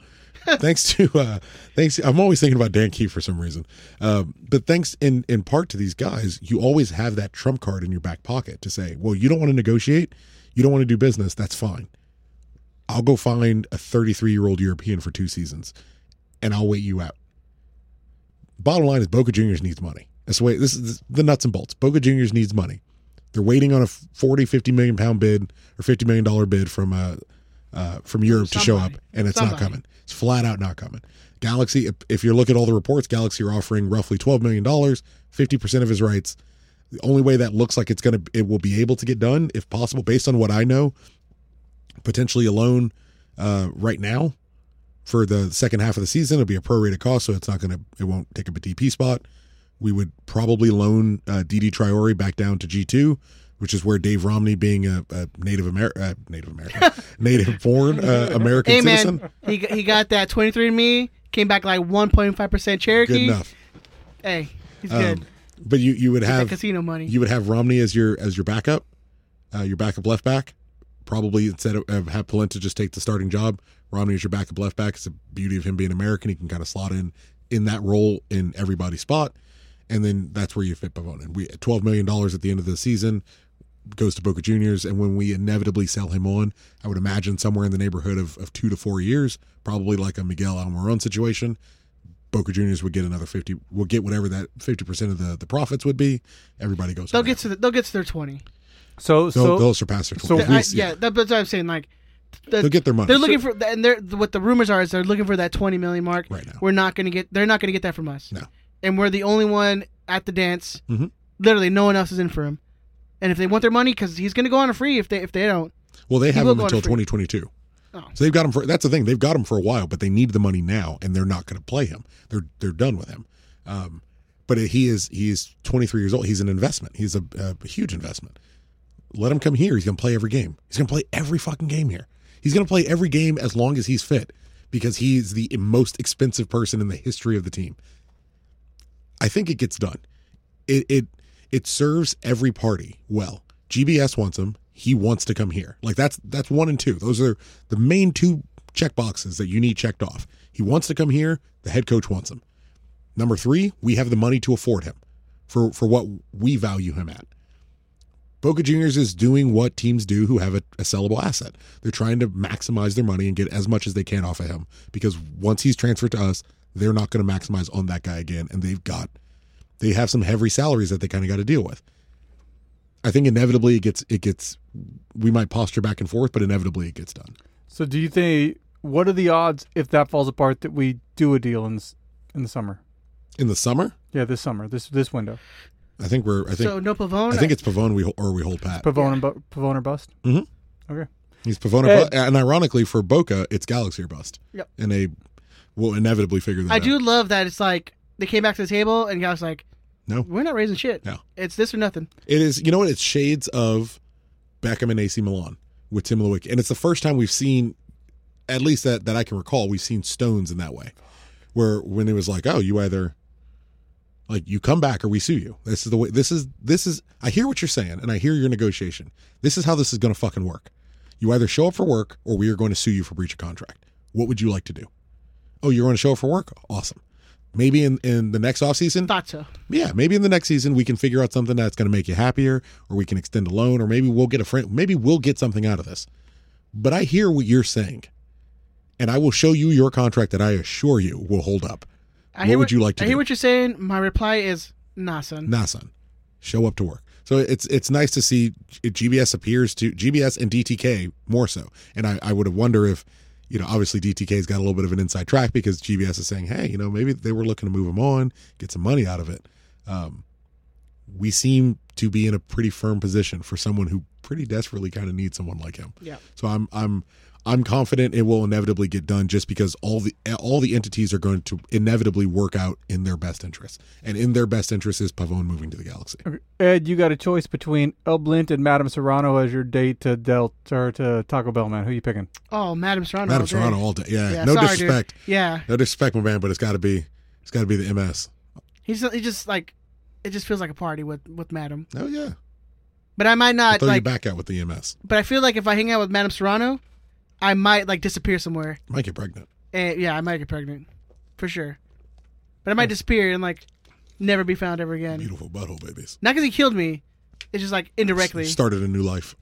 Speaker 3: thanks to uh, thanks. I'm always thinking about Dan Keat for some reason. Um, but thanks in in part to these guys, you always have that trump card in your back pocket to say, well, you don't want to negotiate, you don't want to do business. That's fine. I'll go find a 33 year old European for two seasons, and I'll wait you out bottom line is Boca Juniors needs money. That's the way this is the nuts and bolts. Boca Juniors needs money. They're waiting on a 40, 50 million pound bid or 50 million dollar bid from uh, uh, from Europe to show up,
Speaker 2: Somebody.
Speaker 3: and it's not
Speaker 2: Somebody.
Speaker 3: coming. It's flat out not coming. Galaxy, if, if you look at all the reports, Galaxy are offering roughly 12 million dollars, 50 percent of his rights. The only way that looks like it's gonna it will be able to get done, if possible, based on what I know, potentially a loan uh, right now for the second half of the season. It'll be a prorated cost, so it's not going to it won't take up a DP spot. We would probably loan uh, DD Triori back down to G two, which is where Dave Romney, being a, a Native American, uh, Native American, Native born uh, American
Speaker 2: Hey
Speaker 3: citizen.
Speaker 2: man, he he got that 23andMe. Came back like 1.5 percent Cherokee.
Speaker 3: Good enough.
Speaker 2: Hey, he's
Speaker 3: Um,
Speaker 2: good.
Speaker 3: but you you would
Speaker 2: That
Speaker 3: have
Speaker 2: casino money.
Speaker 3: you would have Romney as your as your backup, uh, your backup left back. Probably instead of, of have Polenta just take the starting job, Romney is your backup left back. It's the beauty of him being American; he can kind of slot in in that role in everybody's spot, and then that's where you fit Pavone. And we twelve million dollars at the end of the season goes to Boca Juniors, and when we inevitably sell him on, I would imagine somewhere in the neighborhood of, of two to four years, probably like a Miguel Almiron situation. Boca Juniors would get another fifty. Will get whatever that fifty percent of the, the profits would be. Everybody goes.
Speaker 2: they'll
Speaker 3: on
Speaker 2: get to the, they'll get to their 20.
Speaker 4: So
Speaker 3: they'll,
Speaker 4: so
Speaker 3: they'll surpass their
Speaker 4: so
Speaker 3: twenty.
Speaker 2: I-
Speaker 3: At least,
Speaker 2: yeah, that- that's what I'm saying. Like, the-
Speaker 3: they'll get their money.
Speaker 2: They're looking for, and they're what the rumors are is they're looking for that 20 million mark.
Speaker 3: Right now.
Speaker 2: we're not gonna get. They're not gonna get that from us.
Speaker 3: No.
Speaker 2: and we're the only one at the dance.
Speaker 3: Mhm.
Speaker 2: Literally, no one else is in for him. And if they want their money, because he's gonna go on a free if they if they don't.
Speaker 3: well, they have
Speaker 2: will
Speaker 3: them
Speaker 2: go on
Speaker 3: until
Speaker 2: free.
Speaker 3: twenty twenty two.
Speaker 2: Oh.
Speaker 3: So they've got him for that's the thing. They've got him for a while, but they need the money now, and they're not going to play him. They're they're done with him. Um, but he is he is 23 years old. He's an investment. He's a, a huge investment. Let him come here. He's going to play every game. He's going to play every fucking game here. He's going to play every game as long as he's fit because he's the most expensive person in the history of the team. I think it gets done. It it it serves every party well. GBS wants him. He wants to come here. Like that's that's one and two. Those are the main two check boxes that you need checked off. He wants to come here. The head coach wants him. Number three, we have the money to afford him for for what we value him at. Boca Juniors is doing what teams do who have a, a sellable asset. They're trying to maximize their money and get as much as they can off of him because once he's transferred to us, they're not going to maximize on that guy again. And they've got, they have some heavy salaries that they kind of got to deal with. I think inevitably it gets, it gets, we might posture back and forth, but inevitably it gets done.
Speaker 4: so do you think what are the odds if that falls apart that we do a deal in s- in the summer?
Speaker 3: In the summer,
Speaker 4: Yeah, this summer, this this window.
Speaker 3: I think we're, I think,
Speaker 2: so no Pavone.
Speaker 3: I think it's Pavone we, hol- or we hold Pat.
Speaker 4: Pavone and bu- Pavone or bust.
Speaker 3: Mhm.
Speaker 4: Okay.
Speaker 3: He's Pavone.
Speaker 4: Ed.
Speaker 3: and ironically for Boca, it's Galaxy or Bust.
Speaker 2: Yep.
Speaker 3: And they will inevitably figure that
Speaker 2: I
Speaker 3: out.
Speaker 2: do love that it's like they came back to the table and guys like,
Speaker 3: No.
Speaker 2: we're not raising shit.
Speaker 3: No.
Speaker 2: it's this or nothing.
Speaker 3: It is, you know what? It's shades of Beckham and AC Milan with Tim Lewicki. And it's the first time we've seen, at least that, that I can recall, we've seen Stones in that way. Where when it was like, oh, you either like you come back or we sue you. This is the way this is this is I hear what you're saying and I hear your negotiation. This is how this is gonna fucking work. You either show up for work or we are going to sue you for breach of contract. What would you like to do? Oh, you're going to show up for work? Awesome. Maybe in, in the next offseason,
Speaker 2: Thought so.
Speaker 3: yeah, maybe in the next season we can figure out something that's going to make you happier, or we can extend a loan, or maybe we'll get a friend, maybe we'll get something out of this. But I hear what you're saying, and I will show you your contract that I assure you will hold up.
Speaker 2: I
Speaker 3: What
Speaker 2: hear
Speaker 3: would you like to
Speaker 2: I hear
Speaker 3: do?
Speaker 2: what you're saying. My reply is nah, son.
Speaker 3: Nah, son, show up to work. So it's it's nice to see GBS appears to GBS and DTK more so. And I, I would wonder if, you know, obviously DTK's got a little bit of an inside track because GBS is saying, hey, you know, maybe they were looking to move him on, get some money out of it. Um, we seem to be in a pretty firm position for someone who pretty desperately kind of needs someone like him.
Speaker 2: Yeah.
Speaker 3: So I'm I'm I'm confident it will inevitably get done just because all the all the entities are going to inevitably work out in their best interest. And in their best interest is Pavone moving to the galaxy.
Speaker 4: Ed, you got a choice between El Blint and Madame Serrano as your date to Del or to Taco Bell, man. Who you picking?
Speaker 2: Oh, Madame Serrano. all
Speaker 3: Madam
Speaker 2: day.
Speaker 3: Serrano all day. Yeah.
Speaker 2: Yeah,
Speaker 3: no
Speaker 2: sorry, dude.
Speaker 3: disrespect.
Speaker 2: Yeah,
Speaker 3: No disrespect, my man, but it's gotta be it's gotta be the MS.
Speaker 2: he's he just like it just feels like a party with with Madame.
Speaker 3: Oh yeah.
Speaker 2: But I might
Speaker 3: I'll
Speaker 2: not
Speaker 3: throw you
Speaker 2: like.
Speaker 3: back out with the MS.
Speaker 2: But I feel like if I hang out with Madame Serrano, I might like disappear somewhere.
Speaker 3: Might get pregnant.
Speaker 2: And, yeah, I might get pregnant, for sure. But I might disappear and like never be found ever again.
Speaker 3: Beautiful butthole babies.
Speaker 2: Not because he killed me. It's just like indirectly.
Speaker 3: Started a new life.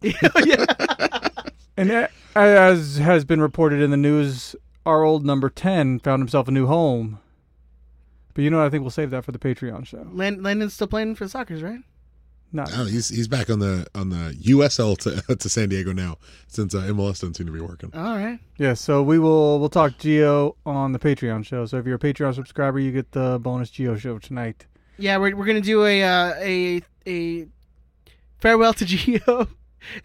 Speaker 4: And a- as has been reported in the news, our old number 10 found himself a new home. But you know what? I think we'll save that for the Patreon show.
Speaker 2: Land- Landon's still playing for the Sockers, right?
Speaker 4: Not
Speaker 3: Oh, he's he's back on the on the USL to, to San Diego now since uh, MLS doesn't seem to be working.
Speaker 2: All right.
Speaker 4: Yeah, so we will we'll talk Geo on the Patreon show. So if you're a Patreon subscriber, you get the bonus Geo show tonight.
Speaker 2: Yeah, we're, we're gonna do a uh, a a farewell to Geo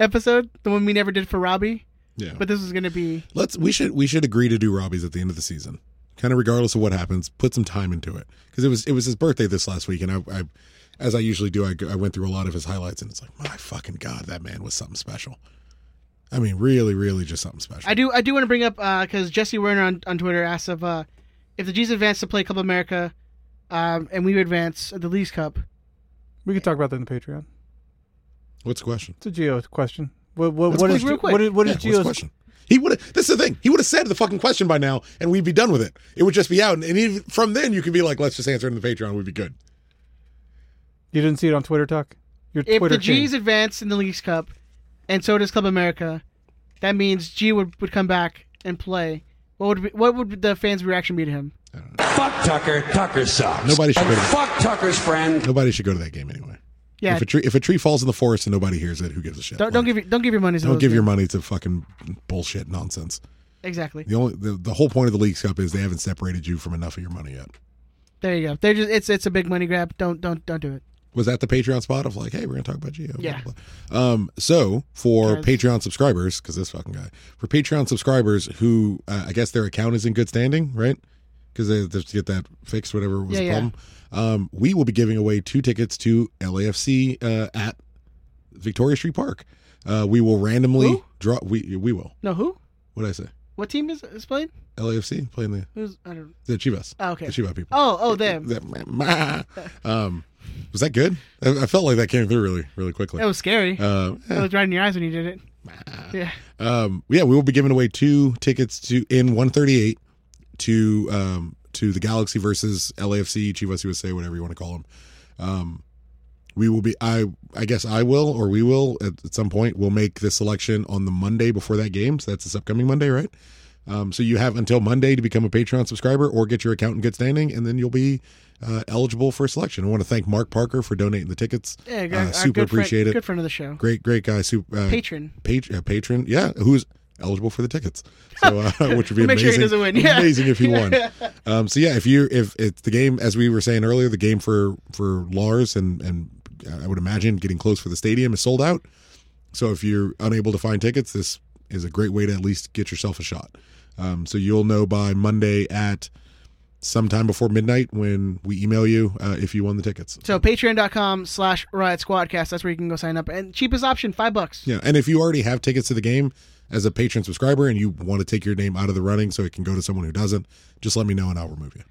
Speaker 2: episode, the one we never did for Robbie,
Speaker 3: Yeah.
Speaker 2: but this is gonna be
Speaker 3: Let's we should we should agree to do Robbie's at the end of the season, kind of regardless of what happens. Put some time into it because it was it was his birthday this last week, and I, I as I usually do, I, go- I went through a lot of his highlights, and it's like my fucking god, that man was something special. I mean, really, really, just something special.
Speaker 2: I do I do want to bring up because Jesse Werner on, on Twitter asked if uh, if the G's advance to play Club America, um, and we advance the Leagues Cup.
Speaker 4: We can talk about that in the Patreon.
Speaker 3: What's the question?
Speaker 4: It's a Geo question. What what
Speaker 3: Let's
Speaker 4: what is,
Speaker 3: quick,
Speaker 2: real quick.
Speaker 4: what is what
Speaker 3: Yeah,
Speaker 4: is
Speaker 3: what's the
Speaker 4: Geo's
Speaker 3: question? He would have. This is the thing. He would have said the fucking question by now, and we'd be done with it. It would just be out, and, and even from then you could be like, let's just answer it in the Patreon. We'd be good.
Speaker 4: You didn't see it on Twitter talk? Your
Speaker 2: If
Speaker 4: Twitter
Speaker 2: the G's
Speaker 4: king.
Speaker 2: advance in the Leagues Cup, and so does Club America, that means G would, would come back and play. What would be, what would the fans' reaction be to him?
Speaker 6: Fuck Tucker. Tucker sucks.
Speaker 3: Nobody should
Speaker 6: And
Speaker 3: put it-
Speaker 6: fuck Tucker's friend.
Speaker 3: Nobody should go to that game anyway.
Speaker 2: Yeah,
Speaker 3: If a tree if a tree falls in the forest and nobody hears it, who gives a shit?
Speaker 2: don't, don't
Speaker 3: Like-
Speaker 2: give your, don't give your money.
Speaker 3: Don't give your money to fucking bullshit nonsense.
Speaker 2: exactly.
Speaker 3: The only the, the whole point of the League's Cup is they haven't separated you from enough of your money yet.
Speaker 2: There you go. They're just it's it's a big money grab. Don't don't don't do it.
Speaker 3: Was that the Patreon spot of like, hey, we're gonna talk about Geo?
Speaker 2: Yeah.
Speaker 3: Um. So for
Speaker 2: Guys.
Speaker 3: Patreon subscribers, because this fucking guy, for Patreon subscribers who uh, I guess their account is in good standing, right? Because they they have to get that fixed, whatever was
Speaker 2: Yeah,
Speaker 3: the
Speaker 2: yeah.
Speaker 3: problem. Um, we will be giving away two tickets to LAFC uh, at Victoria Street Park. Uh, we will randomly
Speaker 2: Who?
Speaker 3: draw. We we will.
Speaker 2: No, who?
Speaker 3: What did I say?
Speaker 2: What team is is playing?
Speaker 3: LAFC playing the
Speaker 2: Who's I don't.
Speaker 3: the Chivas.
Speaker 2: Oh, okay.
Speaker 3: The Chiva people.
Speaker 2: Oh oh them.
Speaker 3: That- um, was that good? I, I felt like that came through really, really quickly.
Speaker 2: That was scary.
Speaker 3: Um,
Speaker 2: I looked right in your eyes when you did it. Yeah.
Speaker 3: um, yeah, we will be giving away two tickets to in 138 to um, to the Galaxy versus LAFC, Chivas USA, whatever you want to call them. Um, we will be. I I guess I will, or we will at, at some point. We'll make the selection on the Monday before that game. So that's this upcoming Monday, right? Um, so you have until Monday to become a Patreon subscriber or get your account in good standing, and then you'll be uh, eligible for selection. I want to thank Mark Parker for donating the tickets.
Speaker 2: Yeah, good,
Speaker 3: Uh,
Speaker 2: our
Speaker 3: super
Speaker 2: good friend-
Speaker 3: appreciate it.
Speaker 2: Good friend of the show.
Speaker 3: Great, great guy. Super uh,
Speaker 2: Patron.
Speaker 3: pat- uh, patron, yeah, who's eligible for the tickets, so uh, which would be
Speaker 2: Make
Speaker 3: amazing.
Speaker 2: sure he doesn't win, yeah.
Speaker 3: Amazing if he won. um, so yeah, if you if it's the game as we were saying earlier, the game for for Lars and and uh, I would imagine getting close for the stadium is sold out. So if you're unable to find tickets, this is a great way to at least get yourself a shot. Um, so you'll know by Monday at sometime before midnight when we email you uh, if you won the tickets.
Speaker 2: So patreon.com slash riot squadcast. That's where you can go sign up. And cheapest option, five bucks.
Speaker 3: Yeah, and if you already have tickets to the game as a patron subscriber and you want to take your name out of the running so it can go to someone who doesn't, just let me know and I'll remove you.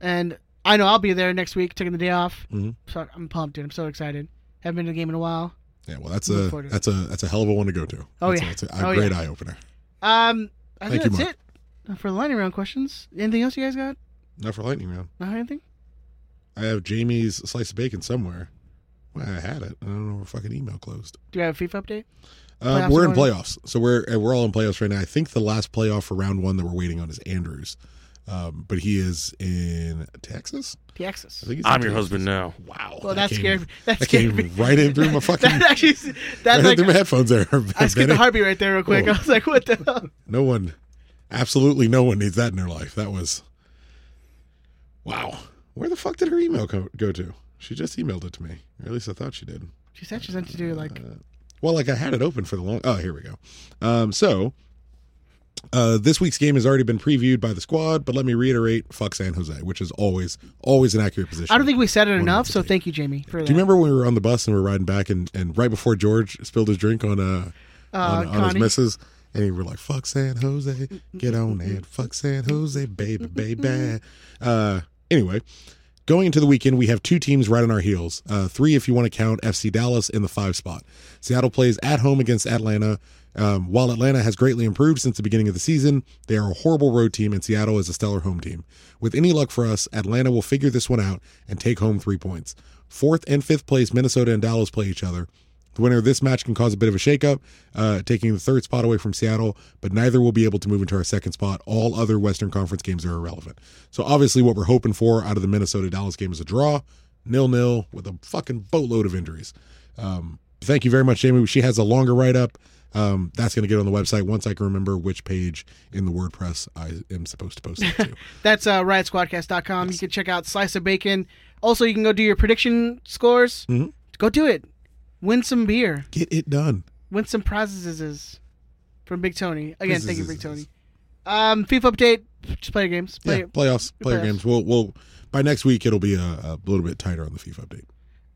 Speaker 2: And I know I'll be there next week, taking the day off.
Speaker 3: Mm-hmm.
Speaker 2: So I'm pumped, dude. I'm so excited. Haven't been to a game in a while.
Speaker 3: Yeah, well, that's
Speaker 2: Look
Speaker 3: a
Speaker 2: forward to
Speaker 3: that's a that's a hell of a one to go to.
Speaker 2: Oh,
Speaker 3: that's
Speaker 2: yeah.
Speaker 3: a, that's a, a
Speaker 2: Oh,
Speaker 3: great
Speaker 2: yeah.
Speaker 3: eye opener.
Speaker 2: Um, I
Speaker 3: Thank
Speaker 2: think
Speaker 3: you,
Speaker 2: that's it uh, for the lightning round questions. Anything else you guys got?
Speaker 3: Not for lightning round.
Speaker 2: Not anything?
Speaker 3: I have Jamie's slice of bacon somewhere. Well, I had it. I don't know where fucking email closed.
Speaker 2: Do you have a FIFA update?
Speaker 3: Uh,
Speaker 2: Playoffs
Speaker 3: we're in
Speaker 2: are going-
Speaker 3: playoffs, so we're uh, we're all in playoffs right now. I think the last playoff for round one that we're waiting on is Andrews, um, but he is in Texas.
Speaker 2: The Axis.
Speaker 3: I think he's in
Speaker 7: I'm your
Speaker 3: Texas.
Speaker 7: husband now.
Speaker 3: Wow.
Speaker 2: Well, that
Speaker 3: that came-
Speaker 2: scared me. That
Speaker 3: That
Speaker 2: scared
Speaker 3: came
Speaker 2: me.
Speaker 3: right in through my fucking
Speaker 2: That actually, that's
Speaker 3: right in
Speaker 2: like
Speaker 3: through my headphones there.
Speaker 2: I skipped the
Speaker 3: Benny.
Speaker 2: heartbeat right there real quick.
Speaker 3: Oh.
Speaker 2: I was like, what the hell?
Speaker 3: No one, absolutely no one needs that in their life. That was, wow. Where the fuck did her email co- go to? She just emailed it to me, or at least I thought she did.
Speaker 2: She said she's into do like
Speaker 3: Uh, Well, like I had it open for the long. Oh, here we go. Um, so, uh, this week's game has already been previewed by the squad, but let me reiterate: fuck San Jose, which is always always an accurate position.
Speaker 2: I don't think we said it
Speaker 3: One
Speaker 2: enough,
Speaker 3: to
Speaker 2: so
Speaker 3: take.
Speaker 2: thank you, Jamie, for that.
Speaker 3: Do you remember when we were on the bus and we were riding back, and, and right before George spilled his drink on uh, on, on his
Speaker 2: Connie.
Speaker 3: missus, and he were like, "Fuck San Jose, get on it, fuck San Jose, baby, baby." Uh, anyway, going into the weekend, we have two teams right on our heels. Uh, three, if you want to count FC Dallas in the five spot. Seattle plays at home against Atlanta. Um, while Atlanta has greatly improved since the beginning of the season, they are a horrible road team, and Seattle is a stellar home team. With any luck for us, Atlanta will figure this one out and take home three points. Fourth and fifth place, Minnesota and Dallas play each other. The winner of this match can cause a bit of a shakeup, uh, taking the third spot away from Seattle, but neither will be able to move into our second spot. All other Western Conference games are irrelevant. So obviously, what we're hoping for out of the Minnesota Dallas game is a draw, nil nil, with a fucking boatload of injuries. Um, thank you very much, Jamie. She has a longer write up. Um, that's going to get on the website once I can remember which page in the WordPress I am supposed to post it to.
Speaker 2: That's uh, riotsquadcast.com. You can check out Slice of Bacon. Also, you can go do your prediction scores.
Speaker 3: Mhm.
Speaker 2: Go do it. Win some beer.
Speaker 3: get it done.
Speaker 2: Win some prizes from Big Tony. Again, thank you, Big Tony.
Speaker 3: Prizes.
Speaker 2: Um, FIFA update. Just play your games. Play
Speaker 3: Yeah, playoffs, player
Speaker 2: playoffs.
Speaker 3: games. We'll, we'll, by next week, it'll be a, a little bit tighter on the FIFA update.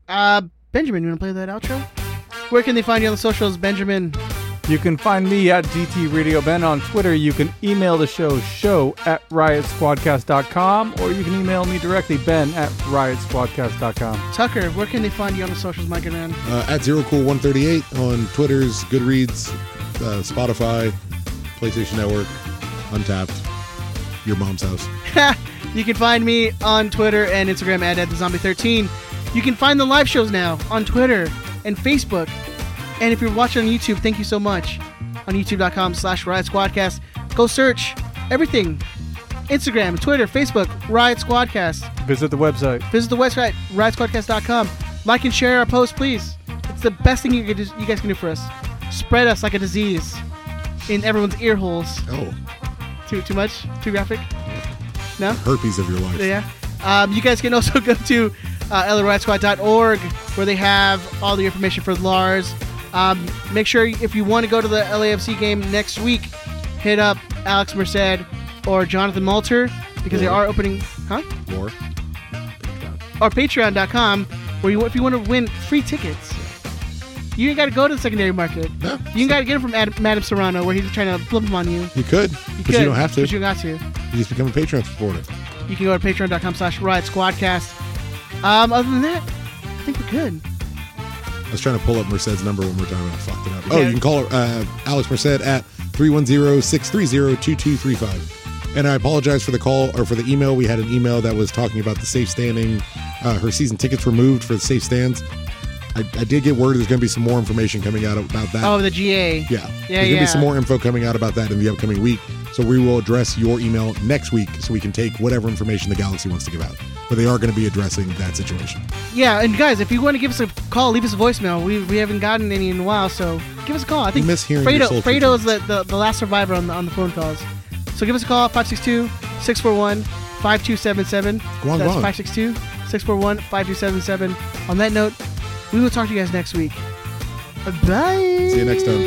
Speaker 2: Uh, Benjamin, you want to play that outro? Where can they find you on the socials, Benjamin?
Speaker 4: You can find me at GT Radio Ben on Twitter. You can email the show show at riotsquadcast.com or you can email me directly ben at riotsquadcast.com.
Speaker 2: Tucker, where can they find you on the socials, my good man?
Speaker 3: uh, at zero cool 138 on Twitter's Goodreads, uh, Spotify, PlayStation Network, Untapped, your mom's house.
Speaker 2: you can find me on Twitter and Instagram at, at the Zombie 13. You can find the live shows now on Twitter and Facebook. And if you're watching on YouTube, thank you so much. On youtube.com slash Riot Squadcast. Go search everything. Instagram, Twitter, Facebook, Riot Squadcast.
Speaker 4: Visit the website.
Speaker 2: Visit the website, riotsquadcast.com. Like and share our post, please. It's the best thing you, could, do- you guys can do for us. Spread us like a disease in everyone's ear holes.
Speaker 3: Oh,
Speaker 2: Too, too much? Too graphic? No?
Speaker 3: herpes of your life.
Speaker 2: Yeah. Um, you guys can also go to uh, LARiotSquad.org where they have all the information for Lars. Um, make sure if you want to go to the LAFC game next week, hit up Alex Merced or Jonathan Malter because they are opening, huh?
Speaker 3: Or
Speaker 2: Or Patreon.com where you if you want to win free tickets. You ain't got to go to the secondary market.
Speaker 3: No.
Speaker 2: You ain't got to get them from Adam, Madame Serrano where he's trying to flip them on you. You
Speaker 3: you could, but you
Speaker 2: could,
Speaker 3: don't have to.
Speaker 2: But you
Speaker 3: You
Speaker 2: got to.
Speaker 3: just become a Patreon supporter.
Speaker 2: You can go to patreon.com slash riot squadcast. Um, other than that, I think we're good.
Speaker 3: I was trying to pull up Merced's number one more time and I fucked it up. Oh,
Speaker 2: Yeah.
Speaker 3: you can call her, uh, Alex Merced at 310-630-2235. And I apologize for the call or for the email. We had an email that was talking about the safe standing, uh, her season tickets removed for the safe stands. I, I did get word there's going to be some more information coming out about that.
Speaker 2: Oh, the GA.
Speaker 3: yeah. There's
Speaker 2: Yeah,
Speaker 3: going to
Speaker 2: yeah.
Speaker 3: be some more info coming out about that in the upcoming week. So we will address your email next week so we can take whatever information the Galaxy wants to give out. But they are going to be addressing that situation.
Speaker 2: Yeah, and guys, if you want to give us a call, leave us a voicemail. We, we haven't gotten any in a while, so give us a call. I think
Speaker 3: miss hearing your
Speaker 2: Fredo,
Speaker 3: soul
Speaker 2: Fredo's the,
Speaker 3: sometimes.
Speaker 2: the, the last survivor on the, on the phone calls. So give us a call, 562-641-5277.
Speaker 3: Go on, go on.
Speaker 2: That's 562-641-5277. On that note, we will talk to you guys next week. Bye.
Speaker 3: See you next time.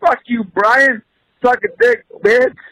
Speaker 8: Fuck you, Brian. Suck a dick, bitch.